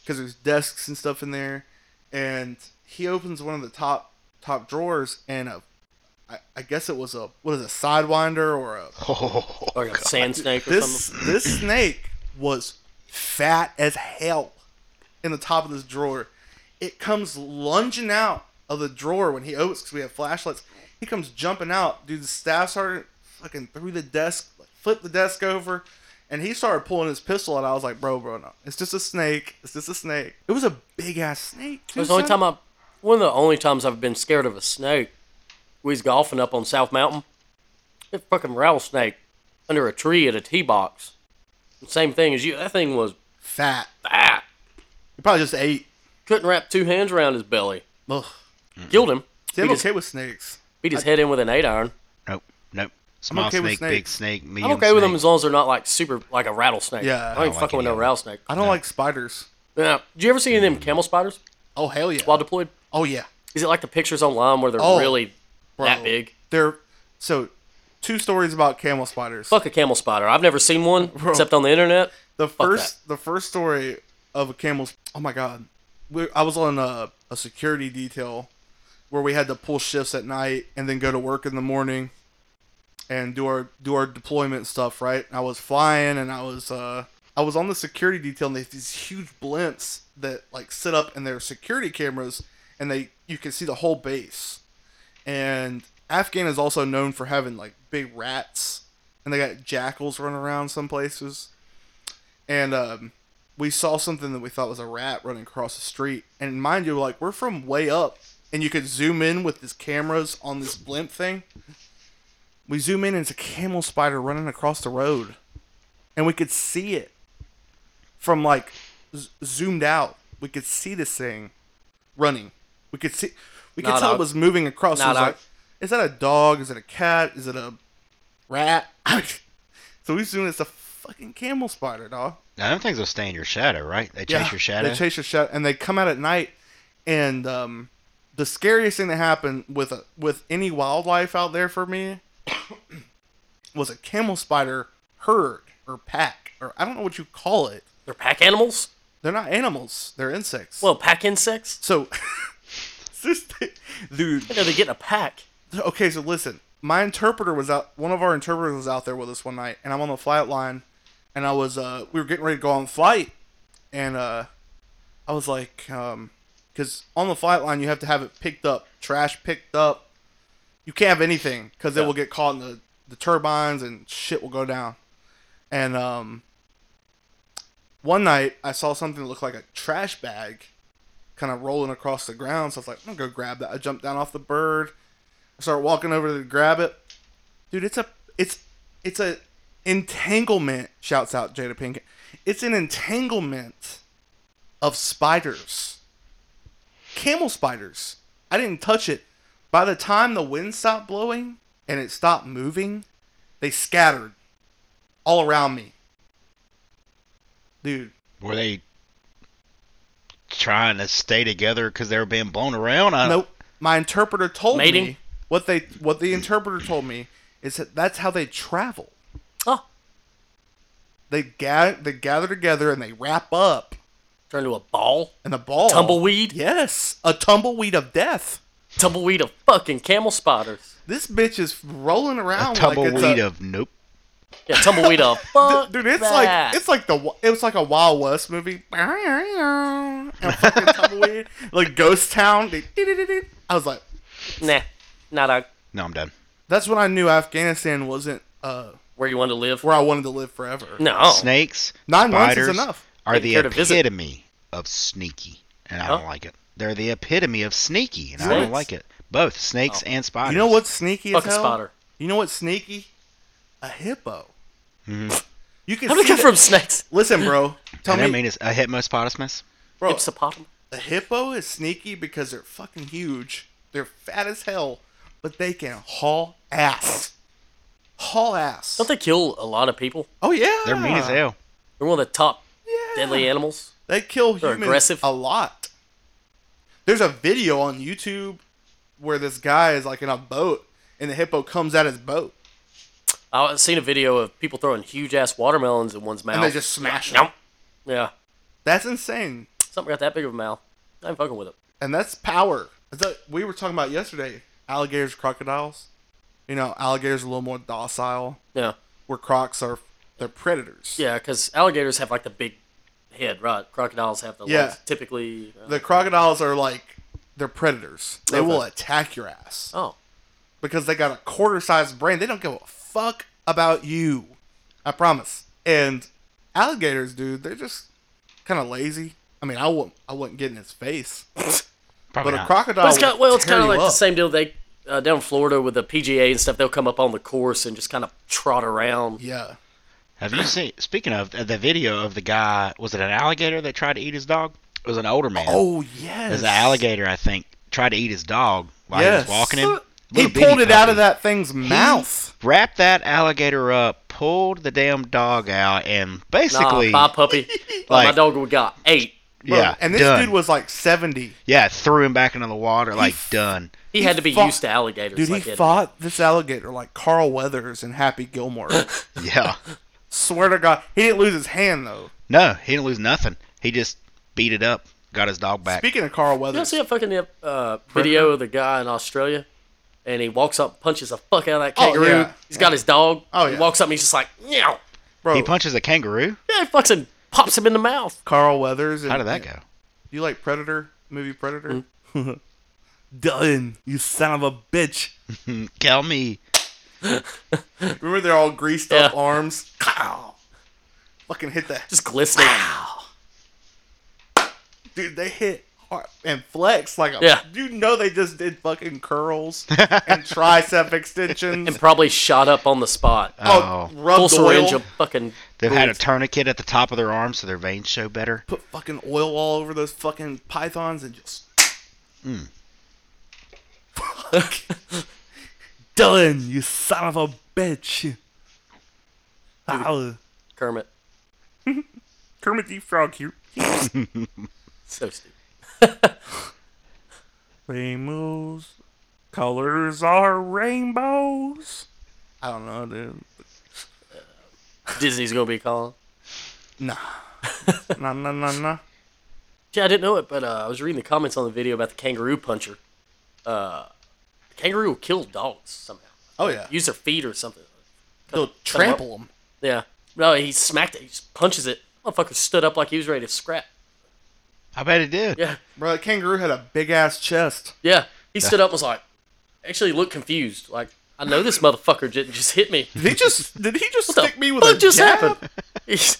Speaker 1: because there's desks and stuff in there, and he opens one of the top top drawers and a, I, I guess it was a what is it, a sidewinder or a
Speaker 3: Oh,
Speaker 2: Or a sand snake or
Speaker 1: this
Speaker 2: something.
Speaker 1: this snake was fat as hell in the top of this drawer. It comes lunging out of the drawer when he opens because we have flashlights. He comes jumping out, dude. The staff sergeant fucking threw the desk, like, flipped the desk over, and he started pulling his pistol. And I was like, "Bro, bro, no, it's just a snake. It's just a snake." It was a big ass snake.
Speaker 2: It was the only time
Speaker 1: I-
Speaker 2: I, one of the only times I've been scared of a snake. We was golfing up on South Mountain. This fucking rattlesnake under a tree at a tee box. Same thing as you. That thing was
Speaker 1: fat.
Speaker 2: fat.
Speaker 1: He probably just ate.
Speaker 2: Couldn't wrap two hands around his belly.
Speaker 1: Ugh.
Speaker 2: Killed him.
Speaker 1: See, I'm
Speaker 2: Beat his,
Speaker 1: okay with snakes.
Speaker 2: beat his head in with an eight iron.
Speaker 3: Nope, nope. Small
Speaker 1: okay with
Speaker 3: snake, big
Speaker 1: snakes.
Speaker 3: snake, medium
Speaker 2: I'm okay with
Speaker 3: snake.
Speaker 2: them as long as they're not like super, like a rattlesnake.
Speaker 1: Yeah,
Speaker 2: I
Speaker 1: I
Speaker 2: ain't
Speaker 1: don't
Speaker 3: like
Speaker 2: fucking with
Speaker 3: any
Speaker 2: no
Speaker 3: of them.
Speaker 2: rattlesnake.
Speaker 1: I don't like spiders.
Speaker 2: Now, did you ever see any of them camel spiders
Speaker 1: Oh hell yeah.
Speaker 2: while deployed?
Speaker 1: Oh yeah.
Speaker 2: Is it like the pictures online where they're
Speaker 1: Oh,
Speaker 2: really that
Speaker 1: Bro,
Speaker 2: big?
Speaker 1: They're so two stories about camel spiders.
Speaker 2: Fuck a camel spider. I've never seen one except on the internet.
Speaker 1: the
Speaker 2: fuck
Speaker 1: first the first story of a camel. sp- Oh my god, we, I was on a, a security detail, where we had to pull shifts at night and then go to work in the morning and do our do our deployment stuff right i was flying and i was uh i was on the security detail and they have these huge blimps that like sit up and they're security cameras and they you can see the whole base and afghan is also known for having like big rats and they got jackals running around some places and um we saw something that we thought was a rat running across the street. And mind you, like we're from way up, and you could zoom in with these cameras on this blimp thing. We zoom in, and it's a camel spider running across the road, and we could see it from like z- zoomed out. We could see this thing running. We could see. We could
Speaker 2: Not
Speaker 1: tell
Speaker 2: out.
Speaker 1: it was moving across. So it
Speaker 2: Not
Speaker 1: was like,
Speaker 2: out.
Speaker 1: is that a dog? Is it a cat? Is it a rat? so we zoom. in, It's a fucking camel spider, dog.
Speaker 3: Now them things will stay in your shadow, right? They chase your shadow.
Speaker 1: They chase your shadow, and they come out at night. And um, the scariest thing that happened with a, with any wildlife out there for me was a camel spider herd or pack or I don't know what you call it.
Speaker 2: They're pack animals?
Speaker 1: They're not animals. They're insects.
Speaker 2: Well, pack insects?
Speaker 1: so it's just, dude.
Speaker 2: I know they get in a pack.
Speaker 1: Okay, so listen. My interpreter was out. One of our interpreters was out there with us one night, and I'm on the flight line, and I was uh, we were getting ready to go on flight, and uh, I was like, because on the flight line you have to have it picked up, trash picked up. You can't have anything because it
Speaker 2: Yeah.
Speaker 1: will get caught in the the turbines and shit will go down. And um, one night I saw something that looked like a trash bag, kind of rolling across the ground. So I was like, I'm gonna go grab that. I jumped down off the bird. I start walking over to grab it. Dude, it's a it's it's a entanglement. Shouts out Jada Pinkett. It's an entanglement of spiders. Camel spiders. I didn't touch it. By the time the wind stopped blowing and it stopped moving, they scattered all around me. Dude,
Speaker 3: Were they trying to stay together because they were being blown around? I
Speaker 1: Nope. My interpreter told
Speaker 2: Mating?
Speaker 1: me what they what the interpreter told me is that that's how they travel.
Speaker 2: Oh,
Speaker 1: They gather they gather together and they wrap up
Speaker 2: turn into a ball?
Speaker 1: in a ball.
Speaker 2: Tumbleweed?
Speaker 1: Yes, a tumbleweed of death.
Speaker 2: Tumbleweed of fucking camel spiders.
Speaker 1: This bitch is rolling
Speaker 3: A
Speaker 1: around like
Speaker 3: tumbleweed
Speaker 1: it's a,
Speaker 3: of nope.
Speaker 2: Yeah, tumbleweed of fuck.
Speaker 1: dude. It's
Speaker 2: that.
Speaker 1: like it's like the it was like a Wild West movie. And fucking tumbleweed like Ghost Town. I was like,
Speaker 2: Nah, not a,
Speaker 3: No, I'm done.
Speaker 1: that's when I knew Afghanistan wasn't uh,
Speaker 2: where you want to live.
Speaker 1: where I wanted to live forever.
Speaker 2: No.
Speaker 3: Snakes,
Speaker 1: Nine months is
Speaker 3: spiders
Speaker 1: enough.
Speaker 3: are
Speaker 2: Take
Speaker 3: the
Speaker 2: care to visit.
Speaker 3: epitome of sneaky, and I
Speaker 2: Huh?
Speaker 3: don't like it. They're the epitome of sneaky, and I
Speaker 2: Snakes?
Speaker 3: don't like it. Both snakes and spiders.
Speaker 1: Oh. You know what's sneaky
Speaker 2: Fuck a
Speaker 1: as hell?
Speaker 2: spider.
Speaker 1: You know what's sneaky? A hippo.
Speaker 3: Mhm.
Speaker 1: You can
Speaker 2: How
Speaker 1: see
Speaker 2: did it come
Speaker 1: that-
Speaker 2: from snakes?
Speaker 1: Listen, bro. Tell
Speaker 3: And I
Speaker 1: me,
Speaker 3: mean, it's a hypnopotamus.
Speaker 1: bro.
Speaker 2: Hippopotamus.
Speaker 1: A hippo is sneaky because they're fucking huge. They're fat as hell, but they can haul ass. Haul ass.
Speaker 2: Don't they kill a lot of people?
Speaker 1: Oh yeah.
Speaker 3: They're mean as hell.
Speaker 2: They're one of the top
Speaker 1: Yeah.
Speaker 2: deadly animals.
Speaker 1: They kill
Speaker 2: They're
Speaker 1: humans
Speaker 2: aggressive.
Speaker 1: a lot. There's a video on YouTube where this guy is like in a boat and the hippo comes at his boat
Speaker 2: I've seen a video of people throwing huge ass watermelons in one's mouth.
Speaker 1: and they just smash him.
Speaker 2: Yum. Yeah,
Speaker 1: That's insane.
Speaker 2: something got that big of a mouth. I ain't fucking with it.
Speaker 1: and that's power. It's like we were talking about yesterday. Alligators, crocodiles. You know, alligators are a little more docile,
Speaker 2: Yeah,
Speaker 1: where crocs are they're predators.
Speaker 2: yeah, because alligators have like the big head, right? Crocodiles have the
Speaker 1: Yeah.
Speaker 2: legs, typically. uh,
Speaker 1: The crocodiles are like they're predators. They will
Speaker 2: Okay.
Speaker 1: attack your ass
Speaker 2: oh,
Speaker 1: because they got a quarter-sized brain. They don't give a fuck about you. I promise. And alligators, dude, they're just kind of lazy. I mean, I wouldn't I wouldn't get in his face,
Speaker 3: Oh, Probably
Speaker 1: but a
Speaker 3: not.
Speaker 1: crocodile.
Speaker 2: Well, it's kind of,
Speaker 1: will
Speaker 2: well, it's
Speaker 1: tear
Speaker 2: kind of
Speaker 1: you
Speaker 2: like the
Speaker 1: up.
Speaker 2: same deal they uh, down in Florida with the PGA and stuff. They'll come up on the course and just kind of trot around.
Speaker 1: Yeah.
Speaker 3: Have you seen? Speaking of uh, the video of the guy, was it an alligator that tried to eat his dog? It was an older man.
Speaker 1: Oh yes.
Speaker 3: It was an alligator, I think, tried to eat his dog while he was walking him.
Speaker 1: He
Speaker 3: Little bitty
Speaker 1: pulled it out of
Speaker 3: puppy.
Speaker 1: that thing's mouth.
Speaker 3: Wrapped that alligator up, pulled the damn dog out, and
Speaker 2: Nah,
Speaker 3: basically,
Speaker 2: my puppy, my
Speaker 3: Like-
Speaker 2: dog we got eight.
Speaker 1: Bro,
Speaker 3: yeah,
Speaker 1: and this
Speaker 3: done.
Speaker 1: dude was like 70.
Speaker 3: yeah, threw him back into the water, like done.
Speaker 2: He,
Speaker 1: He
Speaker 2: had to be
Speaker 1: fought-
Speaker 2: used to alligators.
Speaker 1: Dude,
Speaker 2: like
Speaker 1: he
Speaker 2: that.
Speaker 1: fought this alligator like Carl Weathers and Happy Gilmore.
Speaker 3: Yeah,
Speaker 1: Swear to God. He didn't lose his hand, though.
Speaker 3: no, he didn't lose nothing. He just beat it up, got his dog back.
Speaker 1: Speaking of Carl
Speaker 2: You don't
Speaker 1: Weathers,
Speaker 2: see a fucking uh, video of the guy in Australia, and he walks up, punches the fuck out of that kangaroo.
Speaker 1: Oh, yeah,
Speaker 2: He's got his dog.
Speaker 1: Oh, yeah.
Speaker 2: He walks up, and he's just like, meow.
Speaker 1: bro,
Speaker 3: He punches a kangaroo.
Speaker 2: Yeah, he fucks him, pops him in the mouth.
Speaker 1: Carl Weathers. And,
Speaker 3: How did that go?
Speaker 1: Do you like Predator movie Predator?
Speaker 2: Mm.
Speaker 1: Done, you son of a bitch.
Speaker 3: Tell Hmm, me.
Speaker 1: Remember they're all greased up
Speaker 2: Yeah.
Speaker 1: arms. Cow. Fucking hit that.
Speaker 2: Just glistening.
Speaker 1: Dude, they hit hard and flex like a.
Speaker 2: Yeah.
Speaker 1: You know they just did fucking curls and tricep extensions.
Speaker 2: and probably shot up on the spot.
Speaker 1: oh,
Speaker 3: Oh.
Speaker 2: Full
Speaker 1: rubbed
Speaker 2: syringe
Speaker 1: oil.
Speaker 2: of fucking.
Speaker 3: They've had a tourniquet at the top of their arm so their veins show better.
Speaker 1: Put fucking oil all over those fucking pythons and just. Done, you son of a bitch. Ow.
Speaker 2: Kermit.
Speaker 1: Kermit the Frog here.
Speaker 2: So stupid.
Speaker 1: Rainbows. Colors are rainbows. I don't know, dude.
Speaker 2: Disney's gonna be calling.
Speaker 1: Nah. nah, nah, nah, nah.
Speaker 2: Yeah, I didn't know it, but uh, I was reading the comments on the video about the kangaroo puncher. Uh, the kangaroo will kill dogs somehow.
Speaker 1: Oh, yeah.
Speaker 2: Use their feet or something.
Speaker 1: They'll trample them.
Speaker 2: Yeah. No, he smacked it. He just punches it. Motherfucker stood up like he was ready to scrap.
Speaker 3: I bet it did.
Speaker 2: Yeah.
Speaker 1: Bro, that kangaroo had a big ass chest.
Speaker 2: Yeah. He stood up and was like, actually looked confused. Like, I know this motherfucker didn't just hit me.
Speaker 1: Did he just did he just
Speaker 2: What the
Speaker 1: stick me with
Speaker 2: fuck
Speaker 1: a
Speaker 2: just
Speaker 1: jab?
Speaker 2: happened? He's-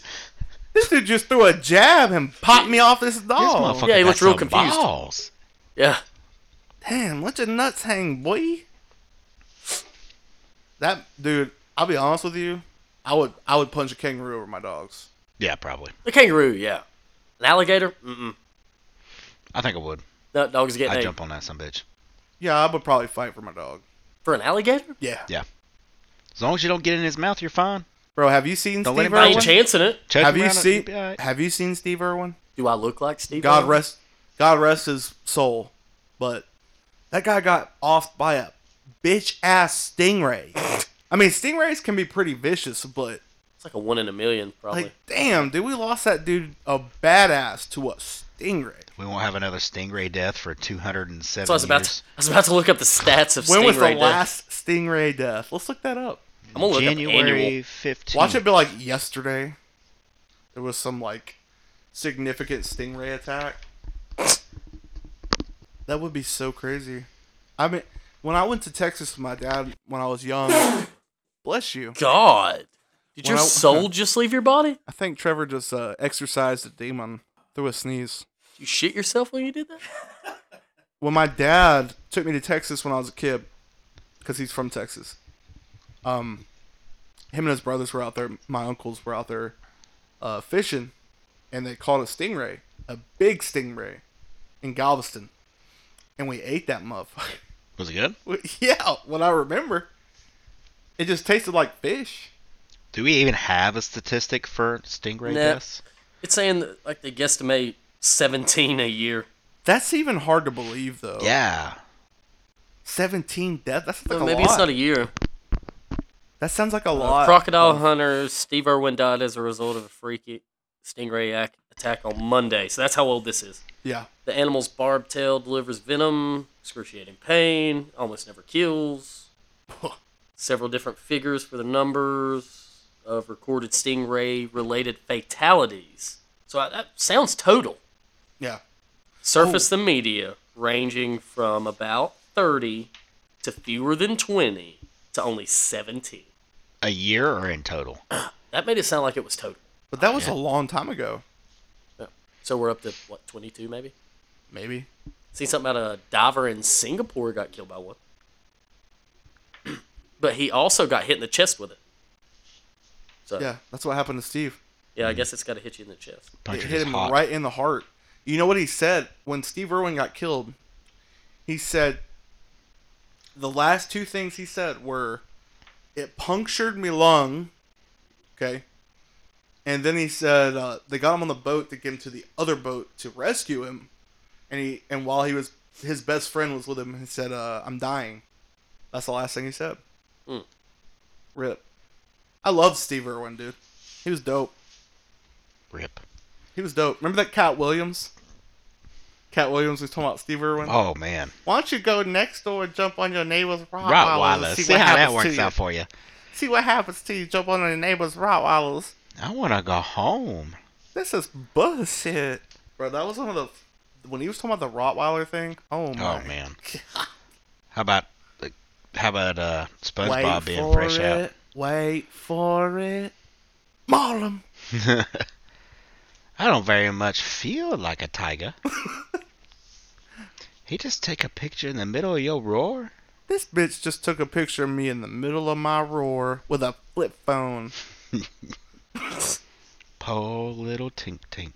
Speaker 1: This dude just threw a jab and popped me off this
Speaker 3: This
Speaker 1: dog.
Speaker 3: motherfucker
Speaker 2: Oh, Yeah, he
Speaker 3: got
Speaker 2: looked real
Speaker 3: some
Speaker 2: confused.
Speaker 3: Balls.
Speaker 2: yeah.
Speaker 1: Damn, let your nuts hang, boy. That dude, I'll be honest with you, I would I would punch a kangaroo over my dogs.
Speaker 3: Yeah, probably.
Speaker 2: The kangaroo, yeah. An alligator? Mm-mm.
Speaker 3: I think I would.
Speaker 2: That dog's getting
Speaker 3: I'd
Speaker 2: ate.
Speaker 3: jump on that some bitch.
Speaker 1: Yeah, I would probably fight for my dog.
Speaker 2: For an alligator?
Speaker 1: Yeah.
Speaker 3: Yeah. As long as you don't get in his mouth, you're fine.
Speaker 1: Bro, have you seen
Speaker 3: Don't let
Speaker 1: Steve
Speaker 3: him
Speaker 2: I
Speaker 1: Irwin?
Speaker 2: ain't chancing it.
Speaker 3: Choke
Speaker 1: have
Speaker 3: him
Speaker 1: you
Speaker 3: around,
Speaker 1: seen
Speaker 3: you'll be all right.
Speaker 1: Have you seen Steve Irwin?
Speaker 2: Do I look like Steve?
Speaker 1: God
Speaker 2: Irwin?
Speaker 1: rest God rest his soul. But that guy got off by a bitch ass stingray. I mean, stingrays can be pretty vicious, but
Speaker 2: It's like a one in a million, probably.
Speaker 1: like, damn, dude, we lost that dude a badass to a stingray.
Speaker 3: We won't have another stingray death for 207
Speaker 2: so I was about
Speaker 3: years.
Speaker 2: to, I was about to look up the stats of
Speaker 1: When was the
Speaker 2: stingray death.
Speaker 1: last stingray death? Let's look that up.
Speaker 2: I'm gonna look up
Speaker 3: January
Speaker 2: annual.
Speaker 3: 15th.
Speaker 1: Watch it be like yesterday. There was some like significant stingray attack. That would be so crazy. I mean, when I went to Texas with my dad when I was young, bless you.
Speaker 2: God, did your
Speaker 1: When I-
Speaker 2: soul just leave your body?
Speaker 1: I think Trevor just uh, exercised a demon through a sneeze.
Speaker 2: You shit yourself when you did that?
Speaker 1: Well, my dad took me to Texas when I was a kid because he's from Texas. Um, him and his brothers were out there. My uncles were out there uh, fishing, and they caught a stingray, a big stingray, in Galveston, and we ate that motherfucker.
Speaker 3: Was it good?
Speaker 1: yeah, what I remember, it just tasted like fish.
Speaker 3: Do we even have a statistic for stingray
Speaker 2: Nah.
Speaker 3: deaths?
Speaker 2: It's saying that, like they guesstimate 17 a year.
Speaker 1: That's even hard to believe, though.
Speaker 3: Yeah.
Speaker 1: seventeen deaths. That sounds like
Speaker 2: So
Speaker 1: a
Speaker 2: maybe
Speaker 1: lot.
Speaker 2: it's not a year.
Speaker 1: that sounds like a
Speaker 2: Uh,
Speaker 1: lot.
Speaker 2: crocodile hunter Steve Irwin died as a result of a freaky stingray ac- attack on Monday. So that's how old this is.
Speaker 1: Yeah.
Speaker 2: The animal's barbed tail delivers venom, excruciating pain, almost never kills. Several different figures for the numbers of recorded stingray related fatalities. So I, that sounds total.
Speaker 1: Yeah.
Speaker 2: Surface the media ranging from about 30 to fewer than 20 to only 17.
Speaker 3: A year or in total?
Speaker 2: That made it sound like it was total.
Speaker 1: But that was a
Speaker 3: yeah.
Speaker 1: long time ago.
Speaker 2: So we're up to, what, 22 maybe?
Speaker 1: Maybe.
Speaker 2: Seen something about a diver in Singapore got killed by one. but he also got hit in the chest with it. So yeah,
Speaker 1: Yeah, that's what happened to Steve.
Speaker 2: I guess it's got to hit you in the chest.
Speaker 1: It
Speaker 3: Punctured
Speaker 1: hit
Speaker 3: his
Speaker 1: him
Speaker 3: heart.
Speaker 1: right in the heart. You know what he said when Steve Irwin got killed? He said the last two things he said were it punctured me lung, okay? And then he said uh, they got him on the boat to get him to the other boat to rescue him. And he and while he was his best friend was with him, he said, uh, "I'm dying." That's the last thing he said.
Speaker 2: Mm.
Speaker 1: Rip. I love Steve Irwin, dude. He was dope.
Speaker 3: Rip.
Speaker 1: He was dope. Remember that Cat Williams? Cat Williams was talking about Steve Irwin.
Speaker 3: Oh man,
Speaker 1: Why don't you go next door and jump on your neighbor's Rottweiler?
Speaker 3: Rottweiler.
Speaker 1: and
Speaker 3: See, how that
Speaker 1: happens to
Speaker 3: works
Speaker 1: you.
Speaker 3: out for you.
Speaker 1: See what happens to you. Jump on your neighbor's Rottweilers.
Speaker 3: I want to go home.
Speaker 1: This is bullshit, bro. That was one of the when he was talking about the Rottweiler thing. Oh my.
Speaker 3: Oh man, how about uh, how about uh,
Speaker 1: Wait
Speaker 3: SpongeBob being
Speaker 1: for
Speaker 3: fresh
Speaker 1: it.
Speaker 3: out?
Speaker 1: Wait for it. Maul 'em.
Speaker 3: I don't very much feel like a tiger. he just take a picture in the middle of your roar.
Speaker 1: This bitch just took a picture of me in the middle of my roar with a flip phone.
Speaker 3: Poor little tink tink.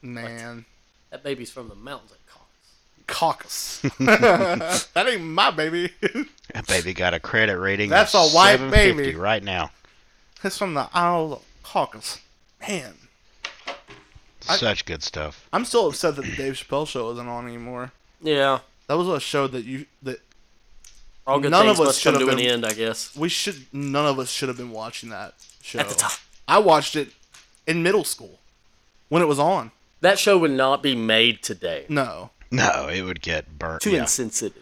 Speaker 1: Man.
Speaker 2: That baby's from the mountains of Caucasus.
Speaker 1: Caucus. that ain't my baby.
Speaker 3: That baby got a credit rating.
Speaker 1: That's
Speaker 3: of
Speaker 1: a white
Speaker 3: 750
Speaker 1: baby.
Speaker 3: right now.
Speaker 1: it's from the Isle of Caucus. Man. I-
Speaker 3: Such good stuff.
Speaker 1: I'm still upset that the Dave Chappelle show isn't on anymore.
Speaker 2: Yeah.
Speaker 1: That was a show that you that
Speaker 2: All good
Speaker 1: None
Speaker 2: things
Speaker 1: of us
Speaker 2: must come to
Speaker 1: should've
Speaker 2: an
Speaker 1: been-
Speaker 2: end, I guess.
Speaker 1: we should none of us should have been watching that show.
Speaker 2: At the time.
Speaker 1: I watched it in middle school when it was on.
Speaker 2: That show would not be made today.
Speaker 1: No.
Speaker 3: No, it would get burnt.
Speaker 2: Too
Speaker 3: yeah.
Speaker 2: insensitive.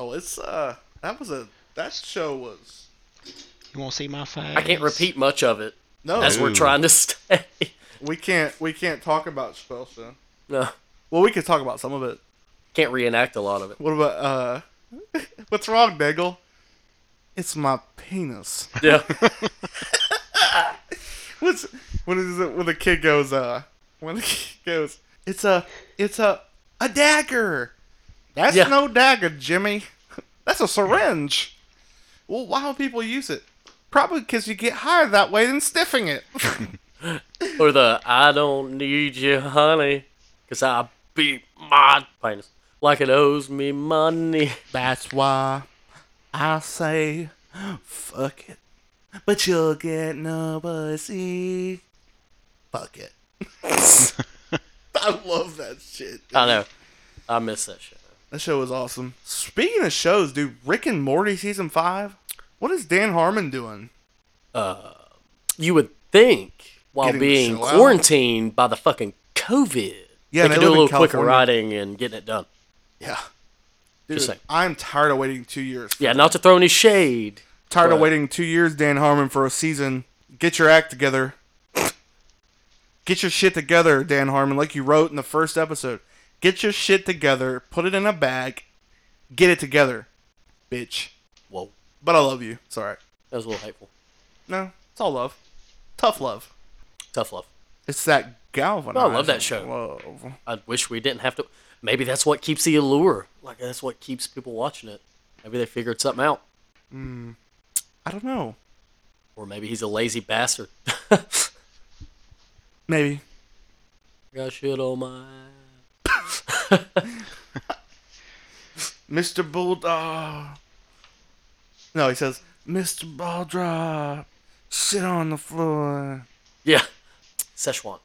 Speaker 1: Oh, it's uh that was a that show was
Speaker 3: You won't see my face.
Speaker 2: I can't repeat much of it
Speaker 1: No.
Speaker 2: as we're
Speaker 3: Ooh.
Speaker 2: trying to stay.
Speaker 1: We can't we can't talk about Chappelle show.
Speaker 2: No.
Speaker 1: Well, we could talk about some of it.
Speaker 2: Can't reenact a lot of it.
Speaker 1: What about uh What's wrong, Daigle? It's my penis.
Speaker 2: Yeah.
Speaker 1: What's when is it when the kid goes uh when the kid goes it's a it's a a dagger. That's
Speaker 2: Yeah.
Speaker 1: no dagger, Jimmy. That's a syringe. Well, why don't people use it? Probably because you get higher that way than sniffing it.
Speaker 2: or the I don't need you, honey, because I beat my penis like it owes me money.
Speaker 1: That's why I say fuck it. But you'll get no pussy. Fuck it. I love that shit.
Speaker 2: I know. I miss that shit.
Speaker 1: That show was awesome. Speaking of shows, dude, Rick and Morty season five. What is Dan Harmon doing?
Speaker 2: Uh, You would think while
Speaker 1: Getting the
Speaker 2: being
Speaker 1: show out.
Speaker 2: quarantined by the fucking COVID,
Speaker 1: Yeah,
Speaker 2: they
Speaker 1: they
Speaker 2: could
Speaker 1: live
Speaker 2: do a
Speaker 1: in
Speaker 2: little quicker
Speaker 1: California.
Speaker 2: writing and getting it done.
Speaker 1: Yeah.
Speaker 2: Just
Speaker 1: Dude,
Speaker 2: saying.
Speaker 1: I'm tired of waiting two years.
Speaker 2: Yeah, not to throw any shade.
Speaker 1: Tired of
Speaker 2: But-
Speaker 1: waiting two years, Dan Harmon, for a season. Get your act together. Get your shit together, Dan Harmon, like you wrote in the first episode. Get your shit together, put it in a bag, get it together, bitch.
Speaker 2: Whoa,
Speaker 1: But I love you. It's all right.
Speaker 2: that was a little hateful.
Speaker 1: No, it's all love. Tough love.
Speaker 2: Tough love.
Speaker 1: It's that galvanizing.
Speaker 2: Oh, I love that show.
Speaker 1: Love.
Speaker 2: I wish we didn't have to. Maybe that's what keeps the allure. Like that's what keeps people watching it. Maybe they figured something out,
Speaker 1: Hmm. I don't know.
Speaker 2: or maybe he's a lazy bastard.
Speaker 1: Maybe.
Speaker 2: Got shit on my.
Speaker 1: Mr. Bulldog. No, he says, Mr. Ball Drop, sit on the floor.
Speaker 2: Yeah. Szechuan.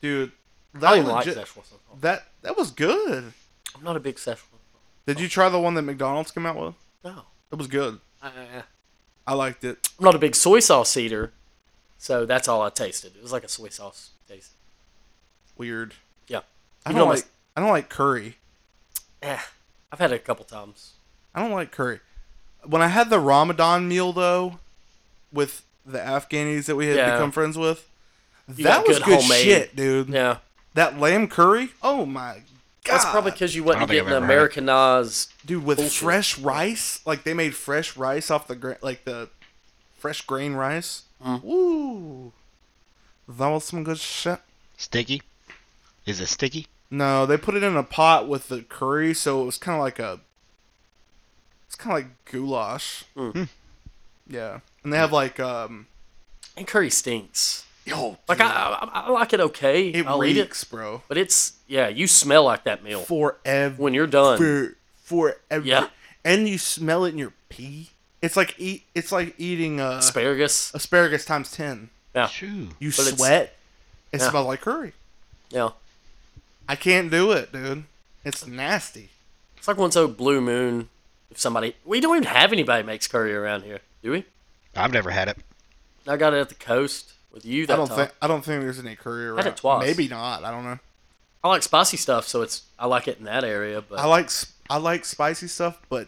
Speaker 1: Dude, that
Speaker 2: I don't even like
Speaker 1: legit-
Speaker 2: Szechuan. sometimes.
Speaker 1: That that was good.
Speaker 2: I'm not a big Szechuan.
Speaker 1: Did you try the one that McDonald's came out with?
Speaker 2: No.
Speaker 1: It was good.
Speaker 2: I,
Speaker 1: Uh,
Speaker 2: I-
Speaker 1: I liked it.
Speaker 2: I'm not a big soy sauce eater, so that's all I tasted. It was like a soy sauce taste.
Speaker 1: Weird.
Speaker 2: Yeah.
Speaker 1: I don't
Speaker 2: You know,
Speaker 1: like I don't like curry.
Speaker 2: Eh, I've had it a couple times.
Speaker 1: I don't like curry. When I had the Ramadan meal though, with the Afghanis that we had
Speaker 2: Yeah.
Speaker 1: become friends with,
Speaker 2: got
Speaker 1: that was
Speaker 2: good
Speaker 1: good,
Speaker 2: homemade-
Speaker 1: shit, dude.
Speaker 2: Yeah.
Speaker 1: That lamb curry. Oh my god.
Speaker 2: That's probably because you
Speaker 3: I don't
Speaker 2: wasn't
Speaker 3: think
Speaker 2: getting
Speaker 3: I've ever had it.
Speaker 2: Americanized.
Speaker 1: dude with
Speaker 2: Bullshit.
Speaker 1: fresh rice like they made fresh rice off the gra- like the fresh grain rice Woo. that was some good shit
Speaker 3: Sticky? Is it sticky?
Speaker 1: no they put it in a pot with the curry so it was kind of like a it's kind of like goulash
Speaker 2: Mm.
Speaker 1: yeah and they have like um
Speaker 2: And curry stinks.
Speaker 1: yo
Speaker 2: Like, I, I, I like it okay.
Speaker 1: it
Speaker 2: I'll eat it.
Speaker 1: reeks bro
Speaker 2: But it's, yeah, you smell like that meal
Speaker 1: forever
Speaker 2: when you're done.
Speaker 1: forever
Speaker 2: Yeah.
Speaker 1: and you smell it in your pee it's like eat it's like eating uh
Speaker 2: Asparagus.
Speaker 1: asparagus times 10
Speaker 2: Yeah.
Speaker 3: Shoo.
Speaker 1: You
Speaker 2: But it's-
Speaker 1: sweat. It
Speaker 2: Yeah.
Speaker 1: smells like curry.
Speaker 2: Yeah.
Speaker 1: I can't do it, dude. It's nasty.
Speaker 2: It's like once a blue moon. If somebody, we don't even have anybody makes curry around here, do we?
Speaker 3: I've never had it.
Speaker 2: I got it at the coast with you that
Speaker 1: I don't
Speaker 2: time.
Speaker 1: think I don't think there's any curry around.
Speaker 2: Had it twice.
Speaker 1: Maybe not. I don't know.
Speaker 2: I like spicy stuff, so it's I like it in that area. But
Speaker 1: I like s- I like spicy stuff, but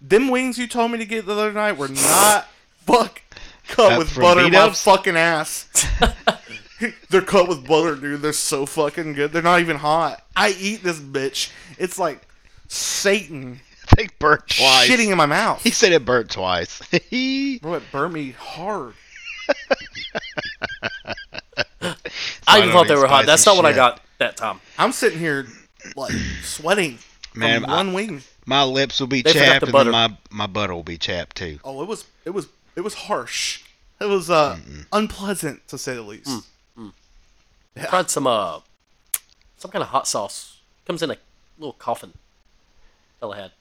Speaker 1: them wings you told me to get the other night were not fuck cut
Speaker 3: Uh,
Speaker 1: with
Speaker 3: from
Speaker 1: butter, my
Speaker 3: Vito's?
Speaker 1: fucking ass. They're cut with butter, dude. They're so fucking good. They're not even hot. I eat this bitch. It's like Satan
Speaker 3: I think burnt twice.
Speaker 1: shitting in my mouth.
Speaker 3: He said it burnt twice.
Speaker 1: Bro, it burned me hard.
Speaker 2: I
Speaker 3: I
Speaker 2: even
Speaker 3: don't
Speaker 2: thought they
Speaker 3: eat
Speaker 2: were hot.
Speaker 3: spicy
Speaker 2: That's not what I
Speaker 3: shit.
Speaker 2: got that time.
Speaker 1: I'm sitting here like sweating from
Speaker 3: Man, I-
Speaker 1: one wing.
Speaker 3: my lips will be
Speaker 2: They forgot
Speaker 3: chapped,
Speaker 2: the
Speaker 3: and
Speaker 2: butter.
Speaker 3: then my my butter will be chapped too.
Speaker 1: Oh, it was it was it was harsh. It was uh unpleasant to say the least.
Speaker 2: Hmm. Tried some uh, some kind of hot sauce. Comes in a little coffin. Fella had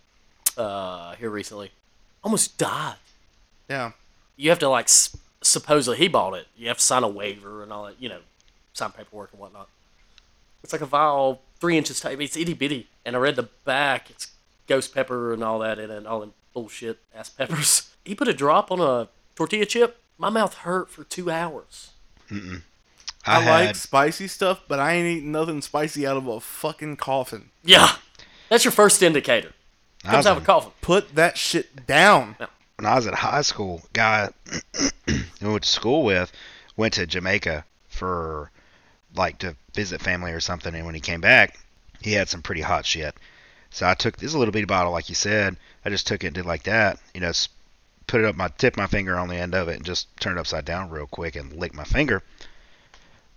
Speaker 2: uh here recently. Almost died.
Speaker 1: Yeah.
Speaker 2: You have to like s- supposedly he bought it. You have to sign a waiver and all that. You know, sign paperwork and whatnot. It's like a vial three inches tight. It's itty bitty. And I read the back. It's ghost pepper and all that in it. and All them bullshit ass peppers. He put a drop on a tortilla chip. My mouth hurt for two hours.
Speaker 1: I,
Speaker 3: had,
Speaker 1: like spicy stuff, but I ain't eating nothing spicy out of a fucking coffin.
Speaker 2: Yeah, that's your first indicator.
Speaker 3: I
Speaker 2: Comes
Speaker 3: was
Speaker 2: out
Speaker 3: in,
Speaker 2: of a coffin.
Speaker 1: Put that shit down.
Speaker 3: when I was in high school, guy who I went to school with went to Jamaica for like to visit family or something, and when he came back, he had some pretty hot shit. So I took this is a little bitty bottle, like you said. I just took it and did like that, you know, s- put it up my tip my finger on the end of it and just turned it upside down real quick and licked my finger.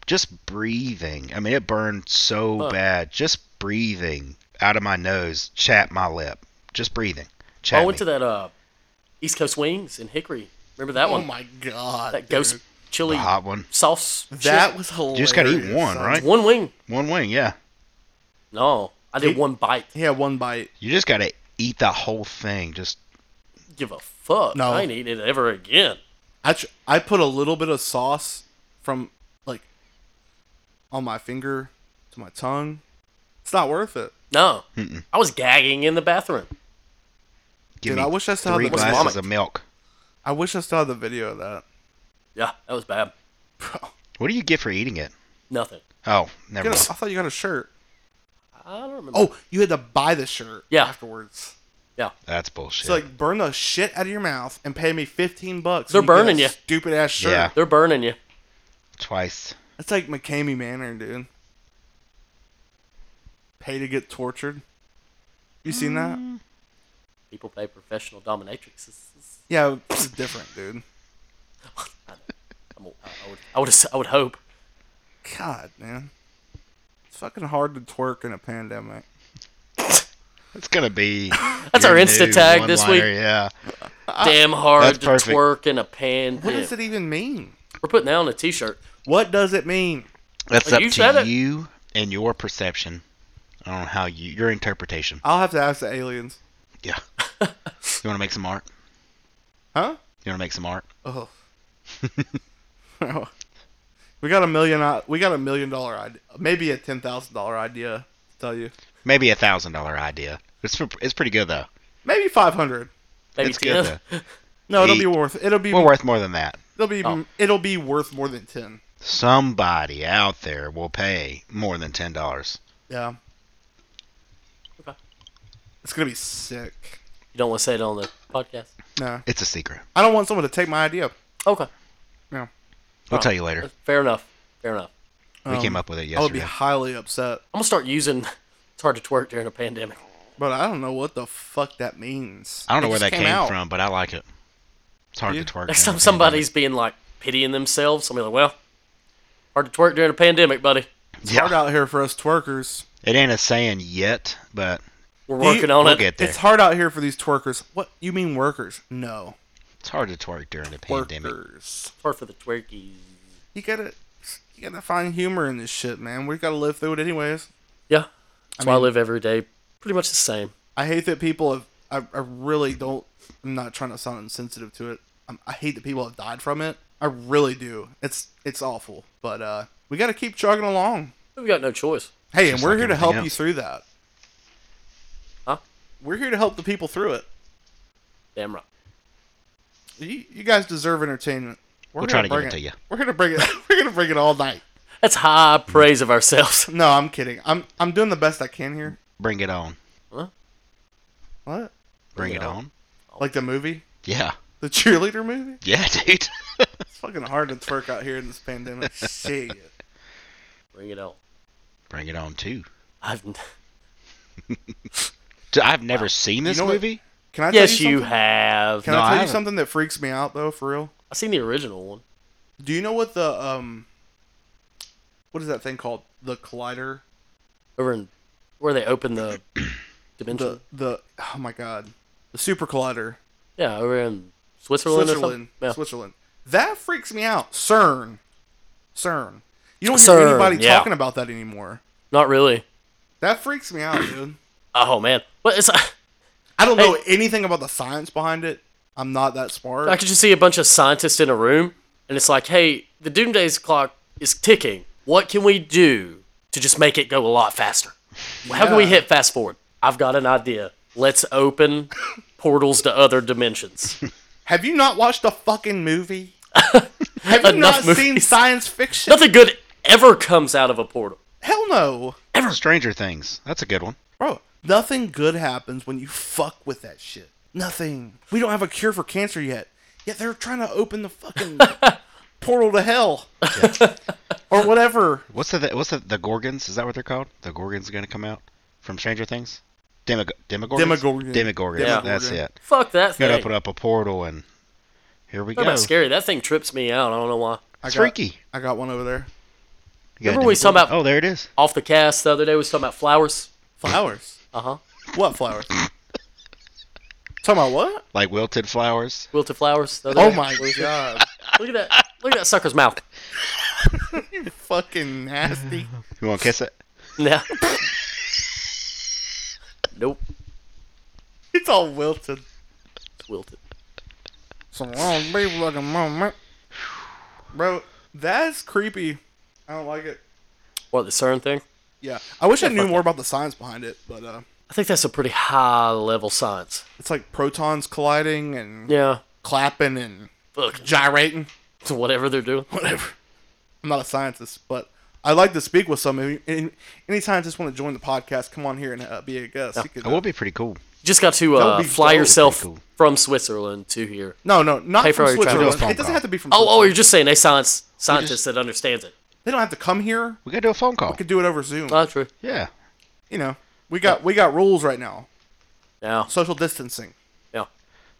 Speaker 3: Just breathing. I mean, it burned so
Speaker 2: Huh.
Speaker 3: bad. Just breathing out of my nose, chapped my lip. Just breathing. Chapped
Speaker 2: I went
Speaker 3: me.
Speaker 2: to that uh, East Coast Wings in Hickory. Remember that
Speaker 1: Oh
Speaker 2: one?
Speaker 1: my god.
Speaker 2: that ghost
Speaker 1: dude.
Speaker 2: chili
Speaker 3: the hot one.
Speaker 2: sauce. chip.
Speaker 1: That was hilarious.
Speaker 3: just gotta eat one,
Speaker 1: son.
Speaker 3: right?
Speaker 2: one wing.
Speaker 3: One wing, yeah.
Speaker 2: No, I did
Speaker 1: He-
Speaker 2: one bite.
Speaker 1: He had one bite.
Speaker 3: You just gotta eat the whole thing. Just
Speaker 2: Give a fuck.
Speaker 1: No.
Speaker 2: I ain't eating it ever again.
Speaker 1: I tr- I put a little bit of sauce from like on my finger to my tongue. It's not worth it.
Speaker 2: No,
Speaker 3: Mm-mm.
Speaker 2: I was gagging in the bathroom.
Speaker 3: give
Speaker 1: Dude,
Speaker 3: me
Speaker 1: I wish I still had
Speaker 3: three
Speaker 1: the
Speaker 2: was
Speaker 3: glasses
Speaker 1: video.
Speaker 2: vomit.
Speaker 3: of milk.
Speaker 1: I wish I still had the video of that.
Speaker 2: Yeah, that was bad.
Speaker 1: Bro,
Speaker 3: What do you get for eating it?
Speaker 2: Nothing.
Speaker 3: Oh, never
Speaker 1: get a, I
Speaker 3: mind.
Speaker 1: thought you got a shirt.
Speaker 2: I don't remember.
Speaker 1: Oh, you had to buy the shirt
Speaker 2: Yeah.
Speaker 1: afterwards.
Speaker 3: That's bullshit.
Speaker 1: So like burn the shit out of your mouth and pay me fifteen bucks.
Speaker 2: They're
Speaker 1: and get a
Speaker 2: burning ya.
Speaker 1: Stupid ass shirt.
Speaker 3: Yeah.
Speaker 2: they're burning you.
Speaker 3: Twice.
Speaker 1: That's like McCamey Manor, dude. Pay to get tortured. You seen that?
Speaker 2: Mm. People pay professional dominatrixes.
Speaker 1: Yeah, it's different, dude.
Speaker 2: I'm a- I I would, I would, I would hope.
Speaker 1: God, man. It's fucking hard to twerk in a pandemic.
Speaker 3: That's gonna be.
Speaker 2: That's
Speaker 3: your
Speaker 2: our
Speaker 3: new
Speaker 2: Insta tag this
Speaker 3: one-liner,
Speaker 2: week.
Speaker 3: Yeah.
Speaker 2: Damn hard
Speaker 3: That's
Speaker 2: to
Speaker 3: perfect.
Speaker 2: twerk in a pan.
Speaker 1: What does it even mean?
Speaker 2: We're putting that on a t-shirt.
Speaker 1: What does it mean?
Speaker 3: That's
Speaker 2: Like,
Speaker 3: up
Speaker 2: you said
Speaker 3: to
Speaker 2: it.
Speaker 3: you and your perception. I don't know how you your interpretation.
Speaker 2: Uh,
Speaker 1: I'll have to ask the aliens.
Speaker 3: Yeah. you wanna make some art?
Speaker 1: Huh?
Speaker 3: You wanna make some art?
Speaker 1: Oh. we got a million i- we got a million dollar idea maybe a ten thousand dollar idea, to tell you.
Speaker 3: Maybe a thousand dollar idea. It's pre- it's pretty good though.
Speaker 1: Maybe five hundred.
Speaker 2: Maybe
Speaker 3: it's
Speaker 2: 10.
Speaker 3: good though.
Speaker 1: No, it'll
Speaker 3: Eight.
Speaker 1: be worth it'll be
Speaker 3: We're worth more than that.
Speaker 1: it'll be
Speaker 2: Oh.
Speaker 1: it'll be worth more than ten.
Speaker 3: Somebody out there will pay more than ten dollars.
Speaker 1: Yeah.
Speaker 2: Okay.
Speaker 1: It's gonna be sick.
Speaker 2: You don't want to say it on the podcast.
Speaker 1: No.
Speaker 3: It's a secret.
Speaker 1: I don't want someone to take my idea.
Speaker 2: Okay,
Speaker 3: We'll
Speaker 2: Oh.
Speaker 3: tell you later.
Speaker 2: fair enough. Fair enough.
Speaker 3: We
Speaker 1: Um,
Speaker 3: came up with it
Speaker 1: I would be
Speaker 3: yesterday.
Speaker 1: highly upset.
Speaker 2: I'm gonna start using. It's hard to twerk during a pandemic.
Speaker 1: But I don't know what the fuck that means.
Speaker 3: I don't know
Speaker 1: It
Speaker 3: where
Speaker 1: just
Speaker 3: that came,
Speaker 1: out.
Speaker 3: from, but I like it. It's hard
Speaker 1: Yeah.
Speaker 3: to twerk.
Speaker 2: Next
Speaker 3: during
Speaker 2: time
Speaker 3: a
Speaker 2: somebody's being like pitying themselves, I'm gonna be like, well, hard to twerk during a pandemic, buddy.
Speaker 1: It's
Speaker 3: pandemic.
Speaker 1: hard out here for us twerkers.
Speaker 3: Yeah. It ain't a saying yet, but
Speaker 2: We're
Speaker 1: Do you-
Speaker 2: working on
Speaker 3: we'll
Speaker 2: it.
Speaker 3: get there.
Speaker 1: It's hard out here for these twerkers. What you mean workers? No.
Speaker 3: it's hard to twerk during a pandemic.
Speaker 1: Workers.
Speaker 2: It's hard for the twerkies.
Speaker 1: You gotta you gotta find humor in this shit, man. We gotta live through it anyways.
Speaker 2: Yeah, that's why I
Speaker 1: mean-
Speaker 2: live every day pretty much the same.
Speaker 1: I hate that people have. I, I really don't. I'm not trying to sound insensitive to it. Um, i I hate that people have died from it. I really do. It's it's awful. But uh, we got to keep chugging along.
Speaker 2: We got no choice.
Speaker 1: Hey, and
Speaker 3: Just
Speaker 1: we're
Speaker 3: like
Speaker 1: here to
Speaker 3: everything
Speaker 1: help you
Speaker 3: else.
Speaker 1: through that.
Speaker 2: Huh?
Speaker 1: We're here to help the people through it.
Speaker 2: Damn right.
Speaker 1: You, you guys deserve entertainment. We're
Speaker 3: We'll
Speaker 1: gonna
Speaker 3: try to give
Speaker 1: bring
Speaker 3: it to you.
Speaker 1: We're gonna bring it. We're gonna bring it all night.
Speaker 2: That's high praise of ourselves.
Speaker 1: No, I'm kidding. I'm I'm doing the best I can here.
Speaker 3: Bring it on.
Speaker 1: What?
Speaker 3: Bring it on.
Speaker 1: Like the movie,
Speaker 3: Yeah.
Speaker 1: the cheerleader movie?
Speaker 3: Yeah, dude.
Speaker 1: It's fucking hard to twerk out here in this pandemic. Shit.
Speaker 2: Bring it on.
Speaker 3: Bring it on too.
Speaker 2: I've n-
Speaker 3: D- I've never seen this
Speaker 1: know what-
Speaker 3: movie.
Speaker 1: Can I?
Speaker 2: yes,
Speaker 1: tell you,
Speaker 2: you
Speaker 1: something?
Speaker 2: have.
Speaker 1: Can
Speaker 3: No, I
Speaker 1: I tell you
Speaker 3: haven't.
Speaker 1: something that freaks me out though, for real?
Speaker 2: I've seen the original one.
Speaker 1: Do you know what the um, what is that thing called? The collider.
Speaker 2: Over in where they open the dimension.
Speaker 1: The the oh my god, the super collider.
Speaker 2: yeah, over in Switzerland,
Speaker 1: Switzerland.
Speaker 2: or something.
Speaker 1: Switzerland. That freaks me out. CERN. CERN. You don't hear
Speaker 2: CERN,
Speaker 1: anybody
Speaker 2: yeah.
Speaker 1: talking about that anymore.
Speaker 2: Yeah, not really.
Speaker 1: That freaks me out, dude.
Speaker 2: Oh man, but it's
Speaker 1: I don't
Speaker 2: Hey.
Speaker 1: know anything about the science behind it. I'm not that smart.
Speaker 2: I could just see a bunch of scientists in a room, and it's like, hey, the doomsday clock is ticking. What can we do to just make it go a lot faster? How can we
Speaker 1: Yeah.
Speaker 2: hit fast forward? I've got an idea. Let's open portals to other dimensions.
Speaker 1: Have you not watched a fucking movie? Have you
Speaker 2: Enough
Speaker 1: not seen
Speaker 2: movies.
Speaker 1: science fiction?
Speaker 2: Nothing good ever comes out of a portal.
Speaker 1: Hell no.
Speaker 3: Stranger Things. That's a good one.
Speaker 1: Bro, nothing good happens when you fuck with that shit. Nothing. We don't have a cure for cancer yet. Yet they're trying to open the fucking portal to hell. or whatever.
Speaker 3: What's the what's the the Gorgons? Is that what they're called? The Gorgons gonna come out from Stranger Things? Demog- Demogorgons.
Speaker 1: Demogorgon.
Speaker 3: Demogorgon.
Speaker 2: Yeah.
Speaker 3: That's
Speaker 1: Demogorgon.
Speaker 3: it.
Speaker 2: Fuck that
Speaker 3: You
Speaker 2: thing.
Speaker 3: gotta open up a portal and here we
Speaker 2: Talk
Speaker 3: go.
Speaker 2: about scary. That thing trips me out. I don't know why.
Speaker 1: I
Speaker 3: It's
Speaker 1: got-
Speaker 3: freaky.
Speaker 1: I got one over there.
Speaker 3: You got
Speaker 2: Remember we was talking
Speaker 3: Demogorgon.
Speaker 2: about-
Speaker 3: Oh, there it is.
Speaker 2: Off the cast the other day, we was talking about flowers.
Speaker 1: Flowers.
Speaker 2: Uh huh.
Speaker 1: what flowers? Talking about what?
Speaker 3: Like wilted flowers.
Speaker 2: Wilted flowers. the other
Speaker 1: Oh
Speaker 2: day.
Speaker 1: my god.
Speaker 2: Look at that. Look at that sucker's mouth.
Speaker 1: fucking nasty.
Speaker 3: You want to kiss it?
Speaker 2: Yeah. nope.
Speaker 1: It's all wilted.
Speaker 2: It's wilted.
Speaker 1: Some wrong people like a moment. Bro, that's creepy. I don't like it.
Speaker 2: What the CERN thing?
Speaker 1: Yeah. I wish I knew more about the science behind it, but uh
Speaker 2: I think that's a pretty high level science.
Speaker 1: it's like protons colliding and
Speaker 2: Yeah.
Speaker 1: clapping and
Speaker 2: Fuck.
Speaker 1: gyrating.
Speaker 2: Whatever they're doing.
Speaker 1: Whatever. I'm not a scientist, but I like to speak with some. Any- Any, any scientists want to join the podcast, come on here and uh, be a guest. You could,
Speaker 3: That would be pretty cool.
Speaker 2: Just got to
Speaker 1: That would
Speaker 2: uh,
Speaker 1: be
Speaker 2: fly
Speaker 1: dope.
Speaker 2: yourself
Speaker 3: Pretty cool.
Speaker 2: from Switzerland to here.
Speaker 1: uh, No, no, not
Speaker 2: Pay for
Speaker 1: from
Speaker 2: all your travel.
Speaker 1: Switzerland.
Speaker 3: Do a phone
Speaker 1: It doesn't
Speaker 3: call.
Speaker 1: have to be from.
Speaker 2: Oh, oh,
Speaker 1: Switzerland.
Speaker 2: you're just saying a science scientist
Speaker 3: just-
Speaker 2: that understands it.
Speaker 1: they don't have to come here.
Speaker 3: We gotta do a phone call.
Speaker 1: We could do it over Zoom.
Speaker 2: Not true.
Speaker 3: Yeah.
Speaker 1: you know, we got we got rules right now.
Speaker 2: No.
Speaker 1: Social distancing.
Speaker 2: Yeah.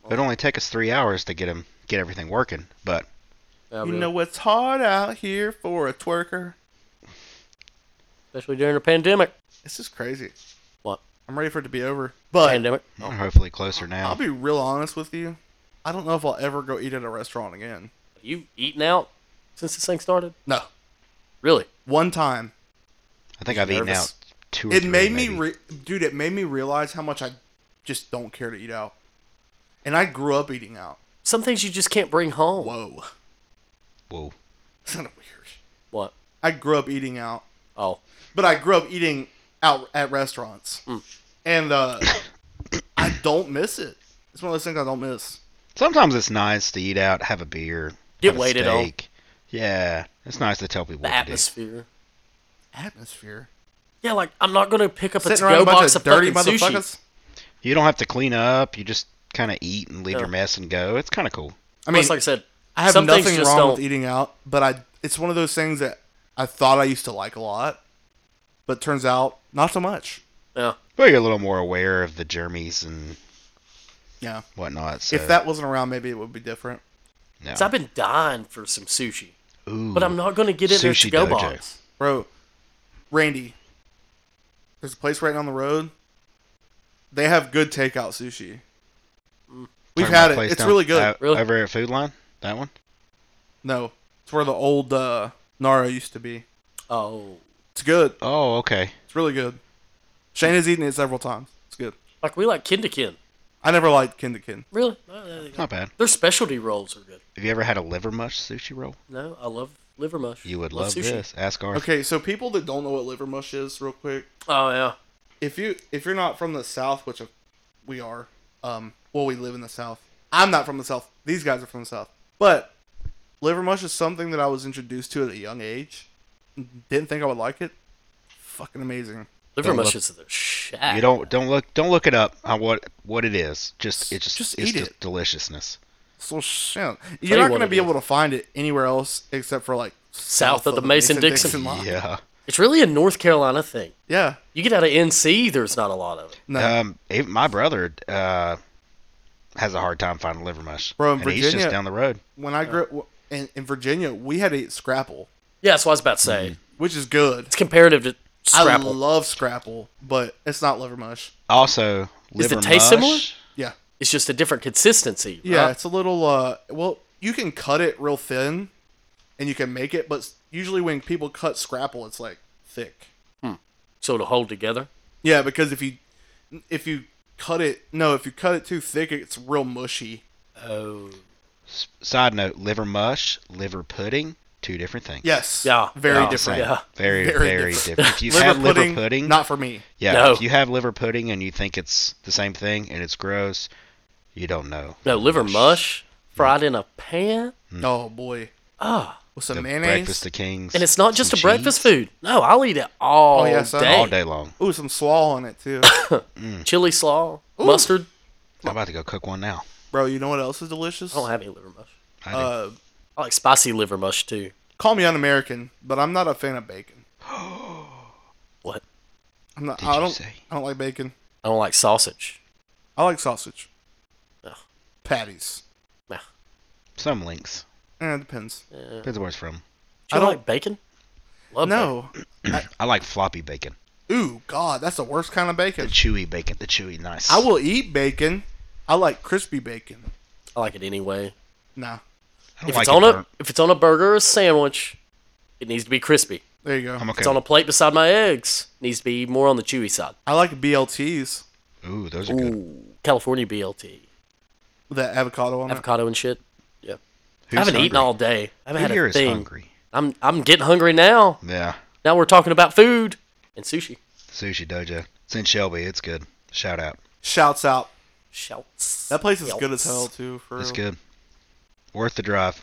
Speaker 3: It'd only take us three hours to get 'em- get everything working, but
Speaker 2: Yeah,
Speaker 1: You
Speaker 2: really.
Speaker 1: know it's hard out here for a twerker.
Speaker 2: Especially during a pandemic.
Speaker 1: It's just crazy.
Speaker 2: What?
Speaker 1: I'm ready for it to be over. But
Speaker 2: Pandemic.
Speaker 3: we're hopefully closer now.
Speaker 1: Oh. I'll be real honest with you. I don't know if I'll ever go eat at a restaurant again.
Speaker 2: You eating out since this thing started?
Speaker 1: No.
Speaker 2: Really?
Speaker 1: One time.
Speaker 3: I think I've eaten out
Speaker 2: nervous.
Speaker 3: two or
Speaker 1: It
Speaker 3: three,
Speaker 1: made me,
Speaker 3: maybe.
Speaker 1: re- dude. It made me realize how much I just don't care to eat out. And I grew up eating out.
Speaker 2: Some things you just can't bring home.
Speaker 1: Whoa,
Speaker 3: Whoa.
Speaker 1: isn't it weird?
Speaker 2: What?
Speaker 1: I grew up eating out.
Speaker 2: Oh.
Speaker 1: but I grew up eating out at restaurants, and uh, I don't miss it. It's one of those things I don't miss.
Speaker 3: Sometimes it's nice to eat out, have a beer,
Speaker 2: Get
Speaker 3: have a
Speaker 2: waited on.
Speaker 3: steak. Yeah, it's nice to tell people
Speaker 2: The
Speaker 3: what to do.
Speaker 2: atmosphere.
Speaker 1: Atmosphere.
Speaker 2: Yeah, like I'm not gonna pick up a
Speaker 1: Sitting around
Speaker 2: to-go
Speaker 1: a bunch
Speaker 2: box
Speaker 1: of
Speaker 2: of
Speaker 1: dirty
Speaker 2: fucking sushi.
Speaker 1: motherfuckers.
Speaker 3: You don't have to clean up. You just kind of eat and leave
Speaker 2: Yeah.
Speaker 3: your mess and go. It's kind of cool.
Speaker 1: I mean,
Speaker 2: Plus, like I said,
Speaker 1: I have
Speaker 2: some things
Speaker 1: nothing
Speaker 2: just
Speaker 1: wrong
Speaker 2: don't.
Speaker 1: with eating out, but I it's one of those things that I thought I used to like a lot, but turns out not so much.
Speaker 2: Yeah.
Speaker 3: Well, you're a little more aware of the germs and
Speaker 1: Yeah.
Speaker 3: whatnot. So,
Speaker 1: If that wasn't around, maybe it would be different.
Speaker 3: no.
Speaker 2: 'Cause I've been dying for some sushi,
Speaker 3: Ooh,
Speaker 2: but I'm not going to get it in a
Speaker 3: Mm. Sushi
Speaker 2: to-go
Speaker 3: Dojo.
Speaker 2: box.
Speaker 1: Bro, Randy, there's a place right down the road. They have good takeout sushi. We've
Speaker 3: talking about
Speaker 1: had it.
Speaker 3: place
Speaker 1: It's
Speaker 3: down-
Speaker 1: really good.
Speaker 3: uh,
Speaker 2: Really?
Speaker 3: Over at Food Line, that one.
Speaker 1: No, it's where the old uh, Nara used to be.
Speaker 2: Oh,
Speaker 1: It's good.
Speaker 3: Oh, okay.
Speaker 1: It's really good. Shane has eaten it several times. It's good.
Speaker 2: like we like kin to kin.
Speaker 1: I never liked Kindakin.
Speaker 2: Really? Uh, No, no, no.
Speaker 3: Not bad.
Speaker 2: Their specialty rolls are good.
Speaker 3: Have you ever had a liver mush sushi roll?
Speaker 2: No, I love liver mush.
Speaker 3: You would love, this. Ask Arthur.
Speaker 1: Okay, so people that don't know what liver mush is, real quick,
Speaker 2: Oh yeah.
Speaker 1: if you if you're not from the South, which we are, um, well, we live in the South. I'm not from the South. These guys are from the South. But liver mush is something that I was introduced to at a young age, didn't think I would like it. Fucking amazing.
Speaker 2: Liver
Speaker 3: Don't look-
Speaker 2: mushrooms are the shit.
Speaker 3: You don't don't look don't look it up on what what it is. Just it just,
Speaker 1: Just
Speaker 3: it's
Speaker 1: eat
Speaker 3: just
Speaker 1: it.
Speaker 3: deliciousness.
Speaker 1: So shit.
Speaker 2: you
Speaker 1: You're not
Speaker 2: what
Speaker 1: gonna
Speaker 2: it
Speaker 1: be
Speaker 2: is.
Speaker 1: able to find it anywhere else except for like
Speaker 2: South of the Mason-Dixon
Speaker 1: line. Yeah.
Speaker 3: Yeah.
Speaker 2: It's really a North Carolina thing.
Speaker 1: Yeah.
Speaker 2: You get out of NC, there's not a lot of it.
Speaker 1: No.
Speaker 3: Um, even my brother uh, has a hard time finding liver mush.
Speaker 1: Bro, in
Speaker 3: and he's just
Speaker 1: Virginia-
Speaker 3: down the road.
Speaker 1: when I grew up in, in Virginia, we had to eat Scrapple,
Speaker 2: Yeah, that's what I was about to say.
Speaker 3: Mm-hmm.
Speaker 1: which is good.
Speaker 2: It's comparative to
Speaker 1: I
Speaker 2: Scrapple.
Speaker 1: love Scrapple, but it's not liver mush.
Speaker 3: Also,
Speaker 2: Is the
Speaker 3: liver
Speaker 2: taste
Speaker 3: mush.
Speaker 2: similar?
Speaker 1: Yeah.
Speaker 2: It's just a different consistency.
Speaker 1: Yeah,
Speaker 2: right?
Speaker 1: it's a little uh well, you can cut it real thin and you can make it, but usually when people cut Scrapple, it's like thick.
Speaker 2: So it'll hold together.
Speaker 1: Yeah, because if you if you cut it, no, if you cut it too thick, it's real mushy.
Speaker 2: Oh.
Speaker 3: S- Side note: liver mush, liver pudding, two different things. Oh,
Speaker 1: Yes.
Speaker 2: Yeah.
Speaker 1: Very
Speaker 2: yeah,
Speaker 1: different.
Speaker 2: Yeah.
Speaker 3: Very
Speaker 1: Very
Speaker 3: very,
Speaker 1: different.
Speaker 3: different. If you have liver pudding,
Speaker 1: not for me.
Speaker 3: yeah,
Speaker 2: No.
Speaker 3: if you have liver pudding and you think it's the same thing and it's gross, you don't know.
Speaker 2: No, liver mush fried in a pan.
Speaker 1: Oh boy,
Speaker 2: Ah.
Speaker 1: with some
Speaker 3: Hmm. The
Speaker 1: mayonnaise.
Speaker 3: breakfast of kings,
Speaker 2: And it's not just a
Speaker 3: some
Speaker 2: breakfast
Speaker 3: cheese,
Speaker 2: food. No, I'll eat it all,
Speaker 1: Oh, yeah, son.
Speaker 2: day.
Speaker 3: all day long.
Speaker 1: Ooh, some slaw on it too,
Speaker 2: Chili slaw, mustard.
Speaker 3: I'm about to go cook one now.
Speaker 1: bro. You know what else is delicious?
Speaker 2: I don't have any liver mush.
Speaker 3: I do.
Speaker 1: uh,
Speaker 2: I like spicy liver mush too.
Speaker 1: call me un-American, but I'm not a fan of bacon.
Speaker 2: What?
Speaker 1: I'm not.
Speaker 3: Did
Speaker 1: I
Speaker 3: you
Speaker 1: don't.
Speaker 3: say?
Speaker 1: I don't like bacon.
Speaker 2: I don't like sausage.
Speaker 1: I like sausage.
Speaker 2: Ugh.
Speaker 1: Patties.
Speaker 2: Nah.
Speaker 3: Some links.
Speaker 1: Eh, it depends.
Speaker 2: Yeah.
Speaker 3: Depends where it's from.
Speaker 2: Do
Speaker 1: I
Speaker 2: you
Speaker 1: don't-
Speaker 2: like bacon? Love
Speaker 1: no.
Speaker 3: I like floppy bacon,
Speaker 1: Ooh, God, that's the worst kind of
Speaker 3: the
Speaker 1: bacon.
Speaker 3: chewy bacon, the chewy nice.
Speaker 1: I will eat bacon. I like crispy bacon.
Speaker 2: bacon. I like it anyway.
Speaker 1: Nah.
Speaker 3: I don't
Speaker 2: If
Speaker 3: like
Speaker 2: it's
Speaker 3: it
Speaker 2: on a
Speaker 3: burnt.
Speaker 2: if it's on a burger or a sandwich, it needs to be crispy.
Speaker 1: There you go.
Speaker 3: I'm okay.
Speaker 2: It's on a plate beside my eggs. Needs to be more on the chewy side.
Speaker 1: I like BLTs.
Speaker 3: Ooh, those are good.
Speaker 2: Ooh, California BLT,
Speaker 1: with That avocado on it.
Speaker 2: avocado and shit. Yeah,
Speaker 3: Who's
Speaker 2: I haven't
Speaker 3: hungry?
Speaker 2: eaten all day. I
Speaker 3: Who
Speaker 2: haven't had
Speaker 3: here
Speaker 2: a
Speaker 3: is
Speaker 2: thing.
Speaker 3: hungry?
Speaker 2: I'm I'm getting hungry now.
Speaker 3: Yeah,
Speaker 2: Now we're talking about food and sushi.
Speaker 3: Sushi Dojo. It's in Shelby. It's good. Shout out.
Speaker 1: Shouts out.
Speaker 2: Shouts.
Speaker 1: That place is good as
Speaker 2: Shouts.
Speaker 1: hell too. For
Speaker 3: It's
Speaker 1: real.
Speaker 3: good. Worth the drive.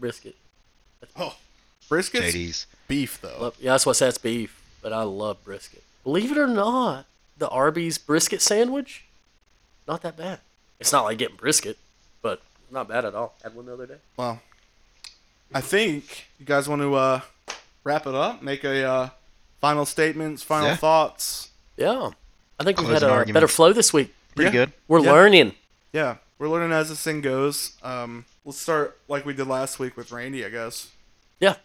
Speaker 2: Brisket.
Speaker 1: Oh, brisket's
Speaker 3: JD's.
Speaker 1: beef though.
Speaker 2: Love- yeah, that's what that's beef, but I love brisket. Believe it or not, the Arby's brisket sandwich, not that bad. It's not like getting brisket, but not bad at all. Had one the other day.
Speaker 1: Well, I think you guys want to uh, wrap it up. Make a uh, final statements, final
Speaker 3: Yeah.
Speaker 1: thoughts.
Speaker 2: Yeah, I think we had
Speaker 3: Closing
Speaker 2: a
Speaker 3: arguments.
Speaker 2: better flow this week.
Speaker 3: Pretty
Speaker 1: Yeah.
Speaker 3: good.
Speaker 2: We're
Speaker 1: Yeah.
Speaker 2: learning.
Speaker 1: Yeah, we're learning as this thing goes. Um, let's start like we did last week with Randy, I guess.
Speaker 2: Yeah.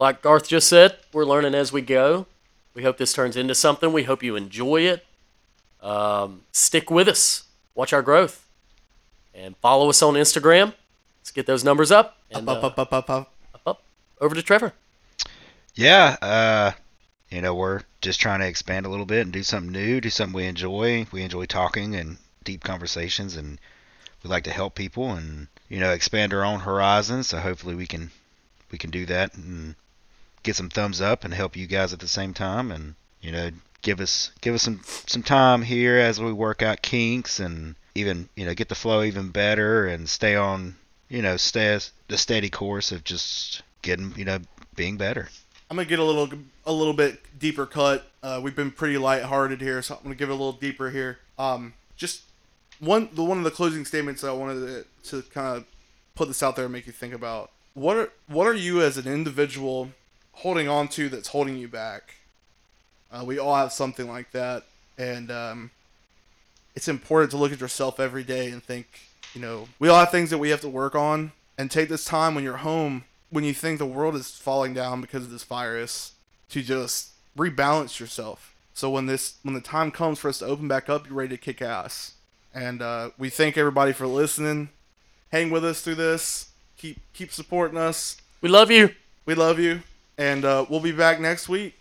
Speaker 2: Like Garth just said, we're learning as we go. We hope this turns into something. We hope you enjoy it. Um, stick with us. Watch our growth. And follow us on Instagram. Let's get those numbers up. And,
Speaker 1: up,
Speaker 2: uh,
Speaker 1: up, up, up, up.
Speaker 2: up, up. Over to Trevor.
Speaker 3: Yeah. Uh, you know, we're just trying to expand a little bit and do something new, do something we enjoy. We enjoy talking and deep conversations, and we like to help people and you know expand our own horizons. So hopefully we can we can do that and get some thumbs up and help you guys at the same time, and you know give us give us some some time here as we work out kinks and even you know get the flow even better and stay on you know stay the steady course of just getting you know being better.
Speaker 1: I'm gonna get a little a little bit deeper cut. Uh, we've been pretty lighthearted here, so I'm gonna give it a little deeper here. Um, just one the one of the closing statements that I wanted to, to kind of put this out there and make you think about what are what are you as an individual holding on to that's holding you back? Uh, we all have something like that, and um, it's important to look at yourself every day and think, you know, we all have things that we have to work on and take this time when you're home, when you think the world is falling down because of this virus, to just rebalance yourself. So when this when the time comes for us to open back up, you're ready to kick ass. And uh, we thank everybody for listening. Hang with us through this. Keep keep supporting us.
Speaker 2: We love you.
Speaker 1: We love you. And uh, we'll be back next week.